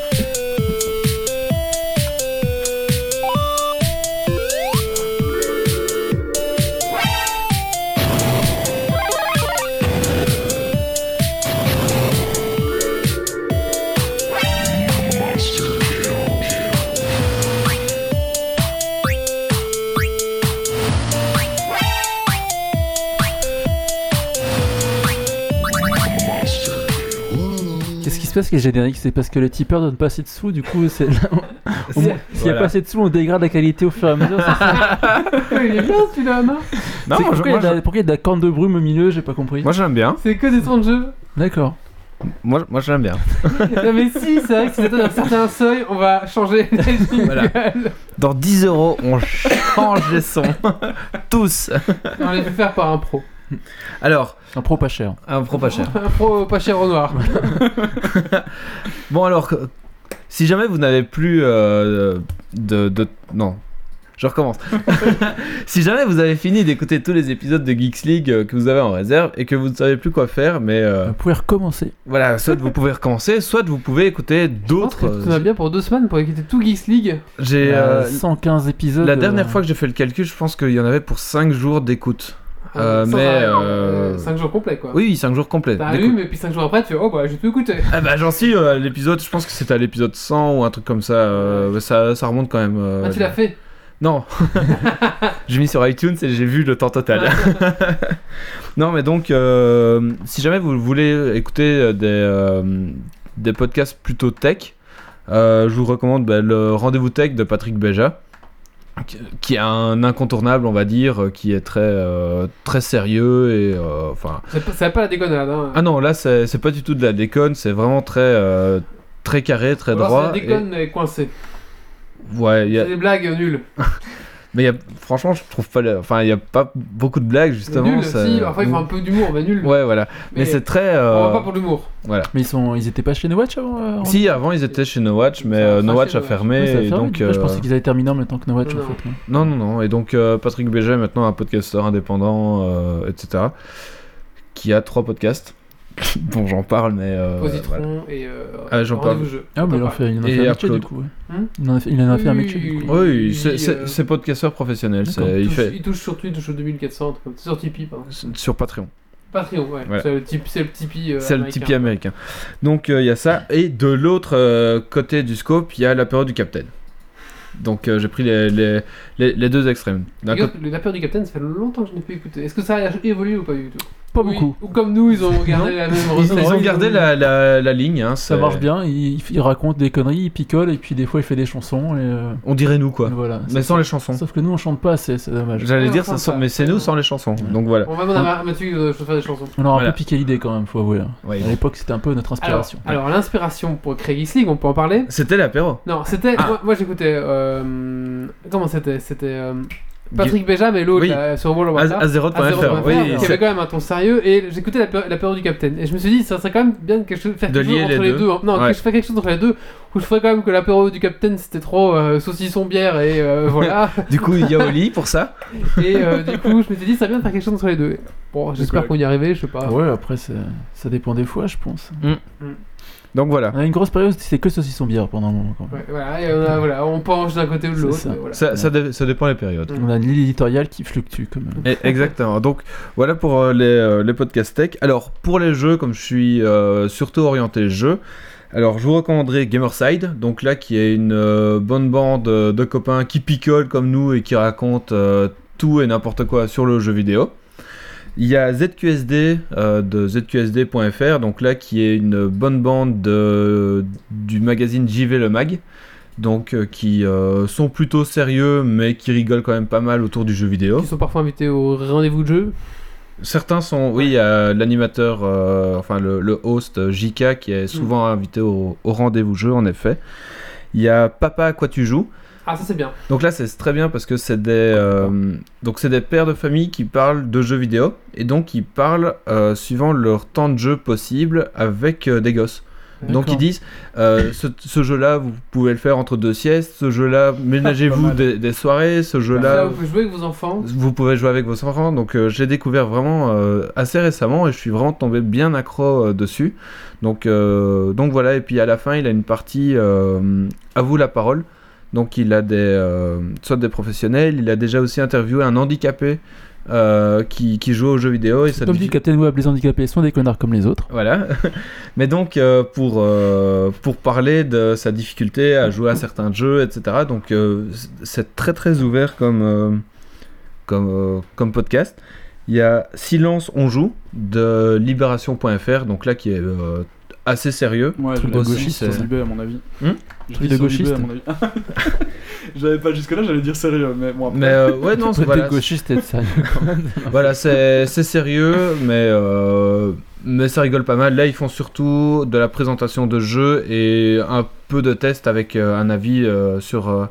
Speaker 5: Qu'est-ce qui se passe avec les génériques C'est parce que les tipeurs donnent pas assez de sous, du coup, c'est là, on- au moins, s'il y a
Speaker 6: Voilà.
Speaker 5: pas assez de sous, on dégrade la qualité au fur et à mesure. c'est ça
Speaker 1: il est bien celui-là, non
Speaker 6: Non,
Speaker 5: C'est
Speaker 6: moi, je-
Speaker 5: pourquoi, il y
Speaker 6: moi,
Speaker 5: a de la- pourquoi il y a de la corne de brume au milieu J'ai pas compris.
Speaker 6: je- moi, j'aime bien.
Speaker 1: C'est que des sons de jeu.
Speaker 5: D'accord.
Speaker 6: Moi, je- moi j'aime bien.
Speaker 1: Non mais si, c'est vrai que si t'atteins un certain seuil, on va changer les jingles.
Speaker 6: Voilà. Dans 10 euros, on change les sons. Tous.
Speaker 1: On les fait faire par un pro.
Speaker 6: Alors,
Speaker 5: Un pro pas cher.
Speaker 6: un pro pas cher.
Speaker 1: Un pro pas cher au noir.
Speaker 6: Bon alors, que- si jamais vous n'avez plus euh, de, de- non, je recommence. si jamais vous avez fini d'écouter tous les épisodes de Geeks League euh, que vous avez en réserve et que vous ne savez plus quoi faire, mais euh,
Speaker 5: Vous pouvez recommencer.
Speaker 6: voilà, soit vous pouvez recommencer, soit vous pouvez écouter
Speaker 1: D'autres.
Speaker 6: d'autres.
Speaker 1: Tu vas bien pour deux semaines pour écouter tout Geeks League.
Speaker 6: J'ai euh,
Speaker 5: Euh, 115 épisodes. euh,
Speaker 6: la dernière fois que j'ai fait le calcul, je pense qu'il y en avait pour 5 jours d'écoute.
Speaker 1: Ah,
Speaker 6: Euh, mais, euh,
Speaker 1: 5 jours complets quoi.
Speaker 6: Oui, 5 jours complets. d'écoute.
Speaker 1: T'allumes et puis 5 jours après tu fais oh bah j'ai tout écouté.
Speaker 6: Ah bah j'en suis euh, à l'épisode, je pense que c'était à l'épisode 100 ou un truc comme ça. euh, ça, ça remonte quand même. euh,
Speaker 1: Ah, tu l'as fait.
Speaker 6: Non, j'ai mis sur iTunes et j'ai vu le temps total. non, mais donc, euh, si jamais vous voulez écouter des, euh, des podcasts plutôt tech, euh, je vous recommande bah, le Rendez-vous Tech de Patrick Béja, qui- qui est un incontournable, on va dire, euh, qui est très, euh, très sérieux et euh, enfin.
Speaker 1: C'est pas- C'est pas la déconnade. Hein.
Speaker 6: ah non, là, c'est c'est pas du tout de la déconne, c'est vraiment très. euh, Très carré, très
Speaker 1: Ou alors,
Speaker 6: droit.
Speaker 1: c'est La déconne est coincée.
Speaker 6: et- Ouais, il y a-
Speaker 1: C'est des blagues euh, nulles.
Speaker 6: mais il y a- franchement, je trouve pas. le- Enfin, il y a pas beaucoup de blagues justement.
Speaker 1: Nulles,
Speaker 6: ça-
Speaker 1: si. Parfois, il faut un peu d'humour, mais nul.
Speaker 6: Ouais, voilà. Mais,
Speaker 1: Mais
Speaker 6: c'est très.
Speaker 1: on
Speaker 6: euh,
Speaker 1: va pas pour l'humour.
Speaker 5: Mais ils, sont... ils étaient pas chez No Watch avant euh,
Speaker 6: Si, avant ils étaient chez No Watch, mais
Speaker 1: Ça a
Speaker 6: euh,
Speaker 1: craché,
Speaker 6: No Watch a
Speaker 1: No Watch.
Speaker 6: fermé.
Speaker 5: Ouais, ça a
Speaker 6: et
Speaker 5: fermé.
Speaker 6: donc,
Speaker 5: Moi, Bah, Je
Speaker 6: euh,
Speaker 5: pensais qu'ils avaient terminé en même temps que No Watch
Speaker 1: Non.
Speaker 5: en fait. non.
Speaker 6: Non, non, non. Et donc, euh, Patrick Béja est maintenant un podcasteur indépendant, euh, etc. Qui a trois podcasts. bon, j'en parle, mais. euh,
Speaker 1: Positron
Speaker 6: voilà.
Speaker 1: et. euh,
Speaker 6: Ah, j'en
Speaker 1: Rendez-vous
Speaker 6: parle.
Speaker 1: Jeu.
Speaker 5: Ah, mais il en,
Speaker 1: T'en parles.
Speaker 5: fait, il en a
Speaker 6: Et
Speaker 5: fait un métier
Speaker 6: Upload.
Speaker 5: du coup. ouais.
Speaker 1: Hum
Speaker 5: il, en a fait, il en a fait un
Speaker 1: Oui,
Speaker 5: métier du
Speaker 1: oui,
Speaker 5: coup.
Speaker 6: Oui,
Speaker 1: Il,
Speaker 6: c'est-
Speaker 1: euh,
Speaker 6: c'est c'est podcasteur professionnel.
Speaker 5: D'accord.
Speaker 6: c'est- Euh, Il
Speaker 1: touche-
Speaker 6: fait.
Speaker 1: il touche sur Twitch, il touche sur 2400, comme sur Tipeee, pardon.
Speaker 6: Sur Patreon.
Speaker 1: Patreon, ouais.
Speaker 6: Voilà.
Speaker 1: C'est le Tipeee. C'est le Tipeee. euh,
Speaker 6: C'est le
Speaker 1: américain.
Speaker 6: Tipeee américain. Donc euh, il y a ça. Et de l'autre euh, côté du scope, il y a la période du Capitaine. Donc euh, j'ai pris les, les, les- les deux extrêmes. D'un
Speaker 1: Regarde, La peur du Capitaine, ça fait longtemps que je n'ai plus écouté. Est-ce que ça a évolué ou pas du tout
Speaker 5: Pas
Speaker 1: Oui,
Speaker 5: beaucoup.
Speaker 1: Ou comme nous, ils ont gardé la même
Speaker 6: côté- ils,
Speaker 1: recette.
Speaker 6: ils ont gardé la, la- la ligne. hein,
Speaker 5: Ça
Speaker 6: c'est-
Speaker 5: marche bien, il, il raconte des conneries, il picole et puis des fois il fait des chansons et euh,
Speaker 6: On dirait nous quoi.
Speaker 5: voilà.
Speaker 6: Mais sans les chansons.
Speaker 5: Sauf que nous on chante pas assez, c'est dommage.
Speaker 6: J'allais
Speaker 1: Ouais,
Speaker 6: dire,
Speaker 1: on
Speaker 6: ça,
Speaker 1: chante
Speaker 6: sans-
Speaker 1: pas.
Speaker 6: mais c'est nous sans les chansons. Donc voilà.
Speaker 1: On va demander
Speaker 6: Hein
Speaker 1: à Mathieu de faire des chansons.
Speaker 5: On leur a
Speaker 6: Voilà.
Speaker 5: un peu piqué l'idée quand même, faut avouer. hein.
Speaker 6: Ouais.
Speaker 5: À l'époque c'était un peu notre
Speaker 1: Alors,
Speaker 5: inspiration.
Speaker 1: alors l'inspiration pour Craig X League, on peut en parler
Speaker 6: C'était l'apéro.
Speaker 1: Non, c'était.
Speaker 6: Ah.
Speaker 1: Moi, moi, j'écoutais. euh, comment c'était C'était. euh, Patrick Béja, mais l'autre
Speaker 6: Oui.
Speaker 1: là, sur World of
Speaker 6: A-
Speaker 1: Warcraft.
Speaker 6: Azeroth.fr.
Speaker 1: qui
Speaker 6: Oui,
Speaker 1: avait
Speaker 6: c'est-
Speaker 1: quand même un ton sérieux et j'écoutais la, peur- la peur du Capitaine et je me suis dit ça serait quand même bien de quelque chose, faire
Speaker 6: De
Speaker 1: quelque chose
Speaker 6: lier les
Speaker 1: entre les deux,
Speaker 6: deux.
Speaker 1: hein. non
Speaker 6: Ouais.
Speaker 1: que je fasse quelque chose entre les deux où je ferais quand même que l'apéro du Capitaine c'était trop euh, saucisson bière et euh, voilà
Speaker 6: du coup, il y a Oli pour ça.
Speaker 1: et euh, du coup je me suis dit ça serait bien de faire quelque chose entre les deux bon j'espère
Speaker 2: D'accord.
Speaker 1: qu'on y arrivait je sais pas
Speaker 5: Ouais, après c'est- ça dépend des fois, je pense.
Speaker 6: Donc voilà.
Speaker 5: On a une grosse période, c'était que saucisson bière pendant un moment quand même.
Speaker 1: Ouais, voilà, et on, a- voilà, on penche d'un côté ou de
Speaker 5: C'est
Speaker 1: l'autre
Speaker 5: ça.
Speaker 1: mais voilà.
Speaker 6: Ça, ça dé- ça dépend des périodes.
Speaker 5: On a une ligne éditoriale qui fluctue euh, quand même.
Speaker 6: Et- exactement. Donc voilà pour euh, les, euh, les podcasts tech. Alors pour les jeux, comme je suis euh, surtout orienté jeu, alors je vous recommanderais Gamerside, donc là qui est une euh, bonne bande euh, de copains qui picolent comme nous et qui racontent euh, tout et n'importe quoi sur le jeu vidéo. Il y a ZQSD euh, de zqsd.fr, donc là qui est une bonne bande de- du magazine JV Le Mag, donc euh, qui euh, sont plutôt sérieux mais qui rigolent quand même pas mal autour du jeu vidéo.
Speaker 1: Ils sont parfois invités au rendez-vous de jeu.
Speaker 6: Certains sont, oui, il y a l'animateur, euh, enfin le, le host euh, JK qui est souvent invité au, au rendez-vous jeu, en effet. Il y a Papa à quoi tu joues.
Speaker 1: Ah, ça c'est bien.
Speaker 6: Donc là, c'est très bien parce que c'est des, euh, donc c'est des pères de famille qui parlent de jeux vidéo et donc ils parlent euh, suivant leur temps de jeu possible avec euh, des gosses. Donc ils
Speaker 5: D'accord.
Speaker 6: disent, euh, ce, ce jeu-là, vous pouvez le faire entre deux siestes. Ce jeu-là, ménagez-vous des, des soirées. Ce jeu-là,
Speaker 1: Là, vous pouvez jouer avec vos enfants.
Speaker 6: vous pouvez jouer avec vos enfants, donc euh, j'ai découvert vraiment euh, assez récemment et je suis vraiment tombé bien accro euh, dessus. Donc, euh, donc voilà, et puis à la fin, il a une partie euh, à vous la parole. Donc il a des, euh, soit des professionnels, il a déjà aussi interviewé un handicapé euh, qui, qui joue aux jeux vidéo et ça
Speaker 5: Comme
Speaker 6: devient-
Speaker 5: dit Captain Web, les handicapés sont des connards comme les autres.
Speaker 6: voilà. Mais donc, euh, pour, euh, pour parler de sa difficulté à jouer à certains jeux, etc. Donc, euh, c- c'est très très ouvert comme, euh, comme, euh, comme podcast. Il y a Silence on joue de libération.fr, donc là qui est euh, assez sérieux.
Speaker 2: Ouais,
Speaker 5: Truc
Speaker 2: je
Speaker 5: de
Speaker 2: dis
Speaker 6: gauchiste,
Speaker 2: sur
Speaker 6: c'est-
Speaker 2: Libé, à mon avis.
Speaker 6: Hum
Speaker 2: Je
Speaker 5: Truc
Speaker 2: dis
Speaker 5: de
Speaker 2: sur Libé,
Speaker 5: gauchiste.
Speaker 2: à mon avis. J'avais pas jusque-là, j'allais dire sérieux, mais bon, après.
Speaker 6: Mais euh, ouais, non, c'est
Speaker 5: Truc
Speaker 6: voilà,
Speaker 5: de gauchiste et de sérieux.
Speaker 6: voilà, c'est c'est sérieux, mais, euh, mais ça rigole pas mal. Là, ils font surtout de la présentation de jeux et un peu de test avec euh, un avis euh, sur. euh,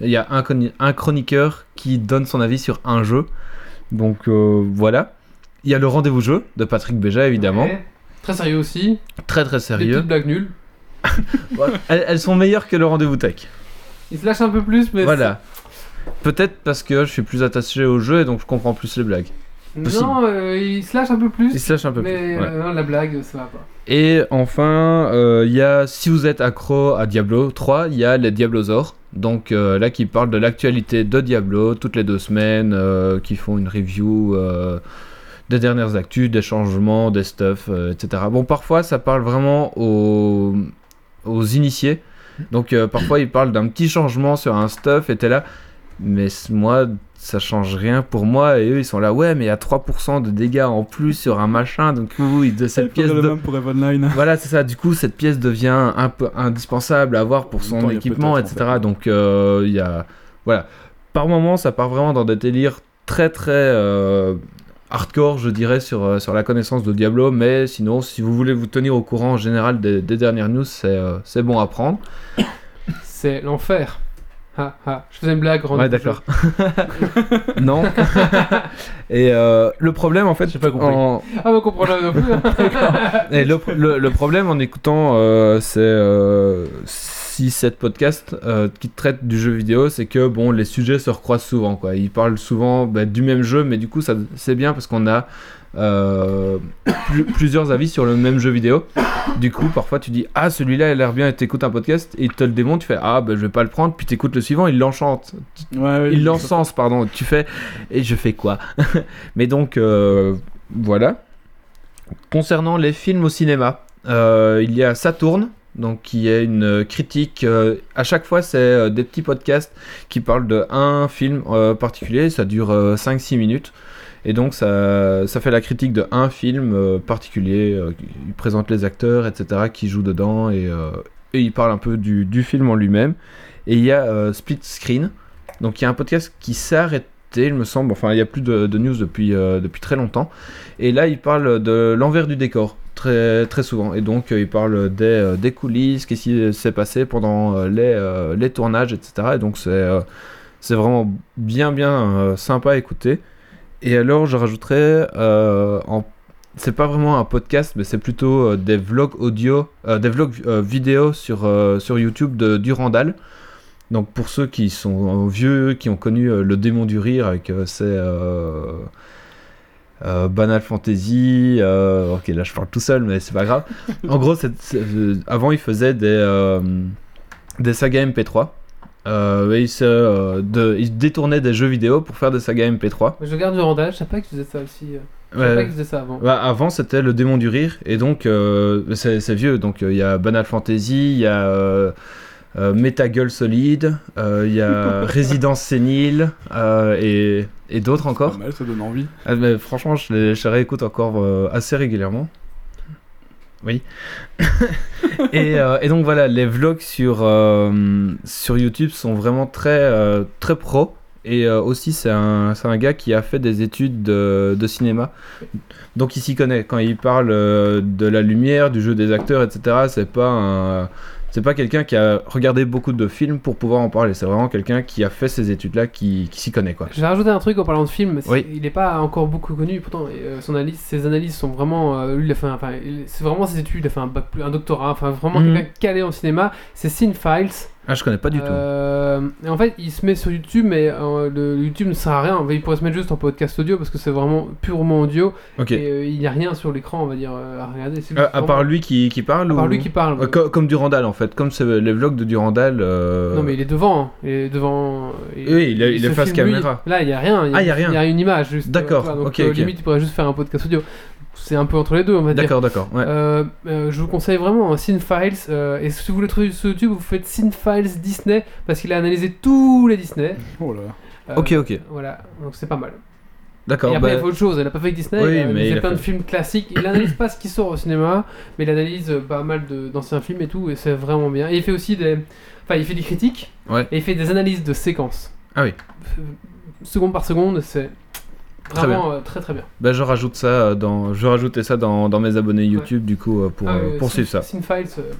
Speaker 6: Il y a un, chroni- un chroniqueur qui donne son avis sur un jeu. Donc euh, voilà. Il y a le rendez-vous jeu de Patrick Béja, évidemment.
Speaker 1: Ouais. Très sérieux aussi.
Speaker 6: Très très
Speaker 1: Des
Speaker 6: sérieux.
Speaker 1: petites blagues nulles.
Speaker 6: Elles, elles sont meilleures que le rendez-vous tech.
Speaker 1: Ils se lâchent un peu plus, mais
Speaker 6: Voilà. Peut-être parce que je suis plus attaché au jeu et donc je comprends plus les blagues. Possible.
Speaker 1: Non, euh, il se lâche un peu plus.
Speaker 6: Il se lâche un peu plus.
Speaker 1: mais
Speaker 6: ouais.
Speaker 1: euh, non, la blague, ça va pas.
Speaker 6: Et enfin, euh, il y a, si vous êtes accro à Diablo 3, il y a les Diablosaures. Donc euh, là, qui parlent de l'actualité de Diablo toutes les deux semaines, euh, qui font une review euh, des dernières actus, des changements, des stuff, euh, etc. Bon, parfois, ça parle vraiment aux, aux initiés. Donc euh, parfois, ils parlent d'un petit changement sur un stuff et t'es là. Mais c- moi, ça change rien pour moi. Et eux, ils sont là, ouais, mais il y a 3% de dégâts en plus sur un machin. Donc, oui, de cette pièce
Speaker 2: le
Speaker 6: de.
Speaker 2: même pour Evenline.
Speaker 6: Voilà, c'est ça. Du coup, cette pièce devient un peu indispensable à avoir pour
Speaker 2: En même temps,
Speaker 6: son
Speaker 2: il y a
Speaker 6: équipement,
Speaker 2: peut-être, en
Speaker 6: etc. Donc, euh, il y a. Voilà. Par moment, ça part vraiment dans des délires très, très. euh, Hardcore, je dirais, sur, euh, sur la connaissance de Diablo, mais sinon, si vous voulez vous tenir au courant en général des, des dernières news, c'est euh, c'est bon à prendre.
Speaker 1: C'est l'enfer. Ah, ah. Je faisais une blague. rendue
Speaker 6: ouais,
Speaker 1: plus
Speaker 6: d'accord. non. Et euh, le problème, en fait,
Speaker 5: pas compris.
Speaker 6: en-
Speaker 1: jeune. Ah, bah, comprends pas non plus.
Speaker 6: Et le, le- le problème en écoutant euh, ces euh, 6-7 podcasts euh, qui traitent du jeu vidéo, c'est que bon, les sujets se recroisent souvent. Quoi. Ils parlent souvent bah, du même jeu, mais du coup, ça, c'est bien parce qu'on a euh, plus- plusieurs avis sur le même jeu vidéo. Du coup, parfois, tu dis Ah, celui-là, il a l'air bien, et t'écoutes un podcast, et il te le démonte, tu fais Ah, bah, je vais pas le prendre, puis t'écoutes le suivant, il l'enchante.
Speaker 2: Ouais, ouais,
Speaker 6: Il l'encense, pardon. Tu fais. Et je fais quoi Mais donc, euh, voilà. Concernant les films au cinéma, euh, il y a Saturne, donc qui est une euh, critique. euh, à chaque fois, c'est euh, des petits podcasts qui parlent de un film euh, particulier. Ça dure euh, 5-6 minutes. Et donc, ça, ça fait la critique de un film euh, particulier. euh, il présente les acteurs, etc., qui jouent dedans. Et, euh, et il parle un peu du, du film en lui-même. Et il y a euh, Split Screen, donc il y a un podcast qui s'est arrêté, il me semble. Enfin, il n'y a plus de, de news depuis, euh, depuis très longtemps. Et là, il parle de l'envers du décor, très, très souvent. Et donc, euh, il parle des, euh, des coulisses, qu'est-ce qui s'est passé pendant euh, les, euh, les tournages, etc. Et donc, c'est euh, c'est vraiment bien, bien euh, sympa à écouter. Et alors, je rajouterais euh, en c'est pas vraiment un podcast, mais c'est plutôt euh, des vlogs audio, euh, des vlogs euh, vidéo sur, euh, sur YouTube de Durandal. Donc pour ceux qui sont euh, vieux, qui ont connu euh, le démon du rire avec euh, ses euh, euh, Banal Fantasy, euh, ok là je parle tout seul mais c'est pas grave. en gros, c'est- c'est- euh, avant il faisait des, euh, des sagas MP3. Euh, et il, se, euh, de- il détournait des jeux vidéo pour faire des sagas MP3.
Speaker 1: Mais Je garde du rendage. Je savais pas que je faisais ça aussi. euh. Je savais
Speaker 6: Ouais.
Speaker 1: pas que je faisais ça avant.
Speaker 6: Bah, avant, c'était le démon du rire, et donc euh, c'est c'est vieux. Donc euh, il y a Banal Fantasy, il y a euh, euh, Metagueule Solide, euh, il y a Résidence Sénile, euh, et, et d'autres
Speaker 2: Pas
Speaker 6: encore.
Speaker 2: mal, ça donne envie.
Speaker 6: Ah, mais franchement, je les, je les réécoute encore euh, assez régulièrement. Oui. et, euh, et donc voilà, les vlogs sur, euh, sur YouTube sont vraiment très, euh, très pro. Et euh, aussi, c'est un, c'est un gars qui a fait des études de, de cinéma. Donc il s'y connaît. Quand il parle euh, de la lumière, du jeu des acteurs, etc., c'est pas un- C'est pas quelqu'un qui a regardé beaucoup de films pour pouvoir en parler. C'est vraiment quelqu'un qui a fait ces études-là, qui, qui s'y connaît, quoi.
Speaker 1: Je vais rajouter un truc en parlant de film. c'est-
Speaker 6: Oui.
Speaker 1: Il n'est pas encore beaucoup connu, pourtant et, euh, son analyse, ses analyses sont vraiment. euh, lui, il a fait un- enfin, il- c'est vraiment ses études. Il a fait un, bac plus- un doctorat, enfin vraiment
Speaker 6: Mhm.
Speaker 1: quelqu'un calé en cinéma. C'est Sin Files.
Speaker 6: Ah, je connais pas du tout.
Speaker 1: Euh, et en fait, il se met sur YouTube, mais euh, le, le YouTube ne sert à rien. Il pourrait se mettre juste en podcast audio parce que c'est vraiment purement audio.
Speaker 6: Ok.
Speaker 1: Et euh, il n'y a rien sur l'écran, on va dire, euh, à regarder. C'est
Speaker 6: Euh, à
Speaker 1: vraiment-
Speaker 6: part lui qui, qui parle
Speaker 1: à part
Speaker 6: ou-
Speaker 1: lui qui parle.
Speaker 6: Euh, co- comme, Durandal en fait, comme c'est les vlogs de Durandal. euh,
Speaker 1: Non, mais il est devant. hein. Il est devant.
Speaker 6: Oui, il est- il est
Speaker 1: se
Speaker 6: face
Speaker 1: filme, lui.
Speaker 6: caméra.
Speaker 1: Là, il n'y a rien.
Speaker 6: Ah, il y a rien.
Speaker 1: Il y a une image juste.
Speaker 6: D'accord,
Speaker 1: voilà, donc,
Speaker 6: ok,
Speaker 1: euh,
Speaker 6: ok.
Speaker 1: Limite, il pourrait juste faire un podcast audio. C'est un peu entre les deux, on va dire.
Speaker 6: D'accord, d'accord. ouais.
Speaker 1: Euh, euh, je vous conseille vraiment hein, Sin Files. euh, et si vous voulez trouver sur YouTube, vous faites Sin Files Disney parce qu'il a analysé tous les Disney.
Speaker 2: Oh là là.
Speaker 1: Euh,
Speaker 6: Ok, ok.
Speaker 1: Voilà, donc c'est pas mal.
Speaker 6: D'accord.
Speaker 1: et après,
Speaker 6: bah,
Speaker 1: il fait autre chose. Il a pas fait que Disney.
Speaker 6: Oui,
Speaker 1: il a
Speaker 6: mais
Speaker 1: analysé
Speaker 6: il a
Speaker 1: plein de
Speaker 6: fait-
Speaker 1: films classiques. Il analyse pas ce qui sort au cinéma, mais il analyse euh, pas mal de- d'anciens films et tout. Et c'est vraiment bien. Et il fait aussi des. Enfin, il fait des critiques.
Speaker 6: Ouais.
Speaker 1: Et il fait des analyses de séquences.
Speaker 6: Ah oui.
Speaker 1: Euh, Seconde par seconde, c'est
Speaker 6: Très
Speaker 1: vraiment euh, très très bien.
Speaker 6: bah, je rajoute ça euh, dans, je vais rajouter ça dans, dans mes abonnés YouTube du coup euh, pour
Speaker 1: Ah,
Speaker 6: euh,
Speaker 1: euh,
Speaker 6: pour
Speaker 1: Sin-
Speaker 6: suivre ça.
Speaker 1: Sin Files, euh,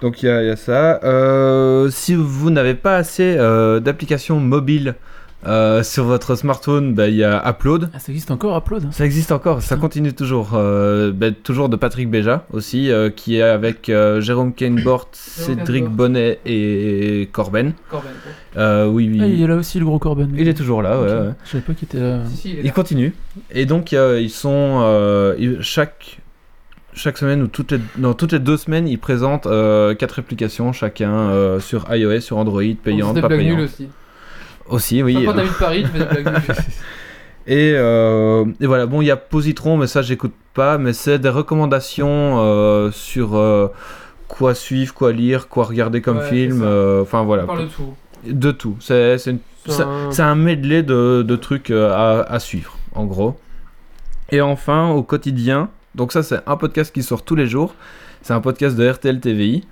Speaker 6: Donc il y, a il y a ça. Euh, si vous n'avez pas assez euh, d'applications mobiles Euh, sur votre smartphone, bah, il y a Upload.
Speaker 5: Ah, ça existe encore, Upload
Speaker 6: Ça existe encore, ça
Speaker 5: Putain.
Speaker 6: continue toujours. Euh, bah, toujours de Patrick Béja aussi, euh, qui est avec euh, Jérôme Kainbort, Cédric
Speaker 1: Kainbort.
Speaker 6: Bonnet et Corben.
Speaker 1: Corben.
Speaker 6: Euh, oui, oui.
Speaker 5: Ah, il est là aussi, le gros Corben.
Speaker 6: Il est toujours là,
Speaker 5: Ok.
Speaker 6: ouais, ouais.
Speaker 5: Je savais pas qu'il était là.
Speaker 1: Si, si, il est
Speaker 6: Ils
Speaker 1: là.
Speaker 6: continuent. Et donc, euh, ils sont. euh, ils- chaque, chaque semaine ou toutes les, non, toutes les deux semaines, ils présentent euh, quatre applications chacun euh, sur iOS, sur Android,
Speaker 1: On
Speaker 6: payante,
Speaker 1: faisait
Speaker 6: pas
Speaker 1: des blagues
Speaker 6: payante.
Speaker 1: nulles aussi.
Speaker 6: Aussi, oui. euh,
Speaker 1: Quand t'as vu de Paris, tu fais des blagues nulles.
Speaker 6: Et, euh, et voilà, bon, il y a Positron, mais ça, j'écoute pas, mais c'est des recommandations euh, sur euh, quoi suivre, quoi lire, quoi regarder comme
Speaker 1: Ouais, c'est
Speaker 6: film,
Speaker 1: ça.
Speaker 6: euh, enfin voilà,
Speaker 1: On parle de tout.
Speaker 6: de tout. C'est c'est une
Speaker 1: C'est
Speaker 6: Ça-
Speaker 1: un-
Speaker 6: c'est un medley de, de trucs euh, à, à suivre, en gros. Et enfin, au quotidien, donc ça c'est un podcast qui sort tous les jours, c'est un podcast de RTL TVI.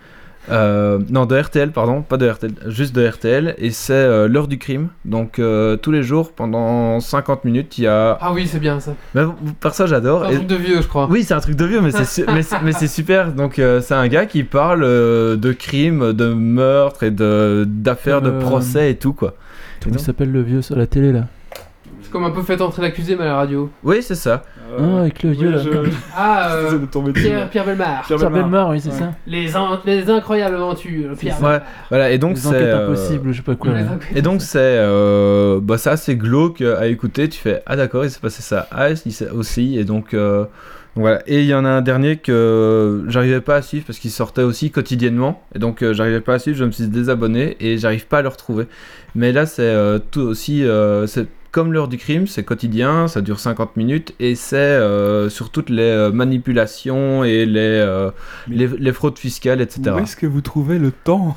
Speaker 6: Euh, non, de RTL, pardon, pas de RTL, juste de RTL, et c'est euh, l'heure du crime. Donc euh, tous les jours, pendant 50 minutes, il y a...
Speaker 1: Ah oui, c'est bien ça.
Speaker 6: Mais bon, par ça
Speaker 1: C'est
Speaker 6: j'adore.
Speaker 1: un
Speaker 6: Et-
Speaker 1: truc de vieux, je crois.
Speaker 6: oui, c'est un truc de vieux, mais c'est su- mais c'est- mais c'est super. Donc euh, c'est un gars qui parle euh, de crimes, de meurtres et de- d'affaires, de
Speaker 5: Euh,
Speaker 6: procès et tout, quoi.
Speaker 5: Comment il s'appelle le vieux sur la télé là
Speaker 1: C'est comme un peu fait entrer l'accusé, mais à la radio.
Speaker 6: Oui, c'est ça.
Speaker 5: Ah, avec le
Speaker 2: Euh, oui,
Speaker 5: vieux là.
Speaker 2: je- je-
Speaker 1: Ah,
Speaker 2: j'essaie
Speaker 1: euh,
Speaker 2: de tomber dessus.
Speaker 1: Pierre, Pierre Belmar.
Speaker 2: Pierre
Speaker 5: Pierre
Speaker 2: Bellemare.
Speaker 5: Belmar, oui, c'est
Speaker 2: Ouais.
Speaker 5: ça.
Speaker 1: Les, in- les incroyables aventures. Pierre
Speaker 6: Ouais, Voilà, et donc
Speaker 5: Les
Speaker 6: c'est.
Speaker 5: enquêtes
Speaker 6: euh,
Speaker 5: impossibles, je sais pas quoi.
Speaker 1: Bellemare.
Speaker 5: là.
Speaker 6: Et donc c'est. euh, bah, c'est assez glauque à écouter. Tu fais Ah, d'accord, il s'est passé ça. Ah, il s'est aussi. Et donc. euh, donc voilà. Et il y en a un dernier que j'arrivais pas à suivre parce qu'il sortait aussi quotidiennement. Et donc euh, j'arrivais pas à suivre. Je me suis désabonné et j'arrive pas à le retrouver. Mais là, c'est euh, tout aussi. euh, c'est comme l'heure du crime, c'est quotidien, ça dure 50 minutes et c'est euh, sur toutes les euh, manipulations et les, euh, les, les fraudes fiscales, etc.
Speaker 2: Où est-ce que vous trouvez le temps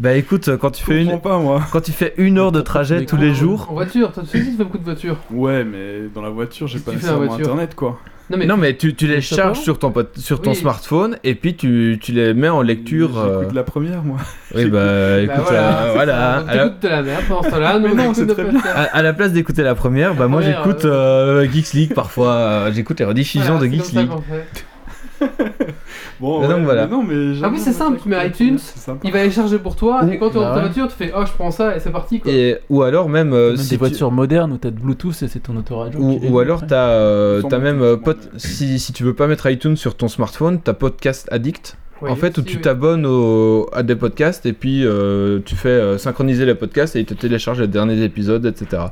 Speaker 6: Bah écoute, quand tu
Speaker 2: Je
Speaker 6: fais une,
Speaker 2: comprends pas, moi.
Speaker 6: Quand tu fais une heure de trajet
Speaker 5: Mais
Speaker 6: tous
Speaker 1: En-
Speaker 6: les jours.
Speaker 1: En voiture, toi, tu sais que tu fais beaucoup de voitures.
Speaker 2: Ouais, mais dans la voiture, j'ai
Speaker 1: Qu'est-ce que
Speaker 2: pas
Speaker 1: tu fais dans la
Speaker 2: nécessairement
Speaker 1: voiture
Speaker 2: internet, quoi.
Speaker 1: Non, mais.
Speaker 6: non mais tu, tu les
Speaker 1: Mais
Speaker 6: charges
Speaker 1: simplement.
Speaker 6: sur ton, pot- sur ton
Speaker 1: Oui.
Speaker 6: smartphone et puis tu, tu les mets en lecture. euh,
Speaker 2: J'écoute la première, moi.
Speaker 6: Oui bah
Speaker 1: Bah
Speaker 6: écoute,
Speaker 1: voilà,
Speaker 6: euh, voilà.
Speaker 1: on
Speaker 6: À, la,
Speaker 1: t'écoute de la merde pendant ce temps-là.
Speaker 2: Mais
Speaker 1: nous, on
Speaker 2: non,
Speaker 1: écoute
Speaker 2: c'est
Speaker 1: nos
Speaker 2: très
Speaker 1: podcasts.
Speaker 6: à- à la place d'écouter la première, bah moi
Speaker 1: Ouais,
Speaker 6: j'écoute
Speaker 1: euh,
Speaker 6: euh, Geeks League parfois. euh, j'écoute les rediffusions
Speaker 1: Voilà, c'est
Speaker 6: de Geeks
Speaker 1: comme ça
Speaker 6: League.
Speaker 1: qu'on fait.
Speaker 2: Bon,
Speaker 6: Mais donc, voilà.
Speaker 2: mais non, mais j'aime
Speaker 1: Ah oui, c'est
Speaker 2: bien
Speaker 1: simple, tu mets
Speaker 2: écouter.
Speaker 1: iTunes.
Speaker 2: C'est sympa.
Speaker 1: Il va les charger pour toi,
Speaker 5: Ouh,
Speaker 1: et quand tu
Speaker 5: bah
Speaker 1: rentres dans ta
Speaker 5: ouais.
Speaker 1: voiture, tu fais Oh, je prends ça, et c'est parti quoi.
Speaker 6: Et, ou alors même... euh,
Speaker 5: Même des
Speaker 6: si tu-
Speaker 5: voitures modernes où t'as de Bluetooth et c'est ton autoradio.
Speaker 6: Ou,
Speaker 5: qui
Speaker 6: ou
Speaker 5: est
Speaker 6: alors
Speaker 5: après.
Speaker 6: t'as euh,
Speaker 2: Sans
Speaker 6: t'as
Speaker 2: mon
Speaker 6: même euh,
Speaker 2: téléphone,
Speaker 6: pot-
Speaker 2: mais-
Speaker 6: si, si tu veux pas mettre iTunes sur ton smartphone t'as podcast addict
Speaker 1: Oui,
Speaker 6: en fait où
Speaker 1: si,
Speaker 6: tu
Speaker 1: oui.
Speaker 6: t'abonnes au- à des podcasts et puis euh, tu fais euh, synchroniser les podcasts et ils te téléchargent les derniers épisodes etc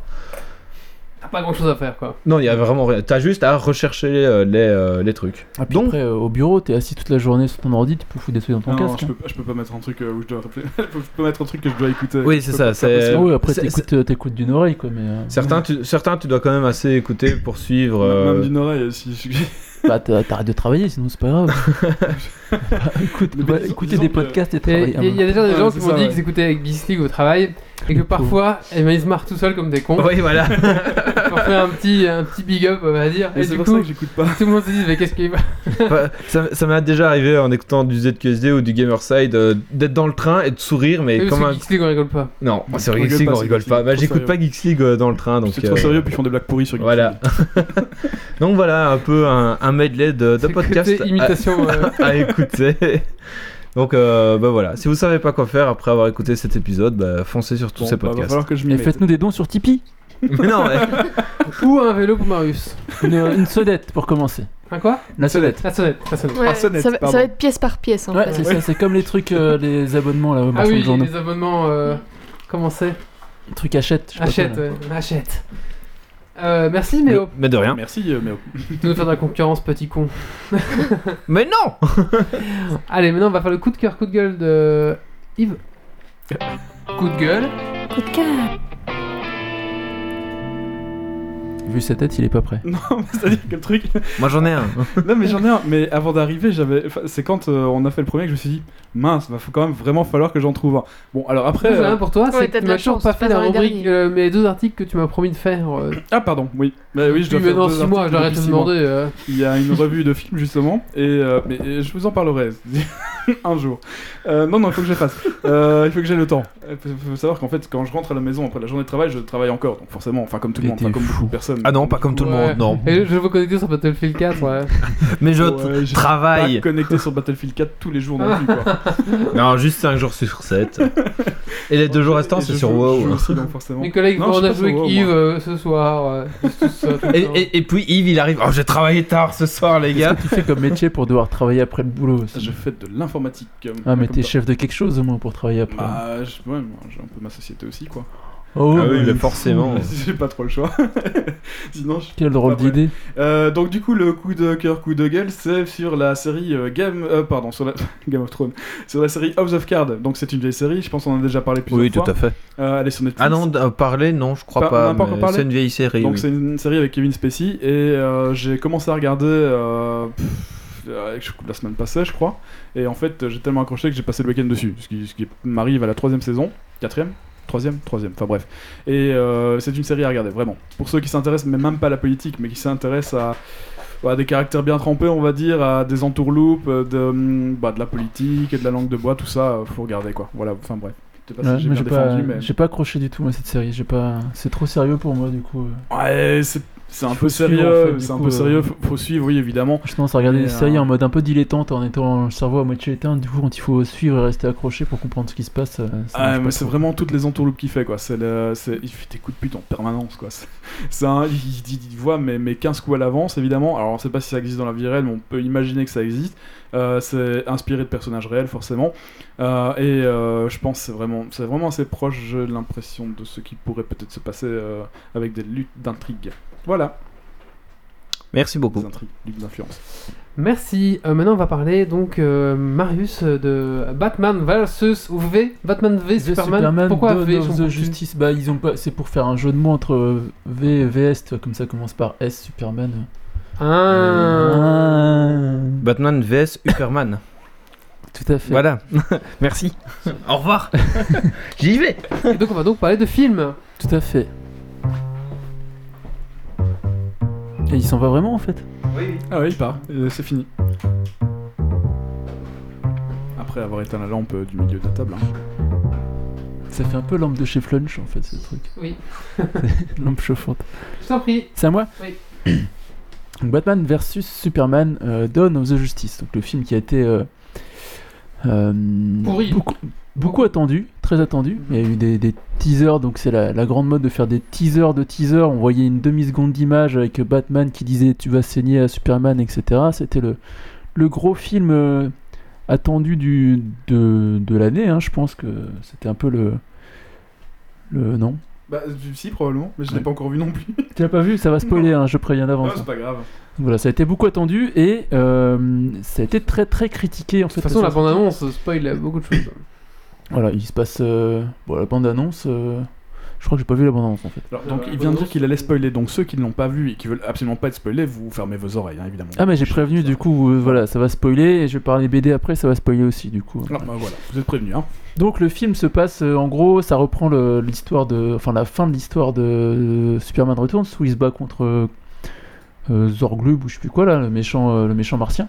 Speaker 1: T'as pas grand chose à faire quoi.
Speaker 6: Non, il y a vraiment rien. T'as juste à rechercher euh, les, euh, les trucs.
Speaker 5: Ah, puis
Speaker 6: Donc-
Speaker 5: après, euh, au bureau, t'es assis toute la journée sur ton ordi, tu peux foutre des trucs dans ton
Speaker 2: Non,
Speaker 5: casque. hein.
Speaker 2: je, peux, pas- je peux pas mettre un truc euh, où je dois. je peux mettre un truc que je dois écouter. Je
Speaker 6: Oui, c'est
Speaker 2: peux
Speaker 6: ça,
Speaker 2: pas faire
Speaker 6: c'est-
Speaker 5: hein.
Speaker 6: Euh, peux-
Speaker 5: Ah oui, après,
Speaker 6: c'est-
Speaker 5: t'écoutes euh, t'écoutes d'une oreille, quoi. Mais, euh,
Speaker 6: Certains tu, certains, tu dois quand même assez écouter pour suivre. euh,
Speaker 2: Même d'une oreille, si je...
Speaker 5: Bah, t'as- t'arrêtes de travailler, sinon c'est pas grave. Bah, écoute,
Speaker 2: Mais
Speaker 5: bah,
Speaker 2: disons-
Speaker 5: écoutez
Speaker 2: disons
Speaker 5: des
Speaker 2: que-
Speaker 5: podcasts et
Speaker 1: Et
Speaker 5: travaillez.
Speaker 1: Il y, a déjà des
Speaker 2: Ouais,
Speaker 1: gens
Speaker 2: c'est
Speaker 1: qui
Speaker 2: ça,
Speaker 1: m'ont dit
Speaker 2: ouais.
Speaker 1: qu'ils écoutaient avec Geeks League au travail, et que
Speaker 5: Le pauvre.
Speaker 1: parfois, eh ben, ils se marrent tout seuls comme des cons.
Speaker 6: Oui, voilà.
Speaker 1: Pour faire un petit, un petit big up, on va dire.
Speaker 2: Et
Speaker 1: Et
Speaker 2: c'est
Speaker 1: du
Speaker 2: pour ça
Speaker 1: coup,
Speaker 2: que j'écoute pas.
Speaker 1: tout le monde se dit Mais qu'est-ce qu'il va
Speaker 6: Enfin, ça ça m'a déjà arrivé en écoutant du ZQSD ou du Gamerside euh, d'être dans le train et de sourire, mais
Speaker 1: Et
Speaker 6: comme
Speaker 1: sur
Speaker 6: un.
Speaker 1: Geeks League, on rigole pas.
Speaker 6: Non, c'est
Speaker 2: On
Speaker 6: vrai, Geeks
Speaker 2: rigole
Speaker 6: League,
Speaker 2: pas,
Speaker 6: on
Speaker 2: c'est
Speaker 6: rigole
Speaker 2: Geeks
Speaker 6: pas.
Speaker 2: League,
Speaker 6: Bah,
Speaker 2: trop
Speaker 6: j'écoute pas
Speaker 2: sérieux.
Speaker 6: Geeks League euh, dans le train, donc.
Speaker 2: C'est trop
Speaker 6: euh,
Speaker 2: sérieux, puis ils font des blagues pourries sur YouTube.
Speaker 6: Voilà. donc voilà, un peu un, un medley de, Ah, de
Speaker 1: C'est le côté
Speaker 6: podcasts à-
Speaker 1: imitation. euh,
Speaker 6: à, écouter. Donc euh, bah voilà, si vous savez pas quoi faire après avoir écouté cet épisode, bah, foncez sur tous
Speaker 2: Bon,
Speaker 6: ces
Speaker 2: bah, va
Speaker 6: podcasts.
Speaker 2: falloir que je m'y
Speaker 5: Et
Speaker 2: mette.
Speaker 5: faites-nous des dons sur Tipeee.
Speaker 6: Mais non, mais-
Speaker 1: Ou un vélo pour Marius.
Speaker 5: Une, une sodette pour commencer.
Speaker 1: Un quoi
Speaker 5: La sodette.
Speaker 1: La sonnette, la sonnette.
Speaker 6: Ah,
Speaker 4: Ouais, ça,
Speaker 2: sonnette,
Speaker 4: va, ça
Speaker 2: pardon.
Speaker 4: va être pièce par pièce en
Speaker 5: Ouais,
Speaker 4: fait.
Speaker 5: c'est ça, c'est comme les trucs, euh, les abonnements là, au
Speaker 1: Ah
Speaker 5: marchand de
Speaker 1: oui,
Speaker 5: journaux.
Speaker 1: les abonnements. euh, Comment c'est
Speaker 5: Les trucs achète. je sais pas quoi,
Speaker 1: Achète,
Speaker 5: là.
Speaker 1: ouais, achète. Euh, merci Méo
Speaker 6: mais de rien.
Speaker 2: Merci, euh, Méo.
Speaker 1: de nous faire de la concurrence, petit con.
Speaker 6: Mais non
Speaker 1: Allez, maintenant on va faire le coup de cœur, coup de gueule de Yves. Coup de gueule.
Speaker 4: Coup de cœur.
Speaker 5: Vu sa tête, il est pas prêt.
Speaker 2: Non, mais c'est-à-dire que le truc.
Speaker 6: Moi j'en ai un.
Speaker 2: Non, mais j'en ai un. Mais avant d'arriver, j'avais. enfin, c'est quand euh, on a fait le premier que je me suis dit, mince, va faut quand même vraiment falloir que j'en trouve un. Bon, alors après.
Speaker 1: J'en ai
Speaker 2: euh,
Speaker 1: un pour toi,
Speaker 4: Ouais,
Speaker 1: c'est que
Speaker 4: t'as
Speaker 1: tu
Speaker 4: de la
Speaker 1: m'as toujours
Speaker 4: chance,
Speaker 1: pas
Speaker 4: c'est
Speaker 1: fait
Speaker 4: pas
Speaker 1: la
Speaker 4: dans les
Speaker 1: rubrique,
Speaker 4: derniers.
Speaker 1: euh, mais les deux articles que tu m'as promis de faire. Euh,
Speaker 2: Ah, pardon, oui. Bah oui, je dois
Speaker 1: depuis
Speaker 2: faire
Speaker 1: maintenant
Speaker 2: deux
Speaker 1: 6 mois,
Speaker 2: articles
Speaker 1: j'arrête de
Speaker 2: depuis
Speaker 1: te
Speaker 2: six mois.
Speaker 1: demander. euh,
Speaker 2: Il y a une revue de films justement, et euh, mais, et je vous en parlerai. un jour. Euh, non, non, il faut que je le fasse. Euh, il faut que j'ai le temps. Il faut, faut savoir qu'en fait, quand je rentre à la maison après la journée de travail, je travaille encore. Donc forcément, enfin comme tout le
Speaker 5: Mais
Speaker 2: monde, enfin,
Speaker 5: t'es
Speaker 2: comme
Speaker 5: fou.
Speaker 2: beaucoup de personnes.
Speaker 6: Ah non, pas comme tout le
Speaker 1: Ouais.
Speaker 6: monde, non.
Speaker 1: Et je vous connecter sur Battlefield 4, ouais.
Speaker 6: Mais je
Speaker 2: Ouais,
Speaker 6: t-
Speaker 2: j'ai
Speaker 6: travaille.
Speaker 2: Pas connecté sur Battlefield 4 tous les jours non plus. Quoi.
Speaker 6: Non, juste 5 jours sur 7. Et les deux jours restants,
Speaker 2: Et
Speaker 6: c'est
Speaker 2: je
Speaker 6: sur
Speaker 2: joue- je joue
Speaker 6: WoW.
Speaker 2: aussi, donc, forcément.
Speaker 1: Nicolas, il
Speaker 2: Non,
Speaker 1: faut
Speaker 2: je
Speaker 1: en
Speaker 2: suis pas
Speaker 1: a joué
Speaker 2: sur WoW,
Speaker 1: avec Yves euh, ce soir. ouais. Juste tout ça, tout le
Speaker 6: Et,
Speaker 1: temps.
Speaker 6: et- et puis Yves, il arrive. Oh, j'ai travaillé tard ce soir, les gars.
Speaker 2: Ah
Speaker 5: Tu fais comme métier pour devoir travailler après le boulot aussi.
Speaker 2: Je fais de l'informatique. euh,
Speaker 5: Ah, mais
Speaker 2: comme
Speaker 5: t'es
Speaker 2: ça.
Speaker 5: chef de quelque chose au moins pour travailler après.
Speaker 2: Bah, je- ouais, moi, j'ai un peu ma société aussi, quoi.
Speaker 5: oh,
Speaker 6: Ah oui,
Speaker 5: mais
Speaker 6: mais forcément.
Speaker 2: J'ai pas trop le choix. Sinon, je-
Speaker 5: Quelle drôle
Speaker 2: Après.
Speaker 5: d'idée.
Speaker 2: Euh, donc du coup, le coup de cœur, coup de gueule, c'est sur la série euh, Game, euh, pardon, sur la Game of Thrones, sur la série House of Cards. Donc c'est une vieille série. Je pense qu'on en a déjà parlé plusieurs
Speaker 6: Oui, tout
Speaker 2: fois.
Speaker 6: à fait.
Speaker 2: Euh, elle est sur Netflix.
Speaker 6: Ah non, d- parler, non, je crois
Speaker 2: Pas- on en a pas
Speaker 6: pas. mais
Speaker 2: encore parlé
Speaker 6: C'est une vieille série.
Speaker 2: Donc
Speaker 6: oui.
Speaker 2: c'est une série avec Kevin Spacey et euh, j'ai commencé à regarder euh, pff, euh, je- la semaine passée, je crois. Et en fait, j'ai tellement accroché que j'ai passé le week-end dessus. Ce qui, ce qui m'arrive à la troisième saison, quatrième. Troisième, troisième, enfin bref. Et euh, c'est une série à regarder, vraiment. Pour ceux qui s'intéressent, mais même pas à la politique, mais qui s'intéressent à, à des caractères bien trempés, on va dire, à des entourloupes, euh, de, hum, bah, de la politique et de la langue de bois, tout ça, euh, faut regarder quoi. Voilà, enfin bref. Je sais pas
Speaker 5: Ouais,
Speaker 2: si j'ai
Speaker 5: mais
Speaker 2: bien
Speaker 5: j'ai pas,
Speaker 2: défendu, mais.
Speaker 5: j'ai pas accroché du tout moi cette série. J'ai pas, c'est trop sérieux pour moi du coup. euh.
Speaker 2: Ouais, c'est c'est un
Speaker 5: Faut
Speaker 2: peu
Speaker 5: suivre,
Speaker 2: sérieux,
Speaker 5: en fait, du
Speaker 2: c'est un
Speaker 5: coup,
Speaker 2: peu
Speaker 5: euh,
Speaker 2: sérieux, faut, faut suivre, oui, évidemment.
Speaker 5: Je tendance à regarder
Speaker 2: Et,
Speaker 5: des
Speaker 2: euh,
Speaker 5: séries en mode un peu dilettante, en étant le cerveau à moitié éteint. Du coup, quand il faut suivre et rester accroché pour comprendre ce qui se passe. euh, ça
Speaker 2: Ah,
Speaker 5: marche
Speaker 2: mais
Speaker 5: pas
Speaker 2: c'est
Speaker 5: trop.
Speaker 2: vraiment toutes les entourloupes qu'il fait, quoi. C'est le, c'est- il fait des coups de pute en permanence, quoi. C'est- c'est un- il, il- il voit mes, mes 15 coups à l'avance, évidemment. Alors, on sait pas si ça existe dans la vie réelle, mais on peut imaginer que ça existe. Euh, c'est inspiré de personnages réels, forcément. Euh, et euh, je pense que c'est vraiment, c'est vraiment assez proche, j'ai l'impression, de ce qui pourrait peut-être se passer euh, avec des luttes d'intrigue. Voilà,
Speaker 6: Merci
Speaker 2: des
Speaker 6: beaucoup.
Speaker 2: intrigues, luttes d'influence.
Speaker 1: Merci. Euh, maintenant, on va parler donc euh, Marius euh, de Batman versus ou V Batman V
Speaker 5: The
Speaker 1: Superman.
Speaker 5: Superman,
Speaker 1: Pourquoi
Speaker 5: Dawn
Speaker 1: V
Speaker 5: of
Speaker 1: son
Speaker 5: the
Speaker 1: contenu
Speaker 5: Justice Bah, ils ont pas. C'est pour faire un jeu de mots entre euh, V et VS, tu vois, comme ça commence par S Superman. Euh.
Speaker 1: Ah.
Speaker 5: Ah.
Speaker 6: Batman vs Superman.
Speaker 5: Tout à fait.
Speaker 6: voilà. Merci. Au revoir. J'y vais.
Speaker 1: Et donc, on va donc parler de films.
Speaker 5: Tout à fait. Et il s'en va vraiment en fait.
Speaker 2: Ah ouais, il part, Euh, c'est fini. Après avoir éteint la lampe euh, du milieu de la table. hein.
Speaker 5: Ça fait un peu lampe de chez Flunch en fait ce truc.
Speaker 1: Oui.
Speaker 5: lampe chauffante.
Speaker 1: Je t'en prie.
Speaker 5: C'est à moi
Speaker 1: Oui.
Speaker 5: Donc, Batman versus Superman euh, Dawn of the Justice. Donc le film qui a été euh, euh,
Speaker 1: Pourri.
Speaker 5: beaucoup, beaucoup attendu, très attendu. Il y a eu des, des teasers, donc c'est la, la grande mode de faire des teasers de teasers. On voyait une demi-seconde d'image avec Batman qui disait tu vas saigner à Superman, etc. C'était le, le gros film euh, attendu du, de, de l'année. hein. Je pense que c'était un peu le... le non
Speaker 2: Bah, euh, si, probablement, mais je l'ai
Speaker 5: Ouais.
Speaker 2: pas encore vu non plus.
Speaker 5: Tu l'as pas vu Ça va spoiler, hein, je préviens d'avance.
Speaker 2: Ah, c'est pas grave.
Speaker 5: Voilà, ça a été beaucoup attendu et euh, ça a été très très critiqué en
Speaker 1: De
Speaker 5: fait.
Speaker 1: toute façon,
Speaker 5: à
Speaker 1: la
Speaker 5: sa sortie.
Speaker 1: bande-annonce spoil beaucoup de choses.
Speaker 5: Voilà, il se passe. euh, Bon, la bande annonce. Je crois que j'ai pas vu la bande annonce en fait.
Speaker 2: Alors, donc,
Speaker 1: Euh,
Speaker 2: il vient de
Speaker 1: bonjour,
Speaker 2: dire qu'il allait
Speaker 1: c'est-
Speaker 2: spoiler, donc ceux qui ne l'ont pas vu et qui veulent absolument pas être spoilés, vous fermez vos oreilles, hein, évidemment.
Speaker 5: Ah, mais j'ai prévenu du coup, euh, voilà, ça va spoiler et je vais parler BD après, ça va spoiler aussi du coup.
Speaker 2: Alors, bah, voilà, vous êtes prévenus, hein.
Speaker 5: Donc le film se passe, euh, en gros, ça reprend le- l'histoire de, enfin la fin de l'histoire de Superman Returns où il se bat contre euh, euh, Zorglub ou je sais plus quoi là, le méchant, euh, le méchant martien,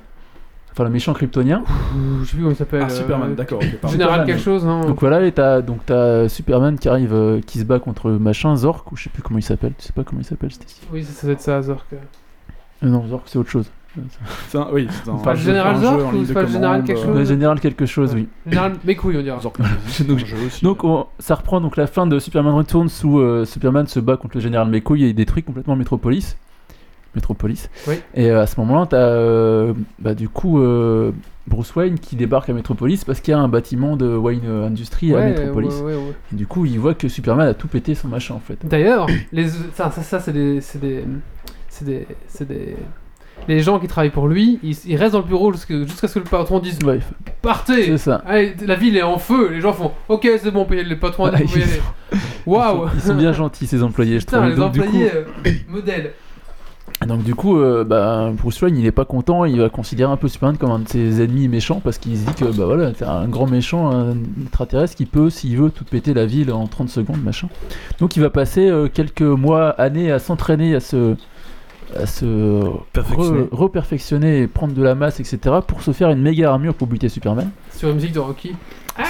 Speaker 5: enfin le méchant kryptonien.
Speaker 1: Ouh, Je sais plus comment il s'appelle.
Speaker 2: Ah, Superman,
Speaker 1: euh,
Speaker 2: d'accord, ok, pardon.
Speaker 1: Général
Speaker 5: Superman,
Speaker 1: quelque
Speaker 5: oui.
Speaker 1: chose, non
Speaker 5: Donc voilà, et t'as donc t'as Superman qui arrive, euh, qui se bat contre machin Zork ou je sais plus comment il s'appelle. Tu sais pas comment il s'appelle, Stacy
Speaker 1: Oui, ça, ça doit être ça, Zork.
Speaker 5: Euh, Non, Zork c'est autre chose.
Speaker 2: C'est un- oui, c'est un,
Speaker 5: C'est pas le
Speaker 2: c'est
Speaker 1: général
Speaker 2: un
Speaker 1: Zork
Speaker 2: jeu en
Speaker 1: ou
Speaker 2: ligne
Speaker 1: c'est
Speaker 2: de
Speaker 1: pas le général
Speaker 2: commande,
Speaker 1: quelque
Speaker 2: euh,
Speaker 1: chose
Speaker 5: Le général quelque chose, oui.
Speaker 1: Général, mes couilles, on dira.
Speaker 2: Zork, c'est un jeu aussi.
Speaker 5: Donc on- ça reprend donc la fin de Superman Returns où euh, Superman se bat contre le général McCoy et détruit complètement Metropolis. Metropolis.
Speaker 1: Oui.
Speaker 5: Et euh, à ce moment-là, t'as euh, bah, du coup euh, Bruce Wayne qui débarque à Metropolis parce qu'il y a un bâtiment de Wayne euh, Industries à
Speaker 1: Ouais,
Speaker 5: Metropolis.
Speaker 1: ouais, ouais, ouais.
Speaker 5: Et du coup, il voit que Superman a tout pété son machin en fait.
Speaker 1: D'ailleurs, les ça, ça, ça, c'est des, c'est des, c'est des, c'est des, les gens qui travaillent pour lui, ils, ils restent dans le bureau jusque- jusqu'à ce que le patron dise
Speaker 5: Ouais,
Speaker 1: partez.
Speaker 5: c'est ça.
Speaker 1: Allez, la ville est en feu. Les gens font ok, c'est bon, payez le patron.
Speaker 5: Voilà,
Speaker 1: vous pouvez y
Speaker 5: ils
Speaker 1: aller.
Speaker 5: sont-
Speaker 1: Waouh.
Speaker 5: Ils sont bien gentils ces employés, je trouve.
Speaker 1: Putain, les
Speaker 5: Donc, du coup-
Speaker 1: employés euh, modèles.
Speaker 5: Et Donc du coup, euh, bah, Bruce Wayne, il est pas content, il va considérer un peu Superman comme un de ses ennemis méchants parce qu'il se dit que bah voilà, t'es un grand méchant, un extraterrestre qui peut, s'il veut, tout péter la ville en 30 secondes, machin. Donc il va passer euh, quelques mois, années à s'entraîner à se à se
Speaker 6: Perfectionner.
Speaker 5: re- reperfectionner et prendre de la masse, etc. pour se faire une méga armure pour buter Superman.
Speaker 1: Sur la musique de Rocky.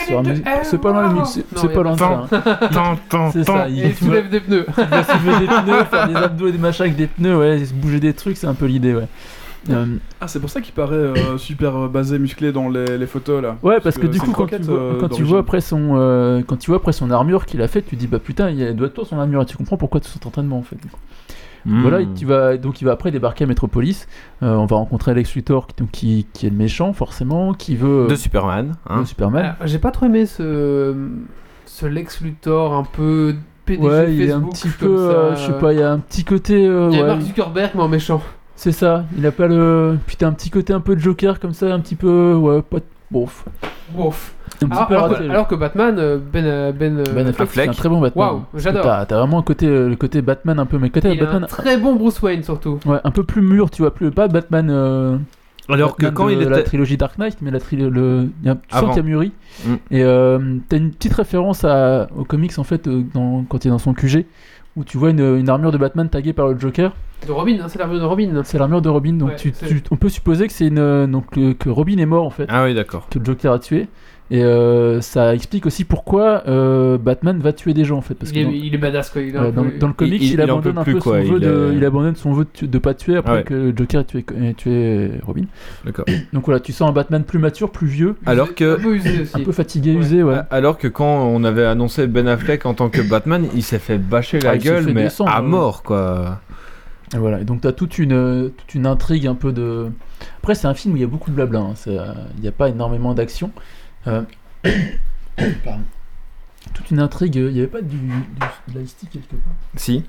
Speaker 5: Sur un mus- C'est pas loin de mu- c'est-
Speaker 1: Non,
Speaker 5: c'est
Speaker 1: y a
Speaker 5: pas loin de ça. hein.
Speaker 8: Tant, tant,
Speaker 5: C'est
Speaker 8: tant.
Speaker 5: ça, il,
Speaker 1: Et
Speaker 5: il
Speaker 1: il soulève des pneus.
Speaker 5: va soulever des pneus, faire des abdos et des machins avec des pneus, ouais, se bouger des trucs, c'est un peu l'idée, ouais. Euh,
Speaker 2: Ah, c'est pour ça qu'il paraît euh, super euh, basé, musclé dans les, les photos là.
Speaker 5: ouais, parce que
Speaker 2: que
Speaker 5: du
Speaker 2: c'est
Speaker 5: coup,
Speaker 2: une
Speaker 5: quand tu,
Speaker 2: croquette,
Speaker 5: vois,
Speaker 2: euh,
Speaker 5: quand tu
Speaker 2: d'origine.
Speaker 5: vois après son, euh, quand tu vois après son armure qu'il a faite, tu dis bah putain, il y a- elle doit être toi son armure, et tu comprends pourquoi tout son entraînement en fait.
Speaker 6: Hmm.
Speaker 5: Voilà, il- tu vas, donc il va après débarquer à Metropolis. Euh, on va rencontrer Alex Luthor, qui, donc, qui, qui est le méchant forcément, qui veut euh,
Speaker 6: De Superman. hein.
Speaker 5: le Superman.
Speaker 1: Alors, Ah, J'ai pas trop aimé ce, ce Lex Luthor un peu PDG
Speaker 5: ouais, il est un
Speaker 1: Facebook.
Speaker 5: petit
Speaker 1: comme
Speaker 5: peu,
Speaker 1: ça.
Speaker 5: euh, je sais pas, il y a un petit côté, euh,
Speaker 1: Il y a
Speaker 5: ouais,
Speaker 1: Mark Zuckerberg, mais en méchant.
Speaker 5: c'est ça. Il a pas le, putain, un petit côté un peu Joker comme ça, un petit peu, ouais, pas, bon, f-
Speaker 1: Ouf.
Speaker 5: un petit
Speaker 1: Alors,
Speaker 5: peu
Speaker 1: Ah, alors que,
Speaker 5: raté,
Speaker 1: alors que Batman, euh, Ben. euh, Ben, euh,
Speaker 5: Ben Affleck, c'est
Speaker 6: Affleck.
Speaker 5: un très bon Batman.
Speaker 1: Waouh,
Speaker 5: Parce que
Speaker 1: j'adore.
Speaker 5: T'as t'as vraiment un côté, euh, le côté Batman un peu, mais côté
Speaker 1: il a un
Speaker 5: Batman,
Speaker 1: très bon Bruce Wayne surtout.
Speaker 5: ouais, un peu plus mûr, tu vois, plus pas Batman. euh,
Speaker 6: Alors que
Speaker 5: Batman
Speaker 6: quand
Speaker 5: de
Speaker 6: il
Speaker 5: la
Speaker 6: était.
Speaker 5: trilogie Dark Knight, mais la trilogie, le... il y a- tu sens
Speaker 6: Avant.
Speaker 5: qu'il y a mûri.
Speaker 6: Mm.
Speaker 5: Et euh, t'as une petite référence à... aux comics en fait euh, dans... quand il est dans son QG où tu vois une, une armure de Batman taguée par le Joker.
Speaker 1: De Robin, hein, c'est l'armure de Robin.
Speaker 5: C'est l'armure de Robin, donc
Speaker 1: Ouais,
Speaker 5: tu-
Speaker 1: c'est-
Speaker 5: tu- on peut supposer que c'est une euh, donc que, que Robin est mort en fait,
Speaker 6: Ah oui, d'accord.
Speaker 5: que le Joker a tué. Et euh, ça explique aussi pourquoi euh, Batman va tuer des gens en fait, parce
Speaker 1: il, est,
Speaker 5: que dans-
Speaker 1: il est badass quoi. Il est un
Speaker 5: Ouais, Euh, dans,
Speaker 1: peu-
Speaker 5: dans le comics,
Speaker 6: il-
Speaker 5: il,
Speaker 6: il en
Speaker 5: abandonne
Speaker 6: peut
Speaker 5: un
Speaker 6: plus,
Speaker 5: peu son
Speaker 6: quoi,
Speaker 5: vœu
Speaker 6: il
Speaker 5: de,
Speaker 6: est-
Speaker 5: il abandonne son vœu de, tu- de pas tuer après
Speaker 6: Ouais.
Speaker 5: que Joker ait tué, ait tué Robin.
Speaker 6: D'accord.
Speaker 5: Donc voilà, tu sens un Batman plus mature, plus vieux,
Speaker 6: Alors
Speaker 1: un
Speaker 6: que.
Speaker 1: peu usé aussi.
Speaker 5: un peu fatigué,
Speaker 1: Ouais.
Speaker 5: usé, ouais.
Speaker 6: Alors que quand on avait annoncé Ben Affleck en tant que Batman, il s'est fait bâcher la
Speaker 5: Ah, il s'est
Speaker 6: gueule,
Speaker 5: fait
Speaker 6: mais
Speaker 5: descendre,
Speaker 6: à
Speaker 5: ouais.
Speaker 6: mort, quoi.
Speaker 5: Et voilà, et donc t'as toute une euh, toute une intrigue un peu de. Après, c'est un film où il y a beaucoup de blabla. hein. C'est, euh, Il n'y a pas énormément d'action. Euh, Pardon. Toute une intrigue. euh, Il n'y avait pas du, du- de la mystique quelque part.
Speaker 6: Si.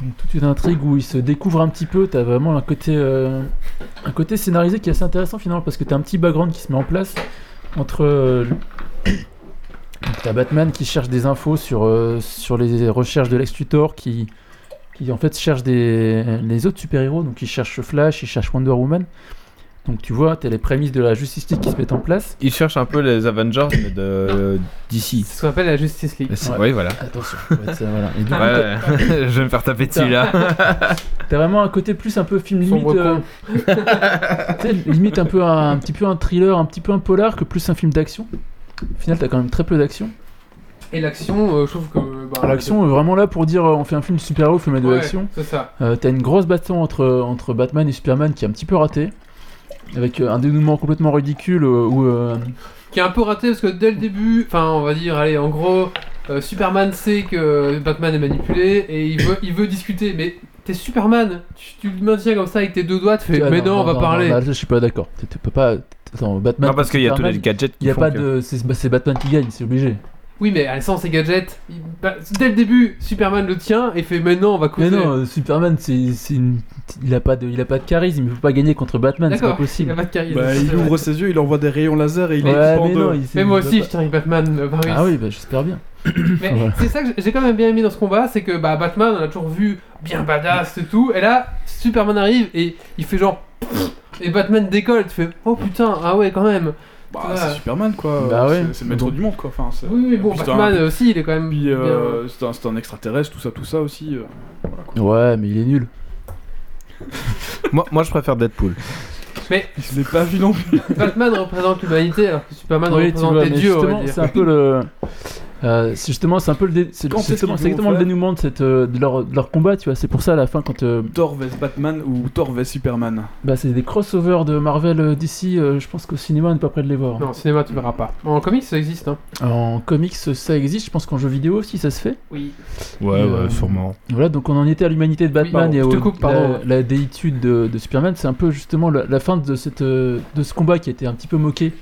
Speaker 5: Donc, toute une intrigue où il se découvre un petit peu. T'as vraiment un côté, euh, un côté scénarisé qui est assez intéressant finalement parce que t'as un petit background qui se met en place entre. euh, le- donc, t'as Batman qui cherche des infos sur, euh, sur les recherches de Lex Luthor qui, qui en fait cherche des, les autres super-héros. Donc il cherche Flash, il cherche Wonder Woman. Donc tu vois, t'as les prémices de la Justice League qui se mettent en place.
Speaker 6: Il cherche un peu les Avengers, mais de d'ici.
Speaker 1: C'est ce qu'on appelle la Justice League.
Speaker 5: Ouais. Ah,
Speaker 6: Oui, voilà.
Speaker 5: Attention, ouais, ça, voilà. Et du coup,
Speaker 6: Ouais, ouais. je vais me faire taper dessus là.
Speaker 5: T'as vraiment un côté plus un peu film limite,
Speaker 1: Sombre
Speaker 5: euh, tu sais, limite un peu un, un petit peu un thriller, un petit peu un polar que plus un film d'action. Au final, t'as quand même très peu d'action.
Speaker 1: Et l'action, euh, je trouve que. bah,
Speaker 5: L'action est vraiment là pour dire euh, on fait un film de super-héros, il faut mettre de
Speaker 1: Ouais,
Speaker 5: l'action.
Speaker 1: C'est ça.
Speaker 5: Euh, t'as une grosse bataille entre, entre Batman et Superman qui est un petit peu raté, avec euh, un dénouement complètement ridicule euh, où euh,
Speaker 1: Qui est un peu raté parce que dès le début, enfin, on va dire, allez, en gros, euh, Superman sait que Batman est manipulé et il veut, il veut discuter, mais. T'es Superman, tu, tu le maintiens comme ça avec tes deux doigts, tu fais
Speaker 5: Ah,
Speaker 1: mais non, on va parler.
Speaker 5: là, je suis pas d'accord. Tu tu peux pas. Attends, Batman.
Speaker 6: Non, parce qu'il y a tous
Speaker 5: Superman,
Speaker 6: les gadgets qui
Speaker 5: il y a
Speaker 6: font
Speaker 5: pas
Speaker 6: que-
Speaker 5: de. C'est bah, c'est Batman qui gagne, c'est obligé.
Speaker 1: Oui, mais euh, sans ses gadgets, il- bah, dès le début, Superman le tient et fait mais non, on va causer.
Speaker 5: Mais non, euh, Superman, c'est, c'est une- il a pas de, il a pas de charisme, il peut pas gagner contre Batman, c'est
Speaker 1: D'accord,
Speaker 5: pas
Speaker 1: il
Speaker 5: possible.
Speaker 1: a pas de charisme.
Speaker 2: Bah,
Speaker 1: C'est
Speaker 2: il
Speaker 1: vrai.
Speaker 2: ouvre ses yeux, il envoie des rayons laser et il est
Speaker 5: ouais,
Speaker 2: coupé en
Speaker 5: mais
Speaker 2: deux.
Speaker 5: non, il,
Speaker 1: Mais moi
Speaker 5: il
Speaker 1: aussi,
Speaker 5: va
Speaker 1: je tiens avec Batman, euh,
Speaker 5: pas-
Speaker 1: Paris.
Speaker 5: Ah oui, bah, j'espère bien.
Speaker 1: Mais
Speaker 5: Voilà.
Speaker 1: c'est ça que j'ai quand même bien aimé dans ce combat, c'est que bah, Batman, on a toujours vu bien badass et tout, et là, Superman arrive et il fait genre. pfff, Et Batman décolle, tu fais oh putain, ah ouais, quand même.
Speaker 2: Bah,
Speaker 1: Ouais.
Speaker 2: c'est Superman quoi.
Speaker 5: Bah
Speaker 2: C'est-
Speaker 5: ouais.
Speaker 2: C'est le maître du monde quoi. Enfin, c'est-
Speaker 1: Oui, oui, bon,
Speaker 2: Puis c'est un-
Speaker 1: Batman aussi, il est quand même.
Speaker 2: Puis,
Speaker 1: bien-
Speaker 2: euh, c'est un, c'est un extraterrestre, tout ça, tout ça aussi. euh, voilà, quoi.
Speaker 5: Ouais, mais il est nul.
Speaker 6: Moi, moi, je préfère Deadpool.
Speaker 2: Je l'ai pas vu non plus.
Speaker 1: Batman représente l'humanité alors que Superman
Speaker 5: Oui, tu
Speaker 1: représente
Speaker 5: vois,
Speaker 1: les
Speaker 5: mais
Speaker 1: dieux, on va
Speaker 5: justement,
Speaker 1: dire.
Speaker 5: c'est un peu le. euh, c'est justement, c'est un peu le. dé- C'est
Speaker 2: Quand est-ce
Speaker 5: justement-
Speaker 2: qu'ils
Speaker 5: c'est exactement
Speaker 2: vont
Speaker 5: le
Speaker 2: faire
Speaker 5: dénouement de, cette, euh, de, leur, de leur combat, tu vois. C'est pour ça, à la fin, quand. euh,
Speaker 2: Thor vs Batman ou Thor vs Superman.
Speaker 5: bah, c'est des crossovers de Marvel euh, d'ici, euh, je pense qu'au cinéma, on n'est pas près de les voir.
Speaker 1: Non, au cinéma, tu le verras pas. En comics, ça existe, hein.
Speaker 5: En comics, ça existe, je pense qu'en jeu vidéo aussi, ça se fait.
Speaker 1: Oui.
Speaker 6: Ouais,
Speaker 5: Euh,
Speaker 6: ouais, sûrement.
Speaker 5: Voilà, donc on en était à l'humanité de
Speaker 1: Oui,
Speaker 5: Batman
Speaker 1: pardon,
Speaker 5: et
Speaker 1: je
Speaker 5: au-
Speaker 1: te coupe, pardon.
Speaker 5: la, la déitude de, de Superman. C'est un peu justement la, la fin de, cette, euh, de ce combat qui était un petit peu moqué,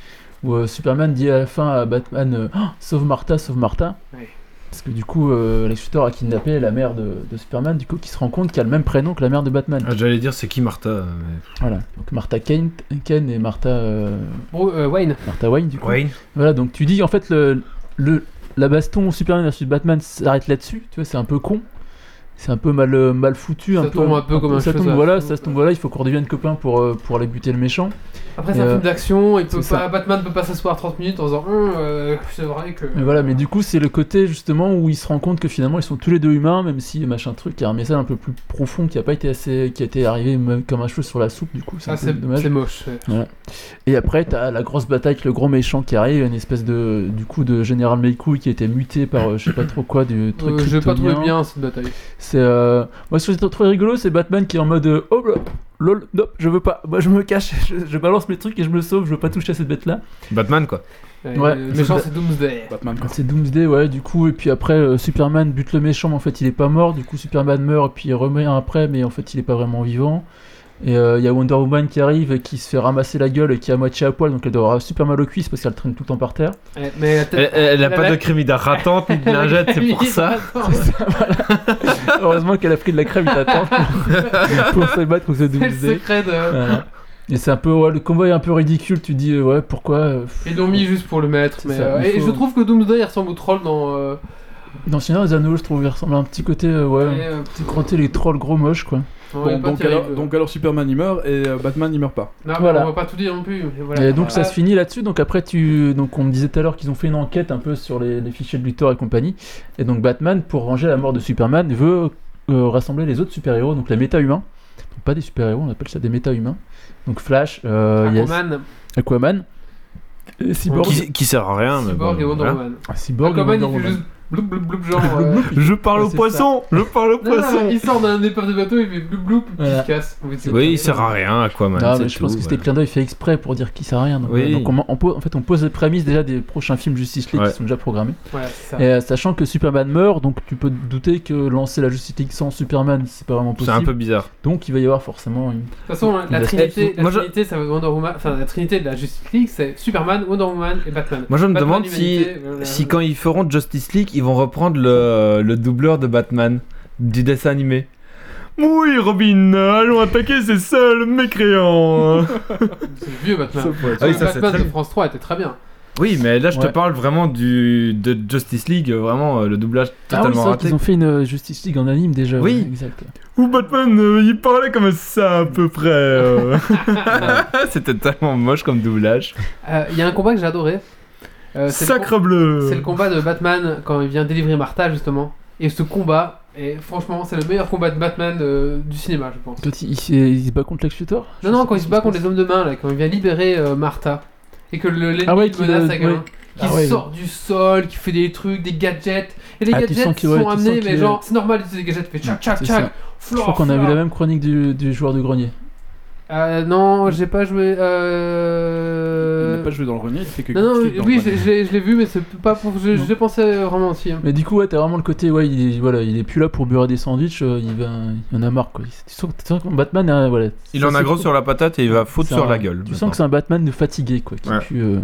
Speaker 5: où euh, Superman dit à la fin à Batman euh, Oh, Sauve Martha, sauve Martha
Speaker 1: Ouais.
Speaker 5: Parce que du coup, euh, Lex Luthor a kidnappé la mère de, de Superman, du coup, qui se rend compte qu'elle a le même prénom que la mère de Batman.
Speaker 6: Ah, J'allais dire, c'est qui Martha mais-
Speaker 5: Voilà, donc Martha Kent, Ken et Martha, euh,
Speaker 1: Bro- euh, Wayne.
Speaker 5: Martha Wayne, du coup. Voilà, donc tu dis en fait le, le- la baston Superman versus Batman s'arrête là-dessus, tu vois, c'est un peu con. c'est un peu mal, euh, mal foutu.
Speaker 1: Ça
Speaker 5: un peu,
Speaker 1: tombe un peu comme un
Speaker 5: ça
Speaker 1: cheveu
Speaker 5: tombe,
Speaker 1: sur la
Speaker 5: voilà,
Speaker 1: soupe.
Speaker 5: ça se tombe voilà, il faut qu'on redevienne copains pour, euh, pour aller buter le méchant.
Speaker 1: Après, c'est un
Speaker 5: Et, euh,
Speaker 1: film d'action, il peut
Speaker 5: c'est
Speaker 1: pas,
Speaker 5: ça.
Speaker 1: Batman peut pas s'asseoir 30 minutes en disant Hum, euh, c'est vrai que.
Speaker 5: Mais voilà, mais du coup, c'est le côté justement où il se rend compte que finalement ils sont tous les deux humains, même si machin truc, il y a un message un peu plus profond qui a pas été assez, qui a été arrivé même comme un cheveu sur la soupe. Du coup, c'est un
Speaker 1: Ah,
Speaker 5: peu
Speaker 1: c'est
Speaker 5: dommage.
Speaker 1: c'est moche. ouais.
Speaker 5: Et après, t'as la grosse bataille avec le gros méchant qui arrive, une espèce de du coup de général Meiku qui a été muté par euh, je sais pas trop quoi du truc.
Speaker 1: Euh, je vais pas trouver
Speaker 5: kryptonien.
Speaker 1: bien cette bataille.
Speaker 5: C'est euh, moi ce que j'ai trouvé rigolo, c'est Batman qui est en mode euh, oh là, lol, non, je veux pas, moi je me cache, je, je balance mes trucs et je me sauve, je veux pas toucher à cette bête là.
Speaker 6: Batman, quoi.
Speaker 1: Ouais,
Speaker 5: Ouais.
Speaker 1: le méchant, c'est Doomsday.
Speaker 2: Batman. quoi.
Speaker 5: C'est Doomsday, ouais, du coup, et puis après euh, Superman bute le méchant, mais en fait il est pas mort, du coup Superman meurt, et puis il remet un après, mais en fait il est pas vraiment vivant. Et euh, il y a Wonder Woman qui arrive et qui se fait ramasser la gueule et qui est à moitié à poil, donc elle doit avoir super mal aux cuisses parce qu'elle traîne tout le temps par terre.
Speaker 1: Ouais, Mais la
Speaker 5: Eh,
Speaker 1: tête.
Speaker 6: Elle, elle a
Speaker 1: la-
Speaker 6: pas
Speaker 1: la-
Speaker 6: de crémida ratante ni de lingette, c'est pour ça.
Speaker 5: Heureusement qu'elle a pris de la crème d'attente pour se battre contre
Speaker 1: C'est le
Speaker 5: Doomsday.
Speaker 1: secret de.
Speaker 5: Voilà. Et c'est un peu ouais, le combat est un peu ridicule. Tu dis euh, ouais pourquoi euh, pff,
Speaker 1: Ils l'ont mis juste pour le mettre.
Speaker 5: C'est
Speaker 1: Mais,
Speaker 5: ça,
Speaker 1: euh,
Speaker 5: il
Speaker 1: et
Speaker 5: faut-
Speaker 1: je trouve que Doomsday il ressemble au troll dans. euh,
Speaker 5: dans Seigneur des Anneaux je trouve il ressemble à un petit côté euh, ouais
Speaker 1: et, euh,
Speaker 5: petit côté les trolls gros moches quoi.
Speaker 1: on est
Speaker 2: Bon,
Speaker 1: pas
Speaker 2: donc,
Speaker 1: terrible.
Speaker 2: alors, donc alors Superman il meurt et euh, Batman il meurt pas.
Speaker 1: euh, Non, mais
Speaker 5: voilà.
Speaker 1: on va pas tout dire non plus. mais voilà.
Speaker 5: Et donc ça
Speaker 1: Ah,
Speaker 5: se finit là-dessus. Donc après tu donc on me disait tout à l'heure qu'ils ont fait une enquête un peu sur les, les fichiers de Luthor et compagnie. Et donc Batman pour ranger la mort de Superman veut euh, rassembler les autres super héros donc les méta humains. Donc pas des super héros on appelle ça des méta humains. Donc Flash, euh, yes,
Speaker 1: Aquaman,
Speaker 5: Aquaman, et Cyborg.
Speaker 6: Qui, qui sert à rien, mais bon, hein.
Speaker 1: Cyborg et Wonder
Speaker 6: voilà.
Speaker 1: Woman.
Speaker 5: Cyborg et
Speaker 1: Aquaman,
Speaker 5: Wonder
Speaker 1: il fait
Speaker 5: Woman.
Speaker 1: juste bloup bloup bloup, genre.
Speaker 5: Bloup,
Speaker 1: euh,
Speaker 5: bloup,
Speaker 6: Je parle au
Speaker 5: C'est
Speaker 6: poisson Je parle au
Speaker 1: non, non,
Speaker 6: poisson
Speaker 1: il sort d'un épave de bateau, il fait bloup bloup, puis il
Speaker 5: Voilà.
Speaker 1: se casse. Oui, c'est-
Speaker 6: Oui, il sert à rien, Aquaman.
Speaker 5: Non,
Speaker 6: c'est
Speaker 5: Ah, mais je pense
Speaker 6: tout,
Speaker 5: que c'était le clin d'œil fait exprès pour dire qu'il sert à rien. Donc,
Speaker 6: Oui.
Speaker 5: euh, donc on, on pose- en fait, on pose les prémices déjà des prochains films Justice League
Speaker 6: Ouais.
Speaker 5: qui sont déjà programmés.
Speaker 1: Voilà, c'est ça.
Speaker 5: Et euh, sachant que Superman meurt, donc tu peux te douter que lancer la Justice League sans Superman, c'est pas vraiment
Speaker 6: C'est
Speaker 5: possible.
Speaker 6: un peu Ah bizarre.
Speaker 5: Donc il va y avoir forcément une.
Speaker 1: De toute façon, hein, la
Speaker 5: Eh,
Speaker 1: trinité, la
Speaker 6: moi, je-
Speaker 1: trinité, ça veut Wonder Woman, enfin la trinité de la Justice League, c'est Superman, Wonder Woman et Batman.
Speaker 6: Moi, je me
Speaker 1: Batman,
Speaker 6: demande si-
Speaker 1: l'humanité, blablabla.
Speaker 6: Si quand ils feront Justice League, ils vont reprendre le, le doubleur de Batman du dessin animé. Oui, Robin, allons attaquer ces seuls mécréants.
Speaker 1: c'est le vieux Batman.
Speaker 6: Ah oui,
Speaker 1: Le
Speaker 6: ça, c'est
Speaker 1: Batman
Speaker 6: très
Speaker 1: de
Speaker 6: bien.
Speaker 1: France 3 était très bien.
Speaker 6: oui, mais là je te
Speaker 5: Ouais.
Speaker 6: parle vraiment du de Justice League, euh, vraiment euh, le doublage
Speaker 5: ah oui,
Speaker 6: totalement
Speaker 5: c'est vrai
Speaker 6: raté.
Speaker 5: qu'ils ont fait une euh, Justice League en anime déjà.
Speaker 6: Oui.
Speaker 5: ouais, exact.
Speaker 6: Ou Batman, euh, il parlait comme ça à peu près. euh. C'était tellement moche comme doublage.
Speaker 1: Euh, Il y a un combat que j'ai adoré. Euh, c'est le com-
Speaker 6: Sacre bleu.
Speaker 1: C'est le combat de Batman quand il vient délivrer Martha justement. Et ce combat, et franchement, c'est le meilleur combat de Batman euh, du cinéma, je pense.
Speaker 5: Quand il, il s'est- il se bat contre Lex Luthor
Speaker 1: Non, non, quand il se bat contre les hommes de main, là, quand il vient libérer euh, Martha, et que le l'ennemi
Speaker 5: Ah ouais,
Speaker 1: le
Speaker 5: qu'il,
Speaker 1: menace
Speaker 5: euh,
Speaker 1: avec un-
Speaker 5: ouais.
Speaker 1: qui
Speaker 5: Ah ouais,
Speaker 1: sort du sol, qui fait des trucs, des gadgets. Et les
Speaker 5: Ah, tu
Speaker 1: gadgets
Speaker 5: sens qu'il-
Speaker 1: sont
Speaker 5: ouais, tu
Speaker 1: amenés,
Speaker 5: sens
Speaker 1: mais
Speaker 5: qu'il-
Speaker 1: genre, c'est normal d'utiliser des gadgets, fait tchac, tchac,
Speaker 5: C'est
Speaker 1: tchac,
Speaker 5: ça. Je crois qu'on a vu la même chronique du, du joueur de grenier.
Speaker 1: Euh, non, j'ai pas joué.
Speaker 2: Il
Speaker 1: Euh...
Speaker 2: n'a pas joué dans le grenier, il fait que.
Speaker 1: Non, non,
Speaker 2: cliquer dans le
Speaker 1: oui,
Speaker 2: grenier.
Speaker 1: je je l'ai je l'ai vu, mais c'est pas pour. je-
Speaker 5: Non.
Speaker 1: J'ai pensé vraiment aussi. hein.
Speaker 5: Mais du coup, ouais, t'as vraiment le côté, ouais, il, voilà, il est plus là pour beurrer des sandwichs, euh, il, va, il en a marre, quoi. Tu sens, tu sens que Batman, euh, voilà.
Speaker 6: Il
Speaker 5: ça,
Speaker 6: en a
Speaker 5: c'est-
Speaker 6: gros sur la patate et il va foutre
Speaker 5: c'est
Speaker 6: sur
Speaker 5: un-
Speaker 6: la gueule.
Speaker 5: Tu
Speaker 6: maintenant.
Speaker 5: sens que c'est un Batman de fatigué, quoi, qui
Speaker 6: Ouais.
Speaker 5: pue, euh,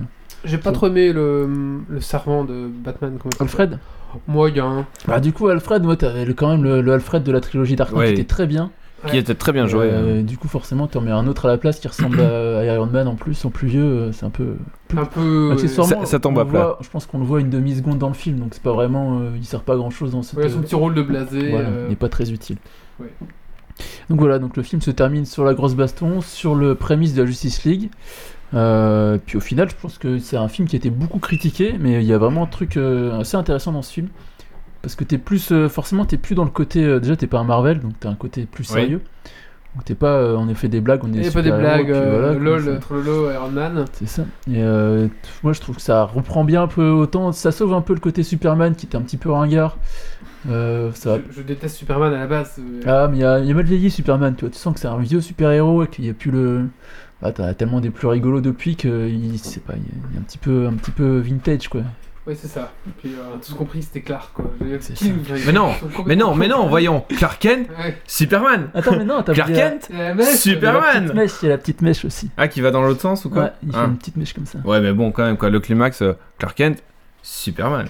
Speaker 1: J'ai pas trop aimé le, le servant de Batman. Comme
Speaker 5: Alfred.
Speaker 1: Moyen.
Speaker 5: Bah, du coup, Alfred, ouais, t'avais le- quand même le, le Alfred de la trilogie Dark Knight
Speaker 6: Ouais.
Speaker 5: qui était très bien.
Speaker 6: qui était très bien joué. hein.
Speaker 5: Euh, Du coup, forcément, t'en mets un autre à la place qui ressemble à, à Iron Man en plus, en plus vieux, euh, c'est un peu.
Speaker 1: Un peu. ouais.
Speaker 5: Accessoirement,
Speaker 6: Ça- ça tombe
Speaker 5: on
Speaker 6: à
Speaker 5: le
Speaker 6: plat.
Speaker 5: voit- je pense qu'on le voit une demi-seconde dans le film, donc c'est pas vraiment. euh, il sert pas à grand chose dans cette.
Speaker 1: Ouais, son
Speaker 5: euh,
Speaker 1: petit rôle de blasé.
Speaker 5: Voilà,
Speaker 1: euh,
Speaker 5: il n'est pas très utile.
Speaker 1: ouais.
Speaker 5: Donc voilà, donc le film se termine sur la grosse baston, sur le prémisse de la Justice League. Euh, puis au final, je pense que c'est un film qui a été beaucoup critiqué, mais il y a vraiment un truc euh, assez intéressant dans ce film. Parce que t'es plus, euh, forcément, t'es plus dans le côté. euh, déjà, t'es pas un Marvel, donc t'as un côté plus
Speaker 6: Oui.
Speaker 5: sérieux. Donc t'es pas. euh, on est fait des blagues, on est.
Speaker 1: Il y a pas des
Speaker 5: super-héros,
Speaker 1: blagues.
Speaker 5: puis
Speaker 1: euh,
Speaker 5: voilà, comme ça.
Speaker 1: LOL, Trololo, Iron Man.
Speaker 5: C'est ça. Et euh, t- moi, je trouve que ça reprend bien un peu autant. Ça sauve un peu le côté Superman qui était un petit peu ringard. Euh, ça va
Speaker 1: Je, je déteste Superman à la base. euh,
Speaker 5: ah, mais il a, il a mal vieilli Superman, tu vois. Tu sens que c'est un vieux super-héros et qu'il n'y a plus le. Bah, t'as tellement des plus rigolos depuis que. Il, c'est pas, il est- il est un petit peu, un petit peu vintage, quoi.
Speaker 1: Ouais, c'est ça. Et puis, euh, on a tous compris que c'était Clark, quoi.
Speaker 5: C'est
Speaker 1: Qui
Speaker 5: ça.
Speaker 1: nous-
Speaker 6: Mais non,
Speaker 1: ils sont complètement
Speaker 6: Mais non, mais non,
Speaker 1: cons.
Speaker 6: voyons. Clark Kent,
Speaker 1: Ouais. eh,
Speaker 6: Superman.
Speaker 5: Attends, mais non, t'as
Speaker 6: Clark
Speaker 5: il y a-
Speaker 6: Kent,
Speaker 1: Et la mèche,
Speaker 5: il y a la petite
Speaker 6: Superman.
Speaker 5: mèche, il y a la petite mèche aussi.
Speaker 6: Ah, qui va dans l'autre sens ou quoi
Speaker 5: ouais, il fait
Speaker 6: Ah.
Speaker 5: une petite mèche comme ça.
Speaker 6: Ouais, mais bon, quand même, quoi. Le climax, euh, Clark Kent, Superman.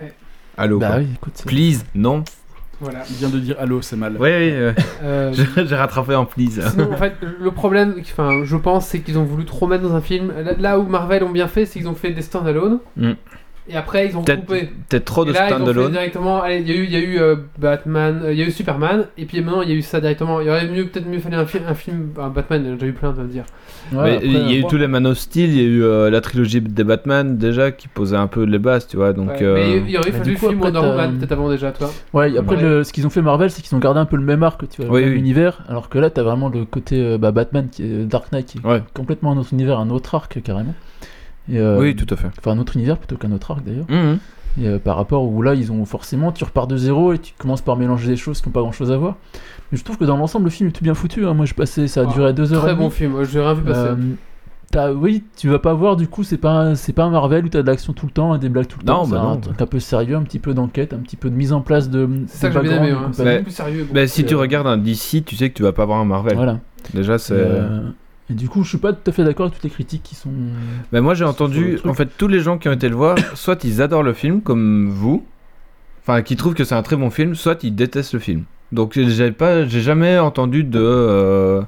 Speaker 1: Ouais.
Speaker 6: Allô,
Speaker 5: bah
Speaker 6: quoi.
Speaker 5: oui, écoute. c'est-
Speaker 6: Please, non.
Speaker 1: Voilà.
Speaker 2: Il vient de dire allô, c'est mal.
Speaker 6: Oui, oui, euh,
Speaker 1: Euh,
Speaker 6: j'ai j'ai rattrapé en please.
Speaker 1: Sinon, en fait, le problème, enfin, je pense, c'est qu'ils ont voulu trop mettre dans un film. Là- Là où Marvel ont bien fait, c'est qu'ils ont fait des stand-alone.
Speaker 6: Mm.
Speaker 1: et après ils ont
Speaker 6: Peut-être
Speaker 1: coupé.
Speaker 6: peut-être trop de
Speaker 1: Et là, ils ont fait
Speaker 6: standalone.
Speaker 1: directement. allez, Il y a eu, il y a eu euh, Batman, euh, il y a eu Superman, et puis maintenant il y a eu ça directement. Il y aurait mieux, peut-être mieux fallu un, fi- un film. un Batman, il y en a déjà eu plein, de dire.
Speaker 6: Mais
Speaker 5: Ouais, après,
Speaker 6: il y a eu
Speaker 5: euh,
Speaker 6: tous les Man of Steel, il y a eu euh, la trilogie des Batman déjà qui posait un peu les bases, tu vois. Donc,
Speaker 1: Ouais,
Speaker 6: euh,
Speaker 1: Mais il y aurait
Speaker 5: mais
Speaker 1: fallu
Speaker 5: du coup,
Speaker 1: film
Speaker 5: après,
Speaker 1: Wonder
Speaker 5: t'as-
Speaker 1: Woman peut-être avant déjà, toi.
Speaker 5: ouais, après
Speaker 1: Ouais.
Speaker 5: le- ce qu'ils ont fait Marvel, c'est qu'ils ont gardé un peu le même arc, tu vois,
Speaker 6: Oui,
Speaker 5: le même
Speaker 6: oui.
Speaker 5: univers, alors que là, t'as vraiment le côté euh, bah, Batman, qui est, Dark Knight, qui est
Speaker 6: Ouais.
Speaker 5: complètement un autre univers, un autre arc carrément. Et, euh,
Speaker 6: oui, tout à fait.
Speaker 5: Enfin, un autre univers plutôt qu'un autre arc d'ailleurs.
Speaker 6: Mhm.
Speaker 5: Et, euh, par rapport où là, ils ont forcément, tu repars de zéro et tu commences par mélanger des choses qui n'ont pas grand chose à voir. Mais je trouve que dans l'ensemble, le film est tout bien foutu. hein. Moi, je passais, ça a
Speaker 1: Ah,
Speaker 5: duré deux heures.
Speaker 1: Très
Speaker 5: et demie.
Speaker 1: bon film, j'ai rien vu passer.
Speaker 5: Euh, t'as- oui, tu vas pas voir du coup, c'est pas un- c'est pas un Marvel où t'as de l'action tout le temps et des blagues tout le
Speaker 6: Non,
Speaker 5: temps.
Speaker 6: bah
Speaker 5: c'est
Speaker 6: non.
Speaker 5: un truc un peu sérieux, un petit peu d'enquête, un petit peu de mise en place de.
Speaker 1: c'est ça
Speaker 5: de
Speaker 1: que j'ai bien aimé.
Speaker 5: background et
Speaker 1: hein. C'est
Speaker 5: compagnie.
Speaker 1: beaucoup plus sérieux. beaucoup
Speaker 6: Mais si
Speaker 1: plus- euh,
Speaker 6: tu regardes un DC, tu sais que tu vas pas voir un Marvel.
Speaker 5: Voilà.
Speaker 6: Déjà, c'est.
Speaker 5: Euh, Et du coup, je suis pas tout à fait d'accord avec toutes les critiques qui sont.
Speaker 6: Mais Bah, moi j'ai
Speaker 5: Sur
Speaker 6: entendu,
Speaker 5: le truc.
Speaker 6: en fait, tous les gens qui ont été le voir, soit ils adorent le film comme vous, enfin qui trouvent que c'est un très bon film, soit ils détestent le film. Donc j'ai pas, j'ai jamais entendu de, euh,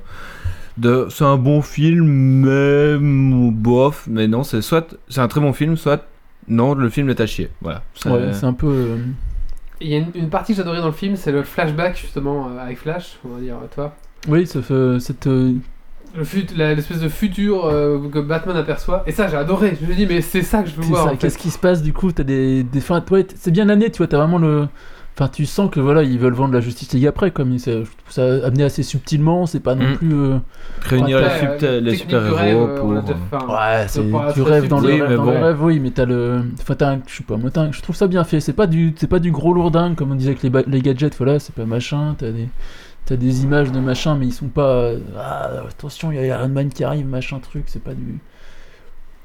Speaker 6: de, c'est un bon film mais mm, bof, mais non, c'est soit c'est un très bon film, soit non le film est à chier. Voilà. Ça-
Speaker 5: Ouais, c'est un peu. euh,
Speaker 1: Et Il y a une, une partie que j'adorais dans le film, c'est le flashback justement euh, avec Flash, on va dire, toi.
Speaker 5: Oui, ça fait- cette. euh,
Speaker 1: Le fut- la- L'espèce de futur euh, que Batman aperçoit. Et ça, j'ai adoré. Je me dis, mais c'est ça que je veux
Speaker 5: C'est
Speaker 1: voir.
Speaker 5: ça,
Speaker 1: en fait.
Speaker 5: Qu'est-ce qui se passe du coup T'as des, des fins. ouais, t- c'est bien amené, tu vois. T'as vraiment le. Enfin, tu sens que voilà, ils veulent vendre la Justice League après, comme ils- c'est- je trouve ça amené assez subtilement. C'est pas non
Speaker 6: Mm.
Speaker 5: plus. euh,
Speaker 6: Réunir
Speaker 1: Après,
Speaker 6: les,
Speaker 1: euh,
Speaker 6: super- les
Speaker 1: technique du
Speaker 6: super
Speaker 1: rêve,
Speaker 6: héros
Speaker 1: euh,
Speaker 6: pour.
Speaker 1: on a déjà fait un-
Speaker 5: Ouais, c'est
Speaker 1: pas
Speaker 5: tu
Speaker 1: très
Speaker 5: rêves dans, le,
Speaker 6: subtil,
Speaker 5: rêve,
Speaker 6: mais
Speaker 5: dans
Speaker 6: bon.
Speaker 5: le rêve, oui, mais t'as le. Enfin, t'as un- je sais pas, moi, t'as un- je trouve ça bien fait. C'est pas du, c'est pas du gros lourdin comme on disait avec les, ba- les gadgets. Voilà, c'est pas machin. T'as des, t'as des images de machin, mais ils sont pas. euh, ah, attention, il y a Iron Man qui arrive, machin truc. C'est pas du.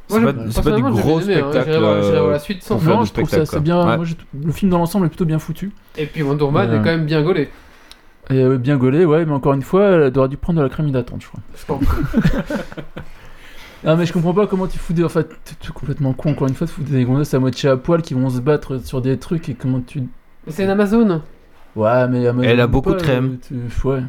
Speaker 1: Moi,
Speaker 6: C'est
Speaker 1: j'ai-
Speaker 6: pas- c'est pas du
Speaker 1: personnellement, j'ai
Speaker 6: gros euh,
Speaker 1: bien aimé, hein.
Speaker 6: spectacle,
Speaker 1: J'irai voir- j'irai voir la suite sans.
Speaker 6: pour faire
Speaker 5: Non,
Speaker 6: du
Speaker 5: je trouve ça,
Speaker 6: spectacle,
Speaker 5: c'est
Speaker 6: quoi.
Speaker 5: bien.
Speaker 6: Ouais.
Speaker 5: moi, j'ai- le film dans l'ensemble est plutôt bien foutu.
Speaker 1: Et puis Wonder Woman
Speaker 5: Euh,
Speaker 1: est quand même bien gaulé.
Speaker 5: Et euh, bien gaulé, ouais, mais encore une fois, elle aurait dû prendre de la crème hydratante, je crois.
Speaker 1: Je pense.
Speaker 5: Ah, mais je comprends pas comment tu fous des. Enfin, t'es t'es complètement con, encore une fois, de foutre des gonzesses à moitié à poil qui vont se battre sur des trucs et comment tu.
Speaker 1: Mais c'est une Amazon.
Speaker 5: Ouais, mais Amazon
Speaker 6: Elle a
Speaker 5: ou
Speaker 6: beaucoup de
Speaker 5: pas,
Speaker 6: crème.
Speaker 5: euh, tu- Ouais.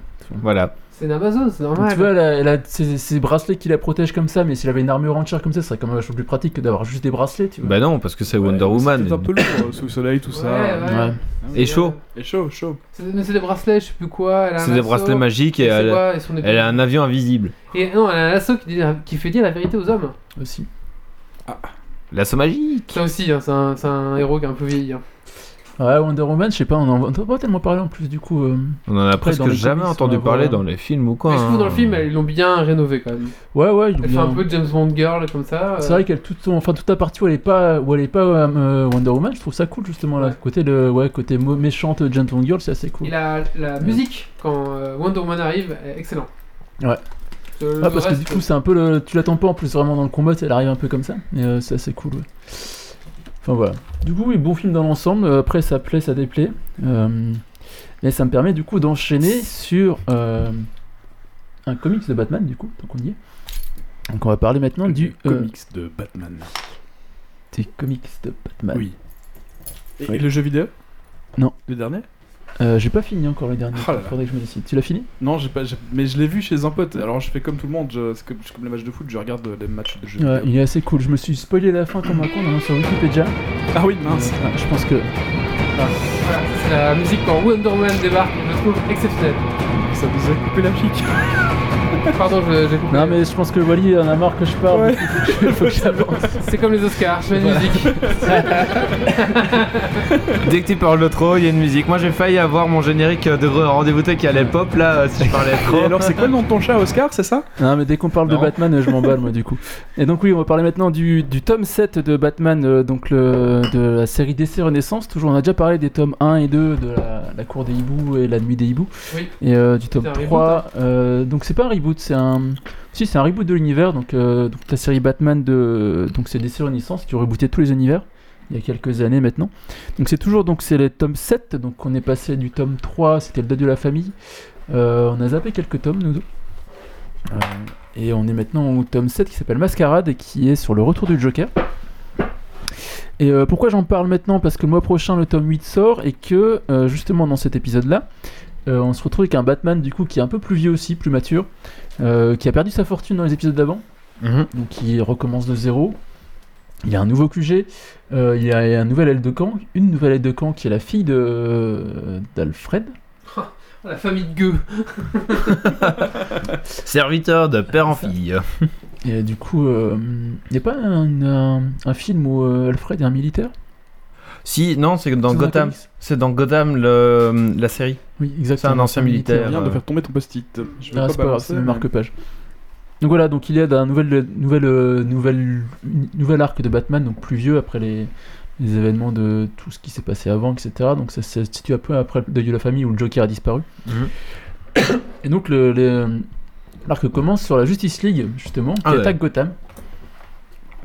Speaker 6: Voilà.
Speaker 1: C'est une Amazon, c'est
Speaker 5: Donc,
Speaker 1: normal.
Speaker 5: tu vois, elle a, elle a ses, ses bracelets qui la protègent comme ça, mais s'il avait une armure entière comme ça, ça serait quand même vachement plus pratique que d'avoir juste des bracelets, tu vois.
Speaker 6: Bah non parce que c'est Wonder
Speaker 2: Ouais,
Speaker 6: Woman.
Speaker 2: C'était un peu lourd, euh, sous le soleil, tout ça.
Speaker 1: Ouais, ouais.
Speaker 6: Et chaud.
Speaker 2: Et chaud, chaud.
Speaker 1: Ah euh, C'est mais c'est des bracelets, je sais plus quoi. elle a un
Speaker 6: C'est des
Speaker 1: lasso,
Speaker 6: bracelets magiques
Speaker 1: je
Speaker 6: et euh,
Speaker 1: sais
Speaker 6: elle,
Speaker 1: quoi, et son épée.
Speaker 6: elle a un avion invisible.
Speaker 1: Et non, elle a un lasso qui, dit- qui fait dire la vérité aux hommes.
Speaker 5: Aussi.
Speaker 6: La magique.
Speaker 1: Ça aussi, hein, c'est un, c'est un héros qui est un peu vieilli. hein.
Speaker 5: Ouais, Wonder Woman, je sais pas, on en on en a pas tellement parlé en plus, du coup. euh,
Speaker 6: On en a
Speaker 5: Après, dans
Speaker 6: presque
Speaker 5: les
Speaker 6: jamais
Speaker 5: comics,
Speaker 6: entendu
Speaker 5: on la
Speaker 6: parler
Speaker 5: voit.
Speaker 6: dans les films ou quoi.
Speaker 1: Mais je trouve
Speaker 6: hein.
Speaker 1: dans le film, ils l'ont bien rénové quand même.
Speaker 5: Ouais, ouais, il
Speaker 1: Elle
Speaker 5: est
Speaker 1: fait
Speaker 5: bien.
Speaker 1: un peu James Bond girl comme ça. euh,
Speaker 5: C'est vrai qu'elle toute son- enfin toute la partie où elle est pas où elle est pas euh, Wonder Woman, je trouve ça cool justement là.
Speaker 1: Ouais.
Speaker 5: Côté le ouais côté mo- méchante Gentle Girl, c'est assez
Speaker 1: Et
Speaker 5: cool.
Speaker 1: la, la musique, quand euh, Wonder Woman arrive, est excellent.
Speaker 5: Ouais.
Speaker 1: Euh,
Speaker 5: Ah
Speaker 1: le
Speaker 5: parce que
Speaker 1: reste,
Speaker 5: du coup c'est un peu le tu l'attends pas en plus vraiment dans le combat, elle arrive un peu comme ça. Et euh, c'est assez cool. ouais. Enfin voilà. Du coup oui bon film dans l'ensemble. Euh, Après ça plaît ça déplaît. Euh, mais ça me permet du coup d'enchaîner sur euh, un comics de Batman du coup tant qu'on y est. Donc on va parler maintenant du euh,
Speaker 2: comics de Batman.
Speaker 5: des comics de Batman.
Speaker 2: Oui. Et,
Speaker 5: Oui.
Speaker 2: et le jeu vidéo
Speaker 5: Non.
Speaker 2: Le dernier
Speaker 5: Euh, j'ai pas fini encore le dernier.
Speaker 2: Oh là là.
Speaker 5: faudrait que je me décide. Tu l'as fini?
Speaker 2: Non, j'ai pas, j'ai- mais je l'ai vu chez un pote. Alors je fais comme tout le monde, je, c'est comme, je suis comme les matchs de foot, je regarde euh, les matchs de jeu
Speaker 5: Ouais,
Speaker 2: vidéo.
Speaker 5: il est assez cool. Je me suis spoilé la fin comme un con dans sur Wikipédia.
Speaker 2: Ah oui, mince.
Speaker 5: Ah, je pense que.
Speaker 1: Voilà, c'est la musique quand Wonder Woman débarque, je la trouve exceptionnelle.
Speaker 2: Ça vous a coupé la pique.
Speaker 1: Pardon, je- j'ai compris.
Speaker 5: Non, mais je pense que Wally en a marre que je parle.
Speaker 2: Ouais.
Speaker 5: Il faut que j'avance.
Speaker 1: C'est comme les Oscars, je fais une musique.
Speaker 6: Dès que tu parles de trop, il y a une musique. Moi j'ai failli avoir mon générique de re- rendez-vous tech qui allait pop là euh, si je parlais
Speaker 2: Et
Speaker 6: trop.
Speaker 2: alors, c'est quoi le nom de ton chat, Oscar, c'est ça
Speaker 5: Non, mais dès qu'on parle
Speaker 6: Non.
Speaker 5: de Batman, je m'emballe moi du coup. Et donc, oui, on va parler maintenant du, du tome 7 de Batman, euh, donc le, de la série DC Renaissance. Toujours, on a déjà parlé des tomes 1 et 2 de la, la cour des hiboux et la nuit des hiboux.
Speaker 1: Oui.
Speaker 5: Et euh, du tome
Speaker 1: C'est un hein.
Speaker 5: 3. euh, donc, c'est pas un reboot, c'est un. Si, c'est un reboot de l'univers. Donc, euh, donc, la série Batman de. Donc, c'est DC Renaissance qui ont rebooté tous les univers il y a quelques années maintenant. Donc, c'est toujours. Donc, c'est le tome 7. Donc, on est passé du tome 3, c'était le deuil de la famille. Euh, on a zappé quelques tomes, nous deux. Euh, et on est maintenant au tome 7 qui s'appelle Mascarade et qui est sur le retour du Joker. Et euh, pourquoi j'en parle maintenant Parce que le mois prochain, le tome 8 sort et que, euh, justement, dans cet épisode-là, euh, on se retrouve avec un Batman du coup qui est un peu plus vieux aussi, plus mature, euh, qui a perdu sa fortune dans les épisodes d'avant,
Speaker 6: Mhm.
Speaker 5: donc il recommence de zéro. Il y a un nouveau QG, euh, il y a un nouvel aide de camp, une nouvelle aide de camp qui est la fille de euh, d'Alfred.
Speaker 1: La famille de gueux.
Speaker 6: Serviteur de père en fille.
Speaker 5: Et euh, du coup, euh, il n'y a pas un, un- un film où euh, Alfred est un militaire
Speaker 6: Si, non, c'est dans
Speaker 5: C'est un
Speaker 6: Gotham.
Speaker 5: comics
Speaker 6: C'est dans Gotham, le- euh, la série.
Speaker 5: Oui, exactement.
Speaker 6: C'est un ancien militaire.
Speaker 2: Je viens de
Speaker 6: euh,
Speaker 2: faire tomber ton post-it. Je vais
Speaker 5: Ah,
Speaker 2: pas
Speaker 5: c'est pas grave,
Speaker 2: balancer,
Speaker 5: c'est le
Speaker 2: mais-
Speaker 5: marque-page. Donc voilà, donc il aide à un nouvel, nouvel, euh, nouvel, nouvel arc de Batman, donc plus vieux après les, les événements de tout ce qui s'est passé avant, etc. Donc ça se situe un peu après le deuil de la famille où le Joker a disparu.
Speaker 6: Mhm.
Speaker 5: Et donc le- le- l'arc commence sur la Justice League, justement, qui
Speaker 6: Ah ouais.
Speaker 5: attaque Gotham.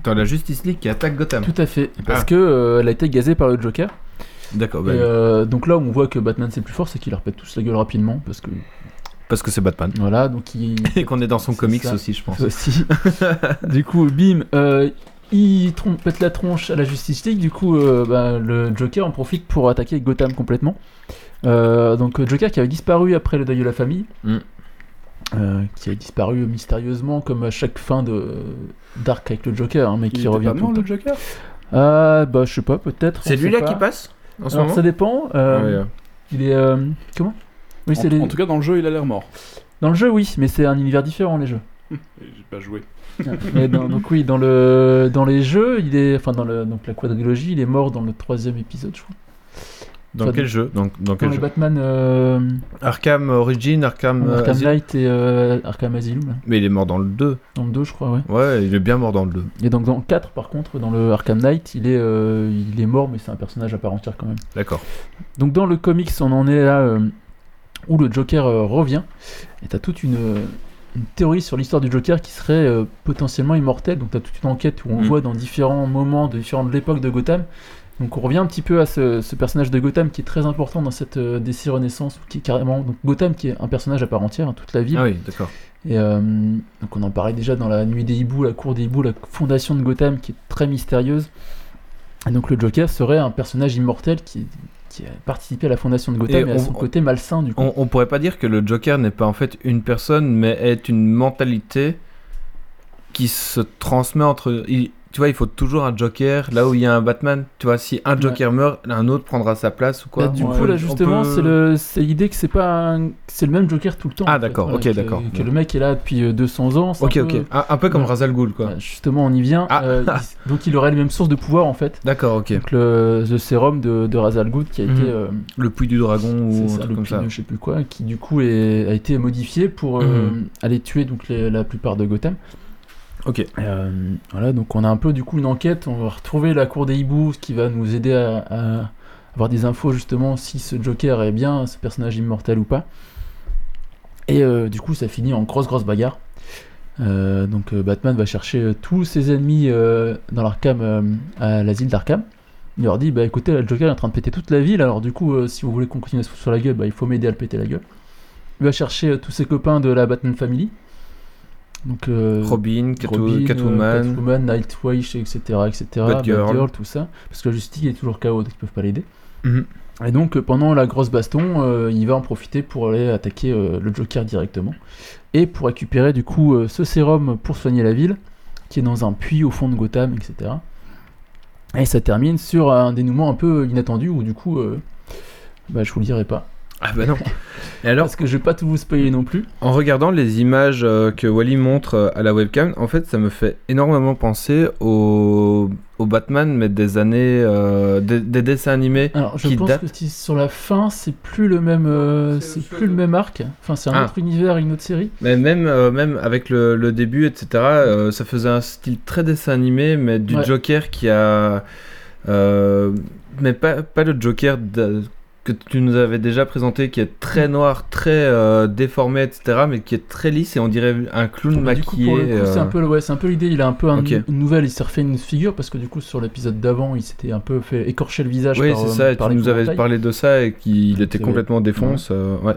Speaker 6: Dans la Justice League qui attaque Gotham.
Speaker 5: Tout à fait, parce
Speaker 6: Ah.
Speaker 5: que euh, elle a été gazée par le Joker.
Speaker 6: D'accord, bah,
Speaker 5: Et euh, donc là où on voit que Batman c'est plus fort, c'est qu'il leur pète tous la gueule rapidement, parce que
Speaker 6: parce que c'est Batman.
Speaker 5: voilà, donc il...
Speaker 6: Et qu'on est dans son
Speaker 5: C'est
Speaker 6: comics
Speaker 5: ça.
Speaker 6: aussi, je pense.
Speaker 5: Toi aussi. du coup, bim, euh, il trompe, pète la tronche à la Justice League. Du coup, euh, bah, le Joker en profite pour attaquer Gotham complètement. Euh, donc, euh, Joker qui avait disparu après le deuil de la famille,
Speaker 6: Mm.
Speaker 5: Euh, qui a disparu mystérieusement, comme à chaque fin de Dark avec le Joker, hein, mais
Speaker 2: Il
Speaker 5: qui
Speaker 2: était
Speaker 5: revient
Speaker 2: pas
Speaker 5: tout
Speaker 2: mort
Speaker 5: le
Speaker 2: le
Speaker 5: temps.
Speaker 2: Joker
Speaker 5: Ah, bah, je sais pas, peut-être.
Speaker 6: C'est
Speaker 5: on
Speaker 6: lui là
Speaker 5: sait
Speaker 6: qui
Speaker 5: pas.
Speaker 6: passe en ce
Speaker 5: Alors,
Speaker 6: moment
Speaker 5: ça dépend.
Speaker 6: Ouais,
Speaker 5: euh,
Speaker 6: euh,
Speaker 5: Il est. euh, comment Oui,
Speaker 2: en,
Speaker 5: c'est les-
Speaker 2: en tout cas, dans le jeu, il a l'air mort.
Speaker 5: Dans le jeu, oui, mais c'est un univers différent, les jeux.
Speaker 2: Et J'ai pas joué.
Speaker 5: Mais dans- donc oui, dans le dans les jeux, il est enfin dans le donc la quadrilogie, il est mort dans le troisième épisode, je crois.
Speaker 6: Dans
Speaker 5: Toi,
Speaker 6: quel
Speaker 5: dans-
Speaker 6: jeu Dans, dans
Speaker 5: Dans
Speaker 6: quel
Speaker 5: les
Speaker 6: jeu
Speaker 5: Batman, euh,
Speaker 6: Arkham Origin, Arkham. euh,
Speaker 5: Arkham
Speaker 6: Asy-
Speaker 5: Knight et euh, Arkham Asylum, là.
Speaker 6: Mais il est mort dans le 2.
Speaker 5: dans le 2 je crois, ouais.
Speaker 6: Ouais, il est bien mort dans le 2.
Speaker 5: Et donc dans le 4 par contre, dans le Arkham Knight, il est euh, il est mort, mais c'est un personnage à part entière quand même.
Speaker 6: D'accord.
Speaker 5: Donc dans le comics, on en est là euh, où le Joker euh, revient. Et t'as toute une, euh, une théorie sur l'histoire du Joker qui serait euh, potentiellement immortel. Donc t'as toute une enquête où on
Speaker 6: Mm.
Speaker 5: voit dans différents moments, de différentes époques de Gotham. Donc on revient un petit peu à ce, ce personnage de Gotham qui est très important dans cette euh, DC Renaissance, qui est carrément donc Gotham qui est un personnage à part entière, hein, toute la ville.
Speaker 6: Ah oui, d'accord.
Speaker 5: Et euh, donc on en parlait déjà dans la nuit des hiboux, la cour des hiboux, la fondation de Gotham qui est très mystérieuse. Et donc le Joker serait un personnage immortel qui, qui a participé à la fondation de Gotham
Speaker 6: Et
Speaker 5: et, à
Speaker 6: on-
Speaker 5: son côté malsain du coup.
Speaker 6: On, on pourrait pas dire que le Joker n'est pas en fait une personne, mais est une mentalité qui se transmet entre. il- tu vois, il faut toujours un Joker là où il y a un Batman. Tu vois, si un Joker meurt, un autre prendra sa place ou quoi.
Speaker 5: Bah, du
Speaker 6: On
Speaker 5: coup
Speaker 6: peut-
Speaker 5: là
Speaker 6: on
Speaker 5: justement
Speaker 6: peut-
Speaker 5: c'est le- c'est l'idée que c'est pas un- que c'est le même Joker tout le temps.
Speaker 6: Ah,
Speaker 5: en fait,
Speaker 6: d'accord, ok,
Speaker 5: que-
Speaker 6: d'accord.
Speaker 5: Que, le mec est là depuis euh, 200 ans. c'est
Speaker 6: Ok,
Speaker 5: un
Speaker 6: ok.
Speaker 5: peu-
Speaker 6: Un, un peu comme
Speaker 5: Ouais.
Speaker 6: Razal Ghoul, quoi.
Speaker 5: Voilà, Justement on y vient.
Speaker 6: Ah.
Speaker 5: Euh, il- donc il aurait les mêmes sources de pouvoir en fait.
Speaker 6: D'accord, ok.
Speaker 5: Donc le, le sérum de, de Ra's al Ghul qui a
Speaker 6: Mhm.
Speaker 5: été euh,
Speaker 6: Le puits du dragon ou
Speaker 5: C'est
Speaker 6: un
Speaker 5: ça,
Speaker 6: truc
Speaker 5: le
Speaker 6: comme ça.
Speaker 5: Pinot, je sais plus quoi, qui du coup est- a été modifié pour euh,
Speaker 6: Mhm.
Speaker 5: aller tuer donc les- la plupart de Gotham.
Speaker 6: Ok.
Speaker 5: Euh, voilà, donc on a un peu du coup une enquête, on va retrouver la cour des hiboux, ce qui va nous aider à, à avoir des infos justement si ce Joker est bien ce personnage immortel ou pas. Et euh, du coup ça finit en grosse grosse bagarre. Euh, donc euh, Batman va chercher euh, tous ses ennemis euh, dans l'Arkham, euh, à l'asile d'Arkham. Il leur dit bah écoutez là, le Joker est en train de péter toute la ville alors du coup euh, si vous voulez qu'on continue à se foutre sur la gueule bah, il faut m'aider à le péter la gueule. Il va chercher euh, tous ses copains de la Batman Family. Donc euh,
Speaker 6: Robin, Catu-
Speaker 5: Robin, euh,
Speaker 6: Catwoman.
Speaker 5: Catwoman, Nightwish, etc., etc.,
Speaker 6: Batgirl.
Speaker 5: Batgirl, tout ça, parce que la Justice est toujours KO, donc ils peuvent pas l'aider.
Speaker 6: Mhm.
Speaker 5: Et donc euh, pendant la grosse baston, euh, il va en profiter pour aller attaquer euh, le Joker directement et pour récupérer du coup euh, ce sérum pour soigner la ville, qui est dans un puits au fond de Gotham, etc. Et ça termine sur un dénouement un peu inattendu où du coup, euh, bah, je vous le dirai pas,
Speaker 6: Ah bah non. Et alors,
Speaker 5: parce que je vais pas tout vous spoiler non plus.
Speaker 6: en regardant les images euh, que Wally montre euh, à la webcam, en fait, ça me fait énormément penser au, au Batman, mais des années, euh, des, des dessins animés.
Speaker 5: Alors, je
Speaker 6: qui
Speaker 5: pense
Speaker 6: date-
Speaker 5: que si sur la fin, c'est plus le même, euh,
Speaker 1: C'est
Speaker 5: c'est
Speaker 1: le
Speaker 5: plus le même arc. Enfin, c'est un
Speaker 6: Ah.
Speaker 5: autre univers, une autre série.
Speaker 6: Mais même, euh, même avec le, le début, etc., euh, ça faisait un style très dessin animé, mais du
Speaker 5: Ouais.
Speaker 6: Joker qui a. euh, mais pas, pas le Joker de- que tu nous avais déjà présenté, qui est très noir, très euh, déformé, etc., mais qui est très lisse et on dirait un clown
Speaker 5: Mais Bah, du coup,
Speaker 6: maquillé.
Speaker 5: pour le coup, c'est un
Speaker 6: euh,
Speaker 5: peu, le- ouais, c'est un peu l'idée. Il a un peu un-
Speaker 6: Ok.
Speaker 5: une nouvelle. Il s'est refait une figure parce que du coup, sur l'épisode d'avant, il s'était un peu fait écorcher le visage.
Speaker 6: Oui,
Speaker 5: par,
Speaker 6: c'est
Speaker 5: euh,
Speaker 6: ça, et
Speaker 5: par
Speaker 6: tu nous avais
Speaker 5: l'épouvantail.
Speaker 6: parlé de ça et qu'il était
Speaker 5: C'est-
Speaker 6: complètement défonce. euh, ouais.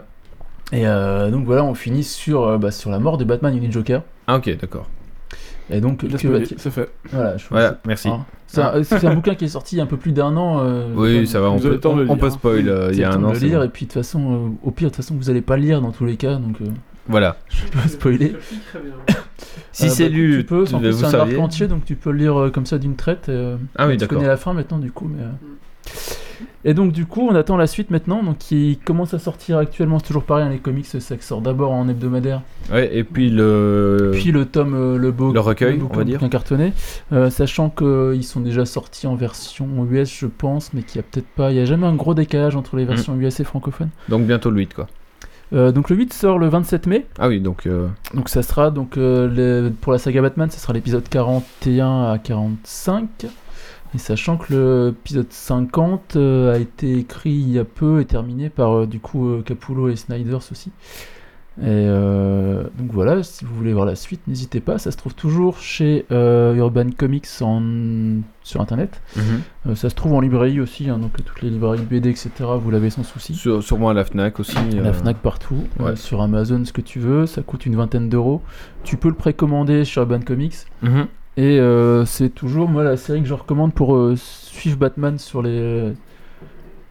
Speaker 5: Et euh, donc voilà, on finit sur, euh, bah, sur la mort de Batman et du Joker.
Speaker 6: Ah, ok, d'accord.
Speaker 5: Et donc,
Speaker 2: Il a
Speaker 5: que
Speaker 2: spoilé,
Speaker 5: va-t-il-
Speaker 2: C'est fait.
Speaker 5: voilà, je-
Speaker 6: Voilà, merci.
Speaker 5: hein. C'est un, c'est un bouquin qui est sorti il y a un peu plus d'un an. euh,
Speaker 6: oui,
Speaker 5: Batman.
Speaker 6: ça va,
Speaker 2: Vous
Speaker 6: on
Speaker 2: avez le
Speaker 6: peut,
Speaker 2: temps de le
Speaker 6: on
Speaker 2: lire.
Speaker 6: peut spoil, euh, il y
Speaker 5: hein. C'est le temps
Speaker 6: a un
Speaker 5: de
Speaker 6: an.
Speaker 5: le
Speaker 6: c'est
Speaker 5: lire
Speaker 6: bon.
Speaker 5: et puis de toute façon euh, au pire de toute façon vous allez pas le lire dans tous les cas donc euh,
Speaker 6: Voilà.
Speaker 5: Je peux pas spoiler.
Speaker 6: Si
Speaker 5: Euh,
Speaker 6: c'est
Speaker 5: bah,
Speaker 6: lu,
Speaker 5: tu peux.
Speaker 6: tu-
Speaker 5: En plus,
Speaker 6: vous
Speaker 5: c'est un arc
Speaker 6: saviez.
Speaker 5: entier, donc tu peux le lire euh, comme ça d'une traite. et, euh,
Speaker 6: Ah oui,
Speaker 5: tu
Speaker 6: d'accord.
Speaker 5: connais la fin maintenant, du coup. Mais, euh. Et donc, du coup, on attend la suite maintenant, donc qui commence à sortir actuellement. C'est toujours pareil, hein, les comics, ça sort d'abord en hebdomadaire,
Speaker 6: Ouais, et puis le.
Speaker 5: puis le tome, euh, le beau.
Speaker 6: le recueil, on va dire.
Speaker 5: Un cartonné, Euh, sachant qu'ils sont déjà sortis en version US, je pense, mais qu'il n'y a peut-être pas. Il n'y a jamais un gros décalage entre
Speaker 6: Mm.
Speaker 5: les versions US et francophones.
Speaker 6: Donc bientôt le 8, quoi.
Speaker 5: Euh, donc, le 8 sort le 27 mai.
Speaker 6: Ah oui, donc. euh,
Speaker 5: Donc ça sera donc euh, le- pour la saga Batman, ça sera l'épisode 41 à 45. Et sachant que l'épisode 50 euh, a été écrit il y a peu et terminé par euh, du coup euh, Capullo et Snyder aussi. Et euh, donc voilà, si vous voulez voir la suite, n'hésitez pas. Ça se trouve toujours chez euh, Urban Comics en- sur internet. Euh, ça se trouve en librairie aussi, hein, donc toutes les librairies BD, etc. Vous l'avez sans souci.
Speaker 6: sur- sûrement à la Fnac aussi.
Speaker 5: La
Speaker 6: euh,
Speaker 5: Fnac partout,
Speaker 6: ouais.
Speaker 5: euh, sur Amazon, ce que tu veux, ça coûte une vingtaine d'euros. Tu peux le précommander sur Urban Comics.
Speaker 6: mhm.
Speaker 5: Et euh, c'est toujours moi la série que je recommande pour euh, suivre Batman sur les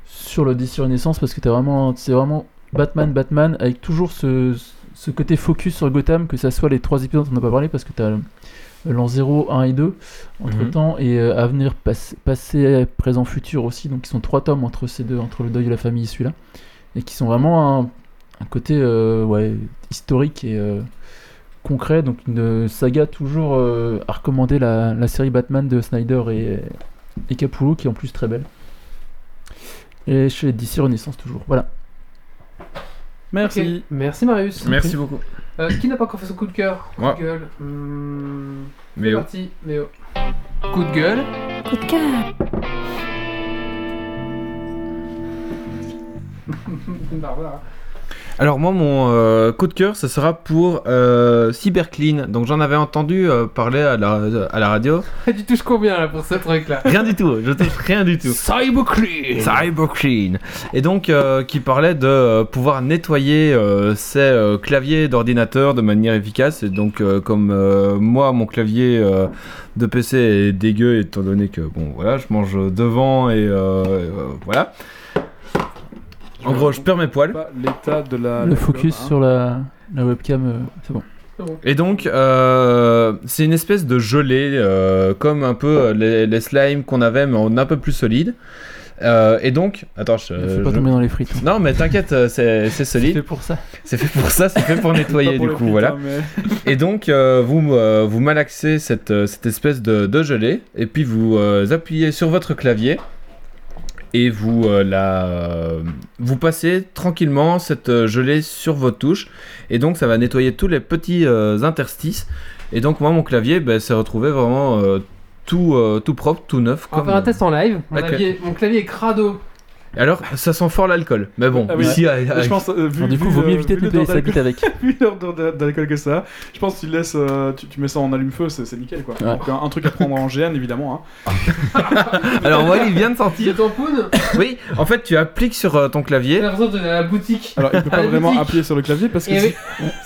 Speaker 5: sur le DC Renaissance parce que t'as vraiment c'est vraiment Batman Batman avec toujours ce, ce côté focus sur Gotham que ça soit les trois épisodes dont on n'a pas parlé parce que t'as euh, l'an 0, 1 et 2 entre
Speaker 6: Mhm.
Speaker 5: temps et euh, avenir passé, passé présent futur aussi donc ils sont trois tomes entre ces deux entre le deuil de la famille et celui-là et qui sont vraiment un, un côté euh, ouais, historique et euh, concret. Donc une saga toujours euh, à recommander la, la série Batman de Snyder et, et Capullo qui est en plus très belle. Et chez DC Renaissance toujours. Voilà.
Speaker 2: Merci.
Speaker 1: Ok. Merci Marius.
Speaker 6: Merci beaucoup.
Speaker 1: Euh, qui n'a pas encore fait son coup de cœur Coup
Speaker 6: Moi.
Speaker 1: de gueule. Hmm,
Speaker 6: Mais
Speaker 1: C'est
Speaker 6: oh.
Speaker 1: parti, Méo. Coup de gueule.
Speaker 4: Coup de cœur.
Speaker 1: Barbara.
Speaker 6: Alors moi mon euh, coup de cœur ce sera pour euh, CyberClean. Donc j'en avais entendu euh, parler à la, à la radio.
Speaker 1: hein. tu touches combien là pour ce truc là
Speaker 6: Rien du tout, je touche rien du tout.
Speaker 1: Cyberclean
Speaker 6: CyberClean. Et donc euh, qui parlait de euh, pouvoir nettoyer euh, ses euh, claviers d'ordinateur de manière efficace. Et donc euh, comme euh, moi mon clavier euh, de PC est dégueu étant donné que bon voilà je mange devant et euh, euh, voilà. En gros je perds mes poils.
Speaker 2: Pas l'état de la.
Speaker 5: le
Speaker 2: la-
Speaker 5: focus
Speaker 2: hein.
Speaker 5: sur la, la webcam, euh, c'est bon.
Speaker 6: Et donc, euh, c'est une espèce de gelée, euh, comme un peu euh, les, les slimes qu'on avait, mais en un peu plus solide. Euh, et donc, attends, je,
Speaker 5: Faut pas
Speaker 6: Euh, je-
Speaker 5: tomber dans les frites.
Speaker 6: non, mais t'inquiète, euh, c'est c'est solide.
Speaker 5: C'est pour ça.
Speaker 6: C'est fait pour ça, c'est fait pour
Speaker 2: Pas
Speaker 6: nettoyer
Speaker 2: pour
Speaker 6: du
Speaker 2: les
Speaker 6: coup,
Speaker 2: putains,
Speaker 6: voilà.
Speaker 2: mais-
Speaker 6: Et donc, euh, vous, euh, vous malaxez cette, euh, cette espèce de, de gelée, et puis vous euh, appuyez sur votre clavier, et vous, euh, la, euh, vous passez tranquillement cette euh, gelée sur votre touche, et donc ça va nettoyer tous les petits euh, interstices. Et donc, moi, mon clavier ben, s'est retrouvé vraiment euh, tout, euh, tout propre, tout neuf.
Speaker 1: On va
Speaker 6: comme-
Speaker 1: faire un test en live. Mon,
Speaker 6: D'accord.
Speaker 1: clavier- mon clavier est crado.
Speaker 6: Alors, ça sent fort l'alcool, mais bon,
Speaker 2: Ah oui.
Speaker 6: ici, à- à-
Speaker 2: Je pense, euh, vu,
Speaker 5: du coup,
Speaker 2: vu
Speaker 5: vaut
Speaker 2: le-
Speaker 5: mieux éviter
Speaker 2: vu
Speaker 5: de
Speaker 2: le
Speaker 5: nettoyer
Speaker 2: dent
Speaker 5: sa bite avec.
Speaker 2: Vu l'ordre d'a- d'alcool que ça, je pense que tu, le laisses, euh, tu, tu mets ça en allume-feu, c'est c'est nickel quoi.
Speaker 5: Ouais.
Speaker 2: Donc, un, un truc à prendre en GN évidemment. hein.
Speaker 6: alors moi, il vient de
Speaker 1: Tu
Speaker 6: sentir.
Speaker 1: tampoune
Speaker 6: Oui, en fait, tu appliques sur euh, ton
Speaker 1: J'ai
Speaker 6: clavier.
Speaker 1: l'impression d'être à la boutique.
Speaker 2: Alors il peut
Speaker 1: À
Speaker 2: pas
Speaker 4: Ah,
Speaker 1: la
Speaker 2: vraiment
Speaker 1: boutique.
Speaker 2: appuyer sur le clavier parce que
Speaker 4: Eh
Speaker 1: Et
Speaker 2: si-
Speaker 1: avec-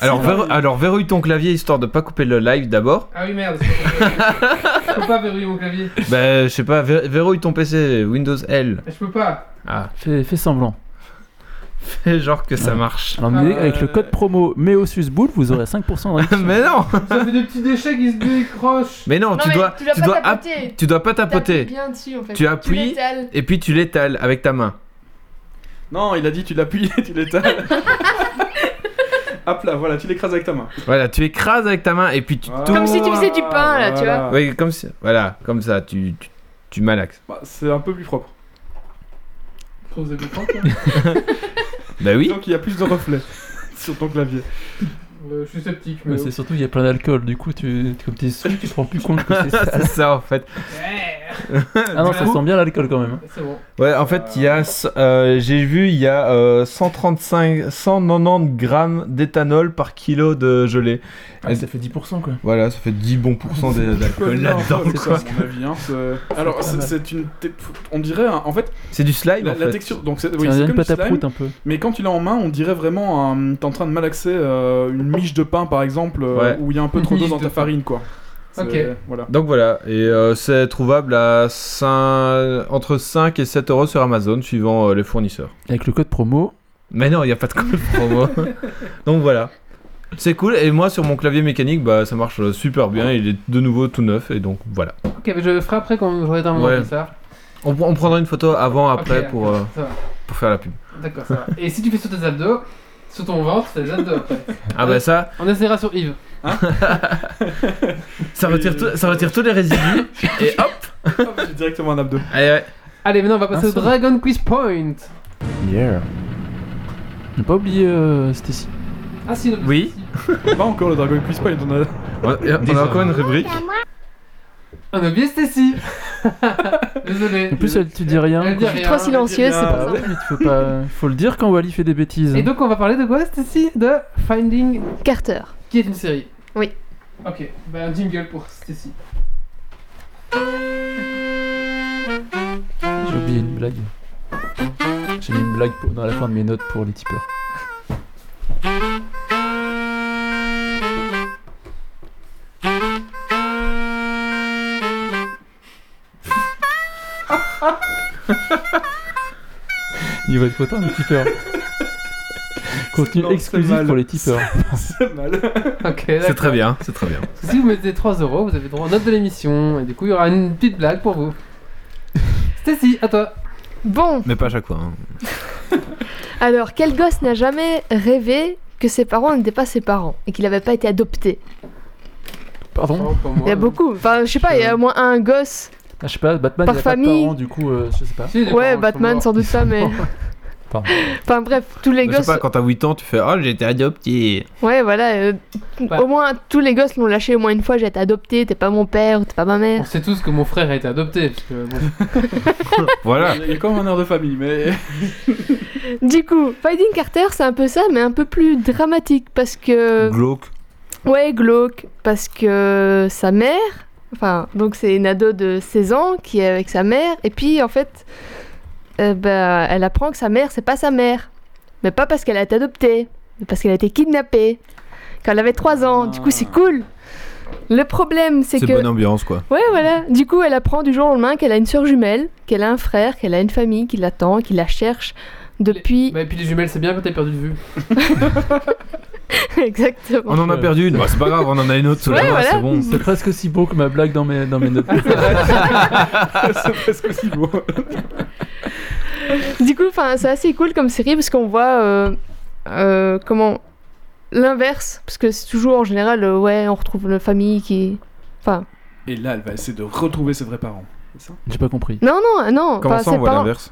Speaker 6: Alors,
Speaker 1: C'est
Speaker 6: verrou-
Speaker 1: vrai.
Speaker 6: alors verrouille ton clavier histoire de pas couper le live d'abord.
Speaker 1: Ah oui, merde. Je peux pas verrouiller mon clavier.
Speaker 6: Bah, je sais pas, ver- verrouille ton PC Windows L.
Speaker 1: Je peux pas.
Speaker 6: Ah,
Speaker 5: Fais, fais semblant.
Speaker 6: fais genre que ça marche.
Speaker 5: Alors,
Speaker 1: Ah,
Speaker 5: mais avec le
Speaker 2: euh,
Speaker 5: code promo MEOSUSBOULE, vous aurez 5% de réduction.
Speaker 6: Mais non,
Speaker 1: Ça fait des petits déchets qui se décrochent.
Speaker 6: mais non,
Speaker 4: Non,
Speaker 6: tu
Speaker 4: mais
Speaker 6: dois,
Speaker 4: tu dois pas
Speaker 6: dois, app-
Speaker 4: tapoter.
Speaker 6: tu dois pas
Speaker 4: T'appuies
Speaker 6: tapoter.
Speaker 4: bien dessus en fait.
Speaker 6: Tu appuies.
Speaker 4: l'étales.
Speaker 6: Et puis tu l'étales avec ta main.
Speaker 2: Non, il a dit tu l'appuies et tu l'étales. Hop là, voilà, tu l'écrases avec ta main.
Speaker 6: Voilà, tu écrases avec ta main et puis tu
Speaker 2: Voilà.
Speaker 6: tournes.
Speaker 4: Comme si tu faisais du pain, là, tu
Speaker 2: Voilà.
Speaker 6: Oui, comme si- voilà, comme ça, tu, tu, tu malaxes.
Speaker 2: Bah, c'est un peu plus propre.
Speaker 1: Trop de dépenses, hein.
Speaker 6: Bah oui.
Speaker 2: Donc il y a plus de reflets sur ton clavier.
Speaker 1: Euh, Je suis sceptique, mais.
Speaker 5: Mais c'est surtout qu'il y a plein d'alcool, du coup, tu, comme t'es sous, tu te rends plus compte que c'est ça.
Speaker 6: C'est ça en fait.
Speaker 1: Ouais,
Speaker 5: Ah non, ça sent bien l'alcool quand même. hein.
Speaker 1: C'est bon.
Speaker 6: Ouais, en fait, il y a, euh, j'ai vu, il y a euh, 135, 190 grammes d'éthanol par kilo de gelée.
Speaker 5: Ah, ça fait 10% quoi.
Speaker 6: Voilà, ça fait 10 bons pourcents d'a- d'alcool là-dedans.
Speaker 2: C'est
Speaker 6: quoi.
Speaker 2: ça, à mon avis, hein, c'est- Alors c'est- c'est une, t- on dirait, hein, en fait,
Speaker 6: C'est du slime
Speaker 2: la,
Speaker 6: en
Speaker 2: la
Speaker 6: fait.
Speaker 2: texture. Donc c'est,
Speaker 5: C'est
Speaker 2: oui,
Speaker 5: un
Speaker 2: c'est
Speaker 5: une
Speaker 2: comme du
Speaker 5: pâte à
Speaker 2: slime,
Speaker 5: prout un peu.
Speaker 2: mais quand tu l'as en main, on dirait vraiment, un- t'es en train de malaxer euh, une miche de pain par exemple, euh,
Speaker 6: Ouais.
Speaker 2: où il y a un peu trop d'eau
Speaker 1: Miche
Speaker 2: dans
Speaker 1: de
Speaker 2: ta
Speaker 1: pain.
Speaker 2: farine quoi. C'est-
Speaker 1: Ok.
Speaker 2: Voilà.
Speaker 6: Donc voilà, et euh, c'est trouvable à 5... entre 5 et 7 euros sur Amazon, suivant euh, les fournisseurs.
Speaker 5: Avec le code promo,
Speaker 6: Mais non, il n'y a pas de code promo. Donc voilà. C'est cool. Et moi, sur mon clavier mécanique, bah, ça marche euh, super bien. Il est de nouveau tout neuf. Et donc, voilà.
Speaker 1: Ok, mais je ferai après quand j'aurai terminé
Speaker 6: Ouais.
Speaker 1: ça.
Speaker 6: On, on prendra une photo avant, après,
Speaker 1: Ok,
Speaker 6: pour, euh,
Speaker 1: ça va.
Speaker 6: pour faire la pub.
Speaker 1: D'accord, ça va. Et si tu fais sur tes abdos, sur ton ventre, c'est les abdos après.
Speaker 6: Ah, bah, ça,
Speaker 1: On essaiera sur Yves.
Speaker 6: ça retire, tout- ça retire tous les résidus. et hop
Speaker 2: J'ai directement un abdo.
Speaker 6: Allez, ouais.
Speaker 1: Allez, maintenant on va passer
Speaker 6: Ah,
Speaker 1: au
Speaker 5: seul.
Speaker 1: Dragon Quiz Point.
Speaker 3: Yeah.
Speaker 5: Ne pas oublier euh, Stacy.
Speaker 1: Ah si, non,
Speaker 6: Oui.
Speaker 2: Pas encore le Dragon Quiz Point, on a-
Speaker 6: On, et on a encore une rubrique.
Speaker 1: On a oublié Stacy. Désolé.
Speaker 5: En plus, elle te dit rien.
Speaker 1: Elle dit rien,
Speaker 4: Trop
Speaker 1: elle dit
Speaker 4: silencieuse,
Speaker 1: rien.
Speaker 4: c'est
Speaker 5: Ah
Speaker 4: pour
Speaker 5: ouais, mais tu peux pas. Faut le dire quand Wally fait des bêtises. hein.
Speaker 1: Et donc on va parler de quoi Stacy De Finding,
Speaker 4: ça. Carter.
Speaker 1: qui est une série.
Speaker 4: Oui.
Speaker 1: Ok, bah un jingle pour Stacy.
Speaker 5: J'ai oublié une blague. J'ai mis une blague pour- dans la fin de mes notes pour les tipeurs. Il va être content les tipeurs. Contenu
Speaker 2: Non, c'est
Speaker 5: exclusif
Speaker 2: mal.
Speaker 5: pour les tipeurs.
Speaker 2: C'est mal.
Speaker 1: Ok,
Speaker 6: C'est
Speaker 1: d'accord.
Speaker 6: très bien, c'est très bien.
Speaker 1: Si vous mettez 3 euros, vous avez droit aux notes de l'émission. Et du coup, il y aura une petite blague pour vous. Stacy, à toi.
Speaker 4: Bon,
Speaker 6: Mais pas à chaque fois. hein.
Speaker 4: alors, quel gosse n'a jamais rêvé que ses parents n'étaient pas ses parents et qu'il n'avait pas été adopté
Speaker 5: Pardon
Speaker 1: pour moi,
Speaker 4: Il y a
Speaker 1: non.
Speaker 4: beaucoup. Enfin, je sais pas, il y a au moins un gosse.
Speaker 5: Ah, Je sais pas, Batman
Speaker 4: Par
Speaker 5: il a pas de
Speaker 4: famille.
Speaker 5: parents du coup, euh, je sais pas.
Speaker 1: Si, les parents
Speaker 4: Ouais,
Speaker 1: sont
Speaker 4: Batman,
Speaker 1: morts.
Speaker 4: sans doute ça, mais.
Speaker 5: Pardon.
Speaker 4: Enfin, bref, tous les
Speaker 6: Bah, Je sais
Speaker 4: gosses.
Speaker 6: pas, quand t'as 8 ans, tu fais Ah, j'ai été adopté.
Speaker 4: Ouais, voilà. euh,
Speaker 1: Bah.
Speaker 4: Au moins, tous les gosses l'ont lâché au moins une fois. J'ai été adopté, t'es pas mon père, t'es pas ma
Speaker 1: On
Speaker 4: mère.
Speaker 1: sait tous que mon frère a été adopté. Parce que, bon,
Speaker 6: Voilà.
Speaker 2: Il y a quand même un air de famille, mais.
Speaker 4: Du coup, Finding Carter, c'est un peu ça, mais un peu plus dramatique parce que.
Speaker 6: Glauque.
Speaker 4: Ouais, glauque, parce que sa mère, enfin, donc c'est une ado de 16 ans qui est avec sa mère, et puis en fait, euh, bah, elle apprend que sa mère, c'est pas sa mère. Mais pas parce qu'elle a été adoptée, mais parce qu'elle a été kidnappée quand elle avait 3 ans. Du coup, c'est cool. Le problème, c'est
Speaker 6: C'est hein.
Speaker 4: que.
Speaker 6: bonne ambiance, quoi.
Speaker 4: Ouais, voilà. Du coup, elle apprend du jour au lendemain qu'elle a une sœur jumelle, qu'elle a un frère, qu'elle a une famille qui l'attend, qui la cherche depuis.
Speaker 1: Bah, et puis les jumelles, c'est bien quand t'as perdu de vue.
Speaker 4: Exactement.
Speaker 6: On en a perdu une. Bah, c'est pas grave, on en a une autre sous la
Speaker 4: Ouais,
Speaker 6: main,
Speaker 4: voilà.
Speaker 6: c'est bon.
Speaker 5: C'est presque aussi beau que ma blague dans mes, dans mes notes.
Speaker 2: c'est presque aussi beau.
Speaker 4: Du coup, 'fin, c'est assez cool comme série parce qu'on voit euh, euh, comment l'inverse, parce que c'est toujours en général, euh, ouais, on retrouve la famille qui. Enfin,
Speaker 2: Et là, elle va essayer de retrouver ses vrais parents. C'est ça
Speaker 5: J'ai pas compris.
Speaker 4: non, non, non.
Speaker 6: Comment
Speaker 4: enfin,
Speaker 6: ça,
Speaker 4: c'est
Speaker 6: on voit
Speaker 4: pas-
Speaker 6: l'inverse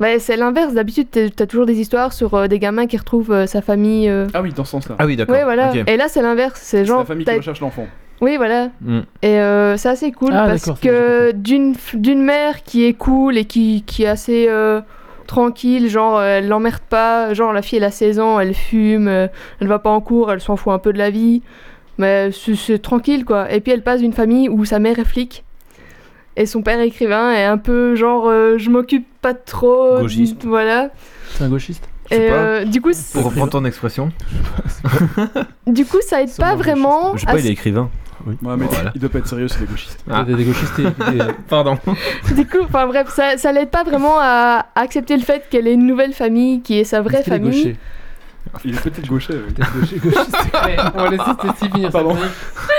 Speaker 4: Ouais, c'est l'inverse. D'habitude, t'es- t'as toujours des histoires sur euh, des gamins qui retrouvent euh, sa famille. euh,
Speaker 2: Ah oui, dans ce sens-là.
Speaker 6: Ah oui, d'accord.
Speaker 4: Ouais, voilà.
Speaker 6: Ok.
Speaker 4: Et là, c'est l'inverse. C'est
Speaker 2: C'est
Speaker 4: genre.
Speaker 2: la famille qui
Speaker 4: t'as-
Speaker 2: recherche l'enfant.
Speaker 4: Oui, voilà.
Speaker 6: Mm.
Speaker 4: Et euh, c'est assez cool
Speaker 5: Ah,
Speaker 4: parce
Speaker 5: d'accord, c'est
Speaker 4: que d'une f- d'une mère qui est cool et qui, qui est assez euh, tranquille, genre euh, elle l'emmerde pas, genre la fille elle a 16 ans, elle fume, euh, elle va pas en cours, elle s'en fout un peu de la vie, mais c'est- c'est tranquille quoi. Et puis elle passe d'une famille où sa mère est flic et son père est écrivain et un peu genre euh, je m'occupe pas trop,
Speaker 6: Gauchiste.
Speaker 4: voilà.
Speaker 5: C'est un gauchiste
Speaker 6: Je sais
Speaker 4: Et
Speaker 6: pas.
Speaker 4: euh, du coup, c-
Speaker 6: Pour reprendre ton expression,
Speaker 4: du coup ça aide
Speaker 5: Sûrement
Speaker 4: pas
Speaker 5: gauchiste.
Speaker 4: vraiment.
Speaker 6: je sais
Speaker 4: à
Speaker 6: pas, il
Speaker 4: s-
Speaker 6: est écrivain.
Speaker 2: Ouais, mais
Speaker 6: Voilà.
Speaker 2: il doit pas être sérieux, c'est des gauchistes.
Speaker 6: Ah.
Speaker 5: Des, des gauchistes et des-
Speaker 6: Pardon.
Speaker 4: Du coup, enfin bref, ça, ça l'aide pas vraiment à accepter le fait qu'elle ait une nouvelle famille qui est sa vraie
Speaker 5: est-ce qu'il est
Speaker 4: famille.
Speaker 5: gaucher
Speaker 2: Il est peut-être gaucher. oui.
Speaker 1: Ouais, on va laisser Stacy finir. sa
Speaker 2: Pardon.
Speaker 1: chronique.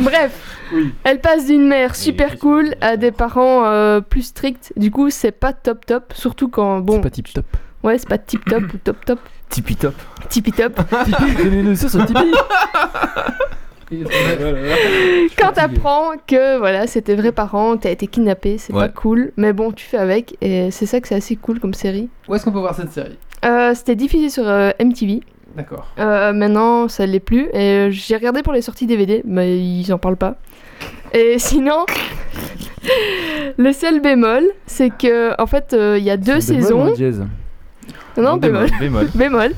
Speaker 4: Bref,
Speaker 2: Oui.
Speaker 4: elle passe d'une mère super
Speaker 6: qu'est-ce
Speaker 4: cool
Speaker 6: que-
Speaker 4: à des parents euh, plus stricts. Du coup, c'est pas top top, surtout quand bon,
Speaker 5: C'est pas tip top.
Speaker 4: ouais, c'est pas tip top ou top top,
Speaker 6: Tipi top.
Speaker 4: tippy top.
Speaker 5: Donnez-nous ça sur Tipeee
Speaker 1: Il est-
Speaker 2: Voilà.
Speaker 4: quand
Speaker 5: fatigué.
Speaker 4: t'apprends que voilà, c'est tes vrais parents, t'as été kidnappé, c'est
Speaker 6: Ouais.
Speaker 4: pas cool, mais bon, tu fais avec et c'est ça que c'est assez cool comme série.
Speaker 1: Où est-ce qu'on peut voir cette série
Speaker 4: Euh, C'était diffusé sur euh, MTV.
Speaker 1: D'accord.
Speaker 4: Euh, maintenant, ça l'est plus. Et euh, j'ai regardé pour les sorties DVD, mais ils en parlent pas. Et sinon, le seul bémol, c'est que en fait, euh, il y a deux
Speaker 5: C'est un bémol ou un
Speaker 4: saisons.
Speaker 5: dièse
Speaker 4: Non, bémol.
Speaker 6: Bémol.
Speaker 4: Bémol.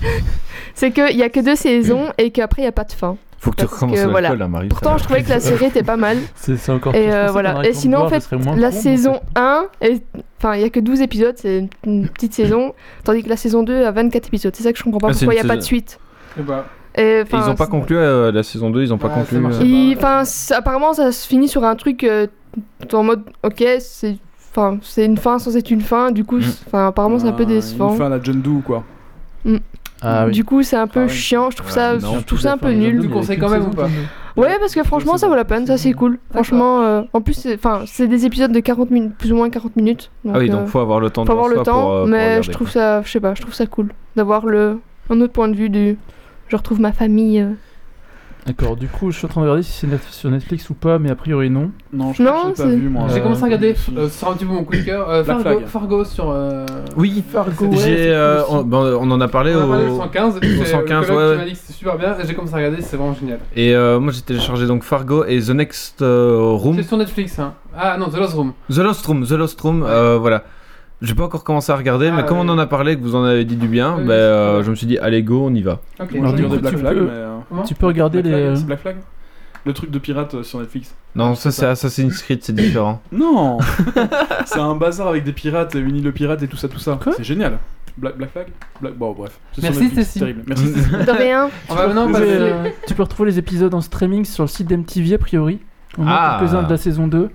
Speaker 4: c'est qu'il y a que deux saisons et qu'après, il n'y a pas de fin.
Speaker 6: Faut que tu
Speaker 4: Parce
Speaker 6: recommences
Speaker 4: que,
Speaker 6: à
Speaker 4: voilà.
Speaker 6: l'école, là, Marie.
Speaker 4: Pourtant, je trouvais que la série était pas mal.
Speaker 5: C'est c'est encore
Speaker 4: Et
Speaker 5: pire. Je
Speaker 4: euh,
Speaker 5: pensais qu'on
Speaker 4: voilà.
Speaker 5: arrêtait
Speaker 4: Et
Speaker 5: de
Speaker 4: sinon, en
Speaker 5: voir, je
Speaker 4: fait,
Speaker 5: serais moins con, mais
Speaker 4: la
Speaker 5: en fait,
Speaker 4: saison 1, est- enfin, il y a que 12 épisodes, c'est une petite saison. Tandis que la saison 2 a 24 épisodes. C'est ça que je comprends pas
Speaker 6: Ah, c'est
Speaker 4: pourquoi il n'y a
Speaker 6: une
Speaker 4: pas de
Speaker 6: saison.
Speaker 4: suite.
Speaker 2: Eh
Speaker 1: Et
Speaker 2: ben,
Speaker 1: bah,
Speaker 4: Et,
Speaker 6: Et
Speaker 4: enfin,
Speaker 6: ils ont pas conclu euh, la saison 2, ils ont pas
Speaker 1: Ouais,
Speaker 6: conclu.
Speaker 1: ça marche.
Speaker 6: euh,
Speaker 4: Il- Enfin, ça- apparemment, ça se finit sur un truc euh, en mode, ok, c'est, enfin, c'est une fin sans être une fin. Du coup,
Speaker 6: Mm.
Speaker 4: c'est- enfin, apparemment, c'est un peu
Speaker 2: Euh,
Speaker 4: décevant.
Speaker 2: Une fin à la John Doe, quoi.
Speaker 3: Ah oui.
Speaker 4: Du coup, c'est un peu
Speaker 6: Ah oui.
Speaker 4: chiant. Je trouve
Speaker 6: Ouais,
Speaker 4: ça,
Speaker 6: non,
Speaker 4: je trouve ça un peu nul.
Speaker 1: Tu conseilles quand même ou pas
Speaker 4: Ouais, parce que franchement, ça vaut la peine. Ça, c'est cool. Franchement, euh, en plus, c'est- enfin, c'est des épisodes de 40 minutes, plus ou moins 40 minutes.
Speaker 6: Ah oui,
Speaker 4: euh,
Speaker 6: donc faut avoir le temps
Speaker 4: faut
Speaker 6: devant
Speaker 4: avoir le
Speaker 6: soi
Speaker 4: temps,
Speaker 6: pour, euh, pour
Speaker 4: mais
Speaker 6: regarder,
Speaker 4: je trouve ça, je sais pas, je trouve ça cool d'avoir le un autre point de vue du. Je retrouve ma famille. euh.
Speaker 5: D'accord, du coup, je suis en train de regarder si c'est Netflix- sur Netflix ou pas, mais a priori non.
Speaker 2: Non, je
Speaker 4: Non,
Speaker 2: l'ai pas
Speaker 4: c'est-
Speaker 2: vu moi.
Speaker 1: J'ai
Speaker 5: Euh,
Speaker 1: commencé à regarder, euh,
Speaker 2: Euh,
Speaker 1: c'est un petit peu mon coup de cœur, euh,
Speaker 2: Black
Speaker 1: Fargo,
Speaker 2: Flag.
Speaker 1: Fargo sur. euh,
Speaker 6: Oui,
Speaker 1: Fargo.
Speaker 6: quoi.
Speaker 1: ouais,
Speaker 6: J'ai, euh, on, ben, on en a parlé
Speaker 1: on a parlé
Speaker 6: au-
Speaker 1: au 115, c'est le
Speaker 6: 115,
Speaker 1: coloc
Speaker 6: ouais,
Speaker 1: qui m'a
Speaker 6: ouais.
Speaker 1: dit que c'était super bien, et j'ai commencé à regarder, c'est vraiment génial.
Speaker 6: Et euh, moi j'ai téléchargé donc Fargo et The Next euh, Room.
Speaker 1: C'est sur Netflix, hein. Ah non, The Lost Room.
Speaker 6: The Lost Room, The Lost Room, euh, voilà. J'ai pas encore commencé à regarder,
Speaker 1: Ah,
Speaker 6: mais comme
Speaker 1: ouais.
Speaker 6: on en a parlé, que vous en avez dit du bien,
Speaker 1: Oui,
Speaker 6: bah,
Speaker 1: oui, c'est
Speaker 6: euh,
Speaker 1: vrai.
Speaker 6: je me suis dit, allez go, on y va.
Speaker 1: Ok.
Speaker 2: Moi,
Speaker 5: Alors,
Speaker 2: j'ai
Speaker 5: du
Speaker 2: regardé
Speaker 5: coup,
Speaker 2: Black
Speaker 5: tu
Speaker 2: Flag,
Speaker 5: peux-
Speaker 2: mais. euh,
Speaker 5: Tu peux regarder
Speaker 2: Black
Speaker 5: les.
Speaker 2: Flag,
Speaker 5: euh,
Speaker 2: c'est Black Flag Le truc de pirate euh, sur Netflix.
Speaker 6: Non, ça c'est Assassin's Creed, c'est différent.
Speaker 2: Non C'est un bazar avec des pirates, une île de pirates et tout ça, tout ça.
Speaker 5: Quoi
Speaker 2: C'est génial. Black, Black Flag Black- Bon, bref. C'est sur
Speaker 1: Merci,
Speaker 2: Netflix,
Speaker 1: Stacy.
Speaker 2: c'est terrible. Merci, Stacy.
Speaker 4: De rien.
Speaker 1: On va maintenant
Speaker 5: tu, peux
Speaker 6: bah,
Speaker 1: passer.
Speaker 5: retrouver, euh, tu peux retrouver les épisodes en streaming sur le site d'MTV a priori. On a
Speaker 6: Ah.
Speaker 5: quelques-uns de la saison 2.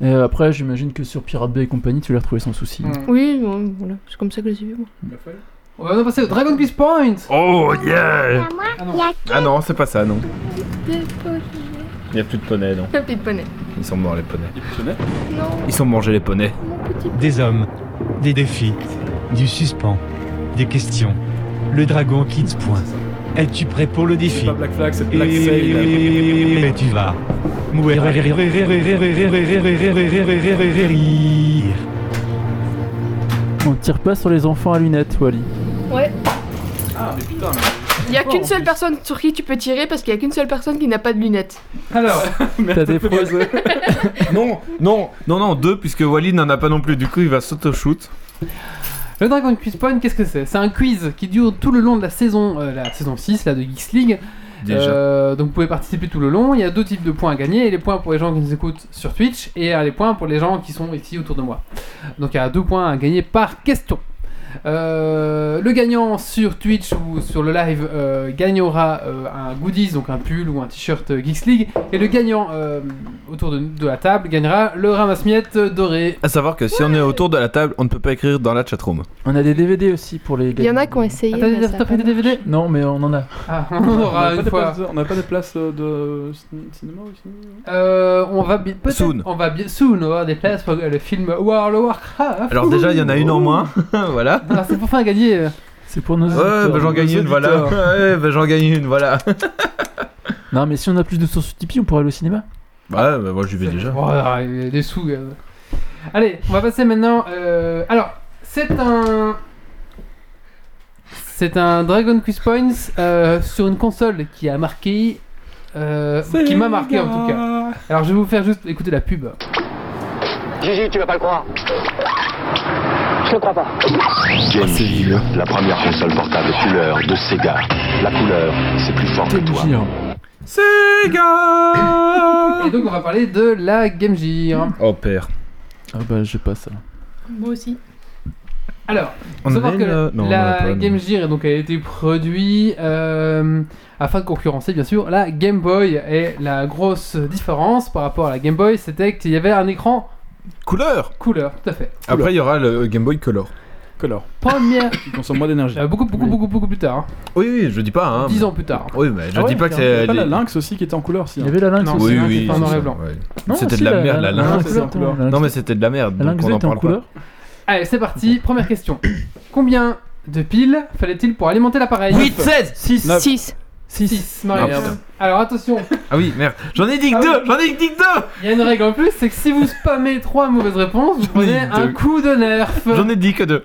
Speaker 5: Et après, j'imagine que sur Pirate Bay et compagnie, tu les retrouves sans souci.
Speaker 1: Hmm.
Speaker 4: Oui, bon, voilà, c'est comme ça que je les ai vus. moi.
Speaker 2: Black Flag
Speaker 1: On va maintenant passer au Dragon Quest Point.
Speaker 6: Oh yeah
Speaker 1: Ah non.
Speaker 6: Ah non, c'est pas ça, non.
Speaker 4: Des poneys.
Speaker 6: Il y a plus de poney, non.
Speaker 4: Un petit poney.
Speaker 6: Ils sont morts les poneys.
Speaker 2: Il est sonné.
Speaker 4: Non,
Speaker 6: Ils sont mangés les poneys.
Speaker 4: mon petit.
Speaker 8: Des hommes, des défis, du suspens, des questions. Le dragon Kids Point. Es-tu prêt pour le
Speaker 2: C'est
Speaker 8: défi
Speaker 2: pas Black Flag, c'est Black Sail.
Speaker 8: Et tu vas. Mourir.
Speaker 5: On tire pas sur les enfants à lunettes, Wally.
Speaker 4: Ouais.
Speaker 2: Ah, mais putain,
Speaker 4: Il y a
Speaker 2: Fort, en
Speaker 4: qu'une seule
Speaker 2: plus.
Speaker 4: personne sur qui tu peux tirer parce qu'il y a qu'une seule personne qui n'a pas de lunettes.
Speaker 1: Alors,
Speaker 2: mais.
Speaker 5: T'as des pros-
Speaker 6: non, non, non, non, deux, puisque Wally n'en a pas non plus, du coup il va s'auto-shoot.
Speaker 1: le Dragon Quiz Point, qu'est-ce que c'est C'est un quiz qui dure tout le long de la saison, euh, la saison 6 là, de Geeks League.
Speaker 6: Déjà.
Speaker 1: Euh, donc vous pouvez participer tout le long. Il y a deux types de points à gagner. Et les points pour les gens qui nous écoutent sur Twitch et euh, les points pour les gens qui sont ici autour de moi. Donc il y a deux points à gagner par question. Euh, le gagnant sur Twitch ou sur le live euh, gagnera euh, un goodies, donc un pull ou un t-shirt euh, Geeks League. Et le gagnant euh, autour de, de la table gagnera le ramasse-miettes doré.
Speaker 6: À savoir que si on est autour de la table, on ne peut pas écrire dans la chatroom.
Speaker 5: On a des DVD aussi pour les.
Speaker 4: Il y en a qui ont essayé.
Speaker 1: Attendez,
Speaker 4: mais ben, ça a
Speaker 1: t'as
Speaker 4: pas
Speaker 1: pris des
Speaker 4: marché.
Speaker 1: DVD
Speaker 5: Non, mais on en a.
Speaker 1: Ah, on en
Speaker 2: On a
Speaker 1: aura
Speaker 2: pas
Speaker 1: une
Speaker 2: des
Speaker 1: fois.
Speaker 2: places de- on n'a pas des places euh, de cin- cinéma aussi
Speaker 1: Euh, on va bien. peut-être-
Speaker 6: Soon.
Speaker 1: On va bien. Soon, on va avoir des places pour euh, le film World of Warcraft.
Speaker 6: Alors déjà, il y en a une en moins, voilà.
Speaker 1: Alors, c'est pour faire gagner. euh,
Speaker 5: C'est pour nos.
Speaker 6: Ouais,
Speaker 5: auditeurs,
Speaker 6: bah j'en
Speaker 5: nos
Speaker 6: gagne une, voilà.
Speaker 5: auditeurs.
Speaker 6: Ouais, bah j'en gagne une, voilà.
Speaker 5: Non, mais si on a plus de sources Tipeee, on pourra aller au cinéma.
Speaker 6: Bah, bah moi j'y vais déjà.
Speaker 1: Oh, là, il y a des sous. euh. Allez, on va passer maintenant. euh, Alors, c'est un. C'est un Dragon Quest Points euh, sur une console qui a marqué. euh, qui m'a marqué en tout cas. Alors, je vais vous faire juste écouter la pub.
Speaker 9: Gigi, tu vas pas le croire. Je le crois pas.
Speaker 6: c'est
Speaker 10: La première console portable couleur de Sega. La couleur, c'est plus fort que toi.
Speaker 5: Tipeee, hein.
Speaker 1: Et donc, on va parler de la Game Gear.
Speaker 6: Oh père.
Speaker 5: Ah bah, j'ai pas ça.
Speaker 4: Moi aussi.
Speaker 1: Alors.
Speaker 6: On
Speaker 1: Faut savoir
Speaker 6: avait
Speaker 1: que
Speaker 6: une, euh, non, on en a
Speaker 1: la
Speaker 6: pas, non.
Speaker 1: Game Gear donc, a été produite euh, afin de concurrencer bien sûr la Game Boy et la grosse différence par rapport à la Game Boy c'était qu'il y avait un écran
Speaker 6: Couleur
Speaker 1: couleur tout à fait
Speaker 6: Après il y aura le Game Boy Color.
Speaker 2: Color,
Speaker 1: première
Speaker 2: qui consomme moins d'énergie.
Speaker 1: euh, beaucoup beaucoup
Speaker 2: Oui.
Speaker 1: beaucoup beaucoup plus tard
Speaker 6: Oui, oui, je dis pas, hein.
Speaker 1: 10 ans plus tard
Speaker 6: Oui, mais je
Speaker 5: Ah
Speaker 6: dis
Speaker 5: ouais,
Speaker 6: pas que
Speaker 5: tiens,
Speaker 2: Il y
Speaker 6: c'est.
Speaker 2: a pas la
Speaker 6: des-
Speaker 2: lynx aussi qui était en couleur, si.
Speaker 5: Il
Speaker 2: hein.
Speaker 5: y avait la lynx
Speaker 1: Non,
Speaker 5: aussi.
Speaker 6: Oui,
Speaker 1: c'est
Speaker 6: oui.
Speaker 1: un en noir et
Speaker 6: c'est ça,
Speaker 1: blanc.
Speaker 6: ouais.
Speaker 5: Non,
Speaker 6: C'était
Speaker 5: si,
Speaker 6: de la merde, la
Speaker 5: La
Speaker 6: lynx.
Speaker 5: lynx était en
Speaker 2: Non,
Speaker 5: couleur.
Speaker 6: Non, mais c'était de la merde.
Speaker 5: La
Speaker 6: donc
Speaker 5: lynx
Speaker 6: on en
Speaker 5: était en
Speaker 6: parle pas.
Speaker 5: couleur.
Speaker 1: allez c'est parti première question combien de piles fallait-il pour alimenter l'appareil
Speaker 6: 16 6
Speaker 2: Neuf.
Speaker 4: 6.
Speaker 1: 6
Speaker 6: Merde.
Speaker 1: alors attention
Speaker 6: Ah oui, merde. J'en ai dit que
Speaker 1: Ah
Speaker 6: deux
Speaker 1: oui.
Speaker 6: J'en ai dit que deux
Speaker 1: il y a une règle en plus c'est que si vous spammez trois mauvaises réponses vous
Speaker 6: J'en ai
Speaker 1: prenez un
Speaker 6: deux.
Speaker 1: coup de nerf
Speaker 6: J'en ai dit que deux.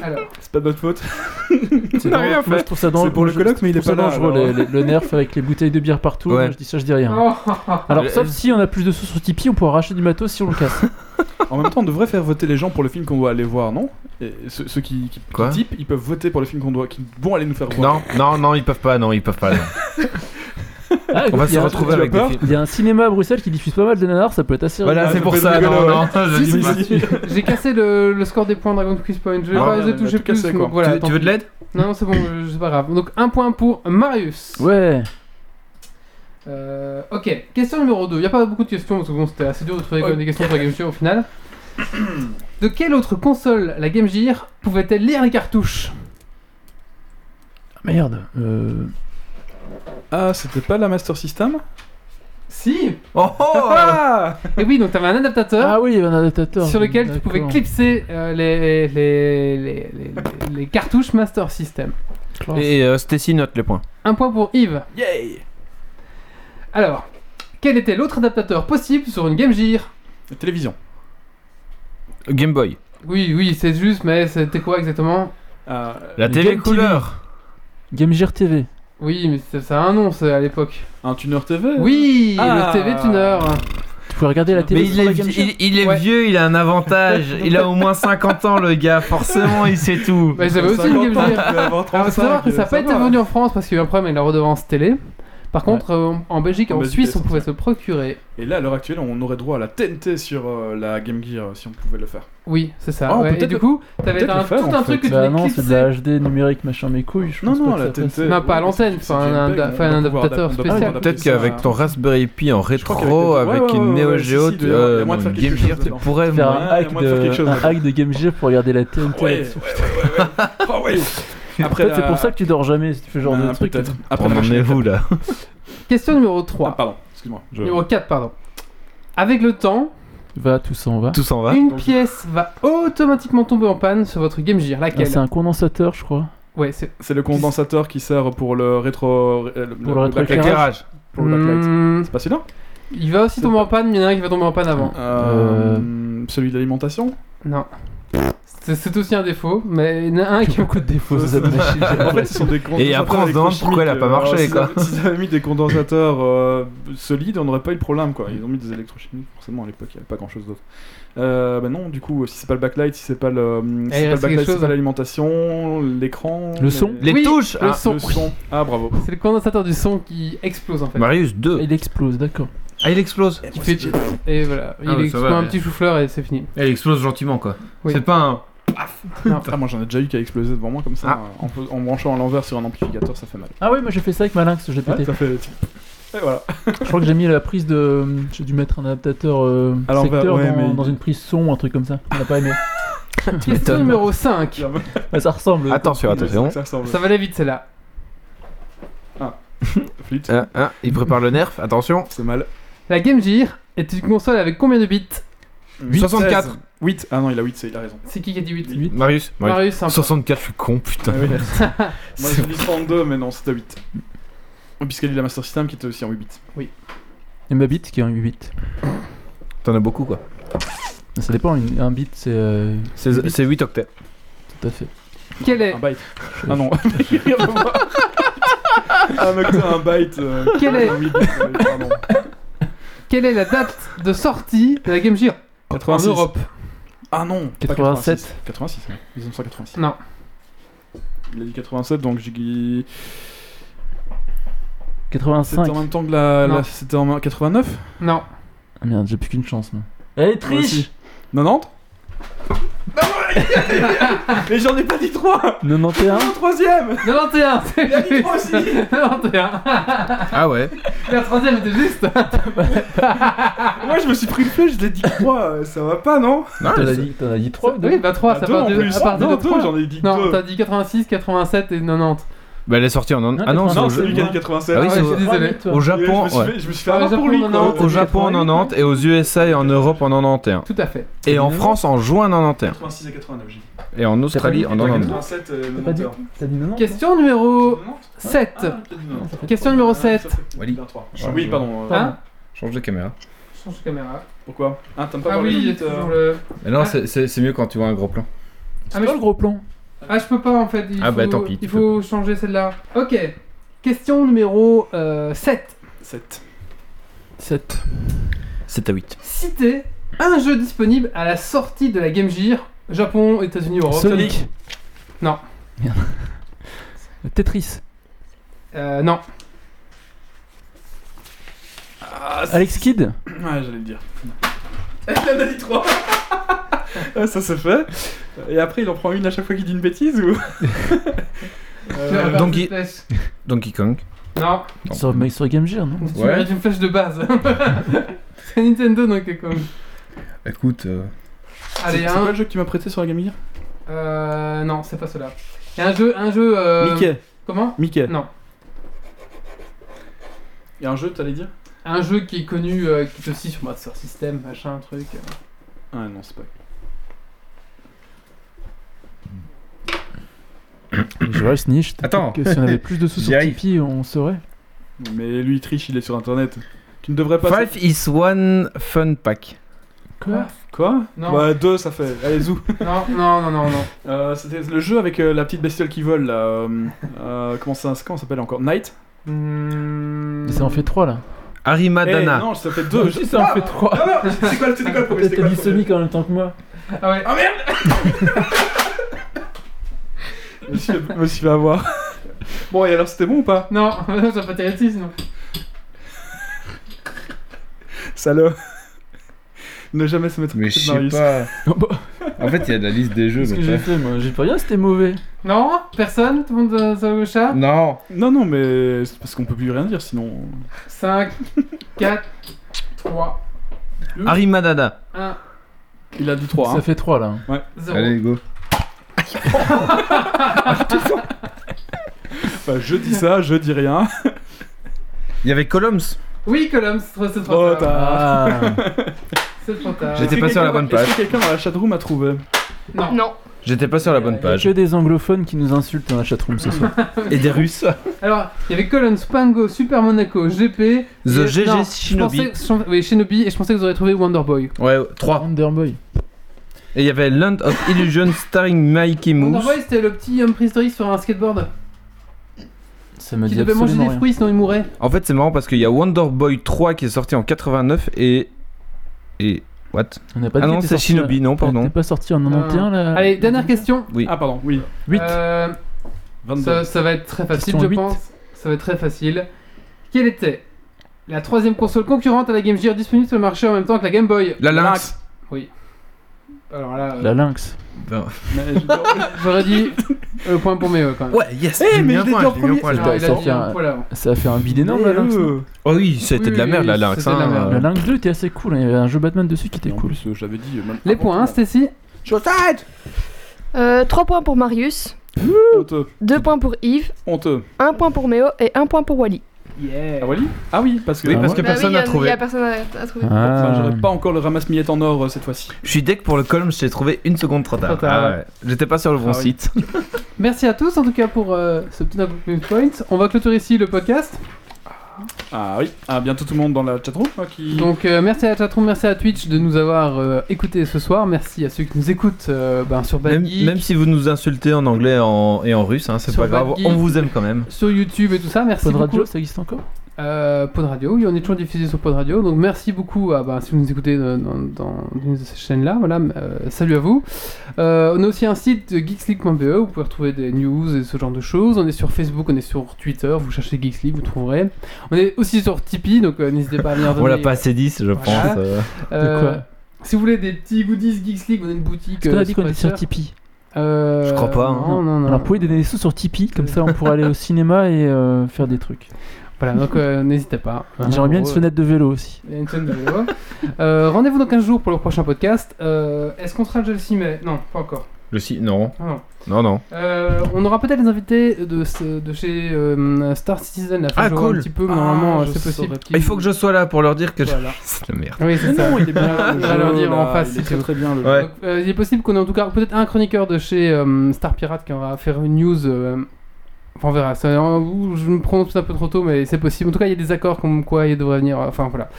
Speaker 1: alors
Speaker 2: C'est pas de notre faute.
Speaker 5: C'est dangereux.
Speaker 6: n'a rien
Speaker 5: Moi,
Speaker 6: fait.
Speaker 5: je trouve ça
Speaker 2: C'est
Speaker 5: dangereux.
Speaker 2: pour le colloque, mais il
Speaker 5: Je
Speaker 2: est
Speaker 5: trouve ça
Speaker 2: pas là.
Speaker 5: dangereux,
Speaker 2: alors.
Speaker 5: les- les- le nerf avec les bouteilles de bière partout.
Speaker 6: Ouais.
Speaker 5: Moi, Je dis ça, je dis rien.
Speaker 1: Oh.
Speaker 5: Alors,
Speaker 6: Euh,
Speaker 5: sauf
Speaker 6: euh,
Speaker 5: si on a plus de sous sur Tipeee, on pourra racheter du matos si on le casse.
Speaker 2: En même temps, on devrait faire voter les gens pour le film qu'on doit aller voir, non Et Ceux ceux qui qui- qui
Speaker 6: Quoi
Speaker 2: typent, ils peuvent voter pour le film qu'on doit, qu'ils vont aller nous faire voir.
Speaker 6: Hein Non, non, non, ils peuvent pas, non, ils peuvent pas. non.
Speaker 5: Ah,
Speaker 6: On va
Speaker 5: il y
Speaker 6: se
Speaker 5: a-
Speaker 2: tu
Speaker 6: retrouver
Speaker 2: as
Speaker 6: avec des
Speaker 2: peur
Speaker 6: films.
Speaker 5: Il y a un cinéma à Bruxelles qui diffuse pas mal de nanars, ça peut être assez
Speaker 6: Voilà,
Speaker 2: Ah,
Speaker 6: c'est
Speaker 2: je
Speaker 6: pour
Speaker 2: fais
Speaker 6: ça,
Speaker 2: le
Speaker 6: non,
Speaker 2: rigolo,
Speaker 6: non, je
Speaker 2: Si,
Speaker 6: dis
Speaker 2: si,
Speaker 6: pas.
Speaker 2: si.
Speaker 1: J'ai cassé le, le score des points Dragon Quiz Point. Je vais
Speaker 2: Ah,
Speaker 1: pas
Speaker 2: ouais,
Speaker 1: les
Speaker 2: elle a
Speaker 1: toucher
Speaker 2: tout
Speaker 1: plus.
Speaker 2: cassé,
Speaker 1: donc
Speaker 2: quoi.
Speaker 1: voilà,
Speaker 6: Tu-
Speaker 1: tant
Speaker 6: Tu veux
Speaker 1: pis.
Speaker 6: de l'aide
Speaker 1: Non, non, c'est bon, je- c'est pas grave. Donc un point pour Marius.
Speaker 5: Ouais.
Speaker 1: Euh, ok, question numéro 2. Il n'y a pas beaucoup de questions parce que bon, c'était assez dur de trouver quand même des questions sur la Game Gear au final. De quelle autre console la Game Gear pouvait-elle lire les cartouches
Speaker 5: Ah, Merde. euh,
Speaker 2: Ah, c'était pas la Master System
Speaker 1: Si
Speaker 6: Oh, oh
Speaker 2: Ah
Speaker 1: Et Eh oui, donc t'avais un adaptateur
Speaker 5: Ah oui, il y avait un adaptateur.
Speaker 1: sur lequel tu pouvais
Speaker 5: D'accord.
Speaker 1: clipser euh, les, les, les- les- les cartouches Master System.
Speaker 5: Classe.
Speaker 6: Et euh, Stacy note les points.
Speaker 1: Un point pour Yves.
Speaker 2: Yay
Speaker 1: Alors, quel était l'autre adaptateur possible sur une Game Gear
Speaker 2: La télévision.
Speaker 6: Game Boy.
Speaker 1: Oui, oui, c'est juste, mais c'était quoi exactement
Speaker 2: Euh,
Speaker 6: La
Speaker 5: Le
Speaker 6: télé
Speaker 5: Game
Speaker 6: couleur.
Speaker 5: Game Gear TV.
Speaker 1: Oui, mais ça, ça a un nom ça, à l'époque.
Speaker 2: un tuner TV
Speaker 1: Oui, le
Speaker 2: Ah.
Speaker 1: TV tuner.
Speaker 5: Tu pouvais regarder la télé
Speaker 6: Mais il
Speaker 5: sur la
Speaker 6: est,
Speaker 5: Game
Speaker 6: vi-
Speaker 5: Gear.
Speaker 6: il- il est
Speaker 1: Ouais.
Speaker 6: vieux, il a un avantage. Il a au moins 50 ans, le gars. Forcément, il sait tout.
Speaker 1: Bah, j'avais aussi une Game
Speaker 2: 50 ans,
Speaker 1: Gear.
Speaker 2: tu peux avoir
Speaker 1: Alors, Ah, faut
Speaker 2: 35,
Speaker 1: savoir que ça n'a pas
Speaker 2: va.
Speaker 1: été vendu en France parce qu'il y a eu un problème avec la redevance télé. Par contre, euh, en Belgique et
Speaker 2: En
Speaker 1: en
Speaker 2: Belgique,
Speaker 1: Suisse,
Speaker 2: c'est
Speaker 1: on pouvait se procurer.
Speaker 2: Et là, à l'heure actuelle, on aurait droit à la TNT sur euh, la Game Gear si on pouvait le faire.
Speaker 1: Oui, c'est ça.
Speaker 2: Ah, on
Speaker 1: ouais.
Speaker 2: peut
Speaker 1: Et
Speaker 2: peut-être
Speaker 1: du
Speaker 2: le-
Speaker 1: coup, t'avais
Speaker 2: peut-être
Speaker 1: un,
Speaker 2: le faire,
Speaker 1: tout
Speaker 2: en
Speaker 1: un
Speaker 2: fait.
Speaker 1: truc que tu
Speaker 5: Bah
Speaker 1: devais
Speaker 5: non, c'est de
Speaker 1: clipser.
Speaker 5: la HD numérique, machin mes couilles. Je
Speaker 2: Non,
Speaker 5: pense
Speaker 2: non,
Speaker 5: pas que
Speaker 2: la
Speaker 5: ça fasse.
Speaker 2: TNT.
Speaker 1: Non, pas à l'antenne,
Speaker 2: C'est
Speaker 1: enfin, un
Speaker 2: JPEG,
Speaker 1: ad-
Speaker 2: on
Speaker 1: enfin, un
Speaker 2: peut pouvoir
Speaker 1: adaptateur
Speaker 2: adap- on
Speaker 1: spécial.
Speaker 2: peut
Speaker 6: Peut-être
Speaker 2: adapter
Speaker 6: qu'avec
Speaker 2: ça
Speaker 6: ton Raspberry Pi en
Speaker 2: crois qu'avec
Speaker 6: rétro,
Speaker 2: le- ouais,
Speaker 6: avec
Speaker 2: ouais,
Speaker 6: une
Speaker 2: ouais,
Speaker 6: Neo
Speaker 2: ouais, si,
Speaker 6: Geo,
Speaker 2: si,
Speaker 6: tu-
Speaker 2: il y a moyen
Speaker 6: euh,
Speaker 2: de faire
Speaker 6: non,
Speaker 2: quelque
Speaker 6: Game
Speaker 2: chose
Speaker 6: Gear, tu
Speaker 2: dedans.
Speaker 6: pourrais.
Speaker 5: Faire
Speaker 6: moi.
Speaker 5: un,
Speaker 2: Ouais,
Speaker 5: hack
Speaker 2: moi, de faire quelque
Speaker 5: de,
Speaker 2: chose
Speaker 5: un
Speaker 2: là-dedans.
Speaker 5: hack de Game Gear pour regarder la TNT.
Speaker 2: Ouais, ouais, ouais, ouais, ouais. Ah ouais. Après,
Speaker 5: Peut-être c'est
Speaker 2: la-
Speaker 5: pour ça que tu dors jamais si tu fais ce genre
Speaker 2: Ah,
Speaker 5: de truc.
Speaker 2: peut-être. Après,
Speaker 6: On
Speaker 2: la
Speaker 6: en
Speaker 2: machine à
Speaker 6: est
Speaker 2: café.
Speaker 6: où là
Speaker 1: Question numéro 3.
Speaker 2: Ah, pardon, excuse-moi. je-
Speaker 1: Numéro 4, pardon. Avec le temps,
Speaker 5: Va, tout ça, on va.
Speaker 6: Tout s'en va
Speaker 1: une
Speaker 2: donc-
Speaker 1: pièce va automatiquement tomber en panne sur votre Game Gear.
Speaker 5: Ah,
Speaker 1: Laquelle
Speaker 5: c'est un condensateur, je crois.
Speaker 1: Ouais, c'est.
Speaker 2: C'est le condensateur qui sert pour le rétro. euh,
Speaker 5: Pour le
Speaker 2: backlight.
Speaker 5: rétroéclairage.
Speaker 6: Éclairage.
Speaker 2: Pour le backlight.
Speaker 1: Hmm,
Speaker 2: C'est pas celui-là
Speaker 1: il va aussi
Speaker 2: C'est
Speaker 1: tomber en panne, mais il y en a un qui va tomber en panne avant.
Speaker 2: Euh, Celui de l'alimentation
Speaker 1: Non. C'est c'est aussi un défaut, mais il y en a un
Speaker 5: Il y
Speaker 1: qui.
Speaker 5: a beaucoup de défauts sur cette machine.
Speaker 2: En fait, ce sont des
Speaker 6: Et après, on se demande pourquoi elle a pas marché,
Speaker 2: quoi. S'ils avaient mis des condensateurs euh, solides, on n'aurait pas eu le problème, quoi. Ils ont mis des électrochimiques, forcément, à l'époque, il n'y avait pas grand-chose d'autre. Euh, bah non, du coup, si c'est pas le backlight, si c'est pas le, hum, si
Speaker 1: il
Speaker 2: c'est pas le
Speaker 1: Eh, reste quelque
Speaker 2: backlight, si c'est
Speaker 1: chose.
Speaker 2: pas l'alimentation, l'écran,
Speaker 5: Le son.
Speaker 2: les...
Speaker 6: Les
Speaker 1: Oui,
Speaker 6: touches
Speaker 1: le
Speaker 6: Ah,
Speaker 1: son.
Speaker 2: le son. Ah bravo.
Speaker 1: C'est le condensateur du son qui explose en fait.
Speaker 6: Marius 2.
Speaker 5: Il explose, d'accord.
Speaker 6: Ah, il explose.
Speaker 1: Qui fait- Et voilà, il
Speaker 6: ouais, ça
Speaker 1: explose
Speaker 6: va,
Speaker 1: un
Speaker 6: mais-
Speaker 1: petit chou-fleur et c'est fini.
Speaker 6: Elle explose gentiment, quoi.
Speaker 1: Oui.
Speaker 6: C'est pas un.
Speaker 2: Ah, moi j'en ai déjà eu qui a explosé devant moi comme
Speaker 6: Ah.
Speaker 2: ça. En, fais- en branchant à l'envers sur un amplificateur, ça fait mal.
Speaker 5: Ah oui, moi j'ai fait ça avec ma lynx, j'ai pété.
Speaker 2: ça fait. Et voilà.
Speaker 5: Je crois que j'ai mis la prise de. J'ai dû mettre un adaptateur euh,
Speaker 2: À l'envers,
Speaker 5: secteur
Speaker 2: ouais,
Speaker 5: dans,
Speaker 2: mais-
Speaker 5: dans une prise son, un truc comme ça. On n'a pas aimé.
Speaker 1: Question numéro 5.
Speaker 5: Ouais, ça ressemble.
Speaker 6: Attention, attention.
Speaker 2: Ça ressemble.
Speaker 1: Ça va aller vite celle-là.
Speaker 2: Flit,
Speaker 6: Ah, ah, il prépare le nerf, attention.
Speaker 2: c'est mal.
Speaker 1: La Game Gear est une console avec combien de bits
Speaker 6: 64.
Speaker 2: 8. Ah non, il a 8, c'est- il a raison.
Speaker 1: C'est qui qui a dit 8
Speaker 5: Huit.
Speaker 6: Marius, Marius.
Speaker 1: Marius, c'est un peu-
Speaker 6: 64, je suis con,
Speaker 2: Ah
Speaker 6: putain.
Speaker 2: oui. Moi
Speaker 6: C'est
Speaker 2: j'ai dit 32, mais non, c'était 8. Puisqu'elle dit la Master System qui était aussi en 8 bits.
Speaker 5: Et ma bite qui est un 8.
Speaker 6: T'en as beaucoup, quoi.
Speaker 5: Ça dépend, une- un bit c'est. euh,
Speaker 6: C'est c'est 8 octets.
Speaker 5: tout à fait.
Speaker 1: Quel est,
Speaker 2: Un byte. Ah non, il rit de moi. Ah mec, t'as un byte. euh,
Speaker 1: Quel est-
Speaker 2: en 8 bits, euh, pardon.
Speaker 1: quelle est la date de sortie de la Game Gear en
Speaker 2: 86.
Speaker 1: Europe
Speaker 2: Ah non, pas hein.
Speaker 5: 87.
Speaker 2: 86, ouais. 1986.
Speaker 1: Non.
Speaker 2: Il a dit 87, donc j'ai dit- C'était
Speaker 5: 85.
Speaker 2: en même temps que la.
Speaker 1: Non.
Speaker 2: la- C'était en 89
Speaker 1: Non.
Speaker 5: Ah merde, j'ai plus qu'une chance. Moi. Allez,
Speaker 2: Moi aussi. 90 Mais j'en ai pas dit 3
Speaker 5: 91
Speaker 2: Troisième
Speaker 1: 91 c'est
Speaker 2: a dit
Speaker 1: juste.
Speaker 2: trois aussi.
Speaker 1: 91
Speaker 6: Ah ouais
Speaker 1: La troisième était juste
Speaker 2: Moi je me suis pris le flèche, je l'ai dit 3, ça va pas non
Speaker 6: Non,
Speaker 5: T'en
Speaker 6: mais
Speaker 5: as
Speaker 6: c'est-
Speaker 5: dit, t'en as dit 3
Speaker 1: Oui, bah 3,
Speaker 2: Ah,
Speaker 1: ça
Speaker 2: deux
Speaker 1: part
Speaker 2: en
Speaker 1: de
Speaker 2: plus.
Speaker 1: à partir
Speaker 2: Non,
Speaker 1: de
Speaker 2: deux,
Speaker 1: trois.
Speaker 2: j'en ai dit
Speaker 1: Non,
Speaker 2: deux.
Speaker 1: t'as dit 86, 87 et 90.
Speaker 6: Bah, elle est sortie en.
Speaker 5: Non,
Speaker 6: Ah non, c'est
Speaker 2: Non,
Speaker 6: au
Speaker 2: c'est
Speaker 6: Ja-
Speaker 2: lui qui a dit 87.
Speaker 6: Ah oui,
Speaker 2: Ouais,
Speaker 6: c'est
Speaker 1: je
Speaker 6: au-
Speaker 1: suis désolé.
Speaker 6: au
Speaker 2: je me suis
Speaker 6: Japon.
Speaker 2: fait-
Speaker 6: ouais.
Speaker 2: Je me suis fait
Speaker 1: Ah,
Speaker 2: avoir
Speaker 1: Japon,
Speaker 2: pour lui
Speaker 1: non,
Speaker 2: quoi.
Speaker 1: non,
Speaker 6: Au Japon en
Speaker 5: 88,
Speaker 6: 90 et aux USA et en Europe en 91.
Speaker 1: Tout à fait.
Speaker 6: Et en France en juin 91.
Speaker 2: 86 et 89, j'ai dit.
Speaker 6: Et en Australie en 92.
Speaker 2: 87 et
Speaker 5: T'as pas dit
Speaker 2: 91.
Speaker 5: T'as dit 90
Speaker 1: Question numéro
Speaker 2: 90?
Speaker 1: 7.
Speaker 2: euh, Ah, t'as dit 90.
Speaker 1: Question numéro
Speaker 2: Ah,
Speaker 1: 7.
Speaker 6: Wally.
Speaker 2: 23. Oui, pardon. euh,
Speaker 1: Hein
Speaker 6: Change de caméra.
Speaker 1: Change de caméra.
Speaker 2: Pourquoi Hein, t'aimes pas
Speaker 1: Ah
Speaker 2: voir les
Speaker 1: oui,
Speaker 2: limites, euh,
Speaker 1: toujours le...
Speaker 6: Mais non, c'est- c'est c'est mieux quand tu vois un gros plan.
Speaker 1: Ah, mais je...
Speaker 5: gros plan.
Speaker 1: ah, je peux pas en fait. Il
Speaker 6: Ah,
Speaker 1: faut...
Speaker 6: bah, tant pis, tu
Speaker 1: Il faut changer celle-là. Ok. Question numéro euh, 7.
Speaker 2: 7.
Speaker 5: 7.
Speaker 6: 7 à 8.
Speaker 1: Citez un jeu disponible à la sortie de la Game Gear, Japon, États-Unis, Europe.
Speaker 5: Sonic.
Speaker 1: Oh, Non.
Speaker 5: Merde. Tetris.
Speaker 1: Euh, non.
Speaker 2: Ah, c'est-
Speaker 5: Alex Kidd.
Speaker 2: Ouais, j'allais le dire. Il en a dit 3 Ah, Ça se fait. Et après, il en prend une à chaque fois qu'il dit une bêtise ou
Speaker 1: Tu vas faire
Speaker 6: donc
Speaker 1: une
Speaker 6: il-
Speaker 1: flèche.
Speaker 6: Donkey Kong.
Speaker 1: Non.
Speaker 6: Non.
Speaker 5: Sur, mais sur Game Gear, non
Speaker 1: Tu
Speaker 6: Ouais.
Speaker 1: mérites une flèche de base. C'est Nintendo donc quoi.
Speaker 6: Écoute, euh,
Speaker 1: euh, Allez,
Speaker 2: C'est c'est quoi
Speaker 1: un.
Speaker 2: le jeu que tu m'as prêté sur la Game Gear
Speaker 1: Euh, non, c'est pas cela. Il y a un jeu. Un jeu euh,
Speaker 2: Mickey.
Speaker 1: Comment
Speaker 2: Mickey.
Speaker 1: Non.
Speaker 2: Il y a un jeu, t'allais dire
Speaker 1: Un jeu qui est connu, euh, qui est aussi sur Master System, machin, truc. euh.
Speaker 2: Ah non, c'est pas.
Speaker 5: Je reste niche.
Speaker 6: Attends.
Speaker 5: peut-être que Si on avait plus de sous
Speaker 6: J'y
Speaker 5: sur
Speaker 6: arrive.
Speaker 5: Tipeee, on saurait.
Speaker 2: Mais lui, il triche, il est sur internet. Tu ne devrais pas.
Speaker 6: Five is one fun pack.
Speaker 1: Quoi
Speaker 2: Quoi
Speaker 1: Non.
Speaker 2: Bah, deux, ça fait. Allez, zou.
Speaker 1: Non, non, non, non, non.
Speaker 2: Euh, C'était le jeu avec euh, la petite bestiole qui vole là. euh, euh, comment ça comment ça s'appelle encore Night
Speaker 1: Hmm.
Speaker 5: Mais ça en fait 3 là.
Speaker 6: Arimadana.
Speaker 2: Eh, Non, ça fait deux.
Speaker 5: Si ça en fait 3.
Speaker 2: Non, non, c'est quoi le c'était quoi le premier,
Speaker 5: Peut-être
Speaker 2: c'était quoi
Speaker 5: t'as
Speaker 2: le
Speaker 5: dit
Speaker 2: premier
Speaker 5: semi en même temps que moi.
Speaker 1: Ah ouais.
Speaker 2: Ah merde Monsieur, monsieur va voir. Bon, et alors c'était bon ou pas
Speaker 1: Non, ça peut t'arrêter sinon.
Speaker 2: Salaud. ne jamais se mettre à
Speaker 6: Mais
Speaker 2: côté
Speaker 6: je
Speaker 2: de
Speaker 6: sais
Speaker 2: Marius.
Speaker 6: pas. En fait, il y a de la liste des jeux.
Speaker 5: Qu'est-ce que
Speaker 6: mais
Speaker 5: j'ai
Speaker 6: pas-
Speaker 5: fait moi J'ai fait rien, c'était mauvais.
Speaker 1: Non Personne Tout le monde euh, sur le chat
Speaker 6: Non.
Speaker 2: Non, non, mais c'est parce qu'on peut plus rien dire sinon.
Speaker 1: 5, 4, 3,
Speaker 6: Arimadana.
Speaker 1: 1,
Speaker 2: Il a dit hein. 3.
Speaker 5: Ça fait 3 là.
Speaker 1: 0.
Speaker 6: Allez, go.
Speaker 2: Bah, je dis ça, je dis rien.
Speaker 6: Il y avait Columns.
Speaker 1: Oui, Columns, c'est
Speaker 2: Trop
Speaker 1: trop tard.
Speaker 2: tard.
Speaker 5: Ah
Speaker 1: Ah, C'est trop tard.
Speaker 2: Est-ce
Speaker 6: J'étais
Speaker 2: que
Speaker 6: pas sur la
Speaker 2: quelqu'un-
Speaker 6: bonne page.
Speaker 2: Est-ce que quelqu'un dans la chatroom a trouvé
Speaker 1: Non.
Speaker 4: Non.
Speaker 6: J'étais pas sur la bonne
Speaker 5: Y'a
Speaker 6: page.
Speaker 5: que des anglophones qui nous insultent dans la chatroom ce soir.
Speaker 6: Et des Russes.
Speaker 1: Alors, il y avait Columns, Pango, Super Monaco, GP.
Speaker 6: The
Speaker 1: et-
Speaker 6: GG
Speaker 1: non,
Speaker 6: Shinobi.
Speaker 1: je pensais- oui, Shinobi, et je pensais que vous auriez trouvé Wonderboy.
Speaker 6: Ouais, 3.
Speaker 5: Wonderboy.
Speaker 6: Et il y avait Land of Illusion starring Mikey Mouse.
Speaker 1: Wonderboy, c'était le petit homme préhistorique sur un skateboard
Speaker 5: Ça me
Speaker 1: qui
Speaker 5: dit
Speaker 1: devait manger
Speaker 5: absolument
Speaker 1: des
Speaker 5: rien.
Speaker 1: fruits sinon il mourait.
Speaker 6: En fait, c'est marrant parce qu'il y a Wonder Boy 3 qui est sorti en 89 et. Et. What
Speaker 5: On n'a pas dit
Speaker 6: Ah non,
Speaker 5: qu'il était
Speaker 6: c'est
Speaker 5: sorti,
Speaker 6: Shinobi,
Speaker 5: là.
Speaker 6: non, pardon.
Speaker 5: Il était pas sorti en 91 là.
Speaker 1: Allez, dernière question.
Speaker 2: Ah, pardon, oui.
Speaker 5: 8.
Speaker 1: Euh,
Speaker 2: 22.
Speaker 1: ça, ça va être très facile,
Speaker 5: Question
Speaker 1: je
Speaker 5: huit.
Speaker 1: pense. Ça va être très facile. Quelle était la troisième console concurrente à la Game Gear disponible sur le marché en même temps que la Game Boy
Speaker 6: La
Speaker 2: Lynx.
Speaker 6: Lynx.
Speaker 1: Alors là, euh,
Speaker 5: La lynx.
Speaker 2: Mais je-
Speaker 1: j'aurais dit euh, point pour mes euh, quand même.
Speaker 6: Ouais, yes
Speaker 2: Eh,
Speaker 6: j'ai
Speaker 2: mais
Speaker 6: mis
Speaker 2: je
Speaker 6: un
Speaker 2: l'ai
Speaker 6: point,
Speaker 2: dit en
Speaker 6: j'ai mis un
Speaker 2: premier,
Speaker 6: point,
Speaker 1: Non,
Speaker 6: j'ai
Speaker 5: ça.
Speaker 6: mis un
Speaker 1: il a dit
Speaker 5: ça fait
Speaker 1: un
Speaker 5: un-
Speaker 1: poil avant.
Speaker 5: Ça a fait un bide énorme la lynx. non
Speaker 2: Euh,
Speaker 6: point. Oh oui, ça a été
Speaker 1: Oui,
Speaker 6: de la
Speaker 1: oui,
Speaker 6: merde la
Speaker 1: oui,
Speaker 6: Lynx.
Speaker 1: c'était de la
Speaker 6: hein.
Speaker 1: merde.
Speaker 5: La lynx 2 était assez cool, hein. il y avait un jeu Batman dessus qui était
Speaker 2: Et en
Speaker 5: cool.
Speaker 2: plus, euh, j'avais dit. euh, même
Speaker 1: Les
Speaker 2: avant
Speaker 1: points, hein,
Speaker 2: tout
Speaker 1: Stacy
Speaker 4: Euh, 3 points pour Marius,
Speaker 2: le monde. Honteux.
Speaker 4: 2 points pour Yves,
Speaker 2: Honteux.
Speaker 4: 1 point pour Méo et 1 point pour Wally.
Speaker 2: Ah, Wally Ah oui, parce que.
Speaker 6: Eh. Oui,
Speaker 5: Ah
Speaker 6: parce
Speaker 5: ouais.
Speaker 6: que personne
Speaker 4: bah oui,
Speaker 6: n'a
Speaker 4: y y
Speaker 6: trouvé.
Speaker 4: a personne à, à trouver.
Speaker 2: Enfin,
Speaker 5: Ah.
Speaker 2: j'aurais pas encore le ramasse-millette en or euh, cette fois-ci.
Speaker 6: Je suis deck pour le column, je t'ai trouvé une seconde trop tard.
Speaker 1: Trop tard,
Speaker 6: Ah ouais. J'étais pas sur le bon
Speaker 2: Ah oui.
Speaker 6: site.
Speaker 1: Merci à tous en tout cas pour euh, ce petit Double point. On va clôturer ici le podcast.
Speaker 2: Ah oui. Ah, bientôt tout le monde dans la chatroom hein, qui.
Speaker 1: Donc euh, merci à la chatroom, merci à Twitch de nous avoir euh, écoutés ce soir. Merci à ceux qui nous écoutent euh, ben, sur Bad
Speaker 6: Même,
Speaker 1: Geek,
Speaker 6: même si vous nous insultez en anglais en- et en russe, hein, c'est
Speaker 1: Sur
Speaker 6: pas grave,
Speaker 1: Bad Geek.
Speaker 6: on vous aime quand même.
Speaker 1: sur YouTube et tout ça. Merci
Speaker 5: Pod
Speaker 1: beaucoup.
Speaker 5: Radio, ça existe encore
Speaker 1: Euh, Pod Radio, oui, on est toujours diffusé sur Pod Radio, donc merci beaucoup à, bah, si vous nous écoutez dans, dans, dans une de ces chaînes-là, voilà, euh, salut à vous. Euh, on a aussi un site euh, geeksleague.be où vous pouvez retrouver des news et ce genre de choses. On est sur Facebook, on est sur Twitter, vous cherchez Geeks League, vous trouverez. On est aussi sur Tipeee, donc euh, n'hésitez pas à venir
Speaker 6: On
Speaker 1: donner.
Speaker 6: l'a pas assez dit, je
Speaker 1: Voilà.
Speaker 6: pense. euh.
Speaker 1: Euh,
Speaker 5: De quoi
Speaker 1: Si vous voulez des petits goodies Geeks League, on a une boutique.
Speaker 5: Parce qu'on
Speaker 1: euh,
Speaker 5: a dit qu'on était sur
Speaker 1: Spreadshirt.
Speaker 5: Tipeee.
Speaker 1: Euh,
Speaker 6: Je crois pas, hein.
Speaker 1: Non, non, non.
Speaker 5: Alors, vous pouvez donner des sous sur Tipeee, comme ça on pourra aller au cinéma et euh, faire des trucs.
Speaker 1: Voilà, donc euh, n'hésitez pas.
Speaker 5: J'aimerais bien une
Speaker 1: Pour, euh,
Speaker 5: fenêtre de vélo aussi.
Speaker 1: Il y a une chaîne de vélo. Euh, Rendez-vous dans 15 jours pour le prochain podcast. Euh, Est-ce qu'on sera déjà le 6 mai Non, pas encore.
Speaker 6: Le site, non,
Speaker 1: Ah non.
Speaker 6: non, non.
Speaker 1: Euh, on aura peut-être les invités de, ce- de chez euh, Star Citizen. La fin
Speaker 6: Ah,
Speaker 1: de journée,
Speaker 6: cool.
Speaker 1: un petit peu, mais normalement,
Speaker 2: Ah,
Speaker 1: euh,
Speaker 2: je
Speaker 1: c'est possible.
Speaker 2: saurais
Speaker 6: Il faut que je sois là pour leur dire que je-
Speaker 1: Voilà.
Speaker 6: c'est la merde.
Speaker 1: Oui, c'est ça.
Speaker 2: Ah Non, il est bien.
Speaker 1: On va leur dire en
Speaker 2: là,
Speaker 1: face,
Speaker 2: Il est
Speaker 1: si
Speaker 2: très
Speaker 1: tu
Speaker 2: très bien le
Speaker 6: Ouais.
Speaker 1: Donc, euh, il est possible qu'on ait en tout cas peut-être un chroniqueur de chez euh, Star Pirate qui va faire une news. euh, enfin, on verra. Ça, euh, ouh, je me prononce un peu trop tôt, mais c'est possible. En tout cas, il y a des accords comme quoi il devrait venir. euh, Enfin, voilà.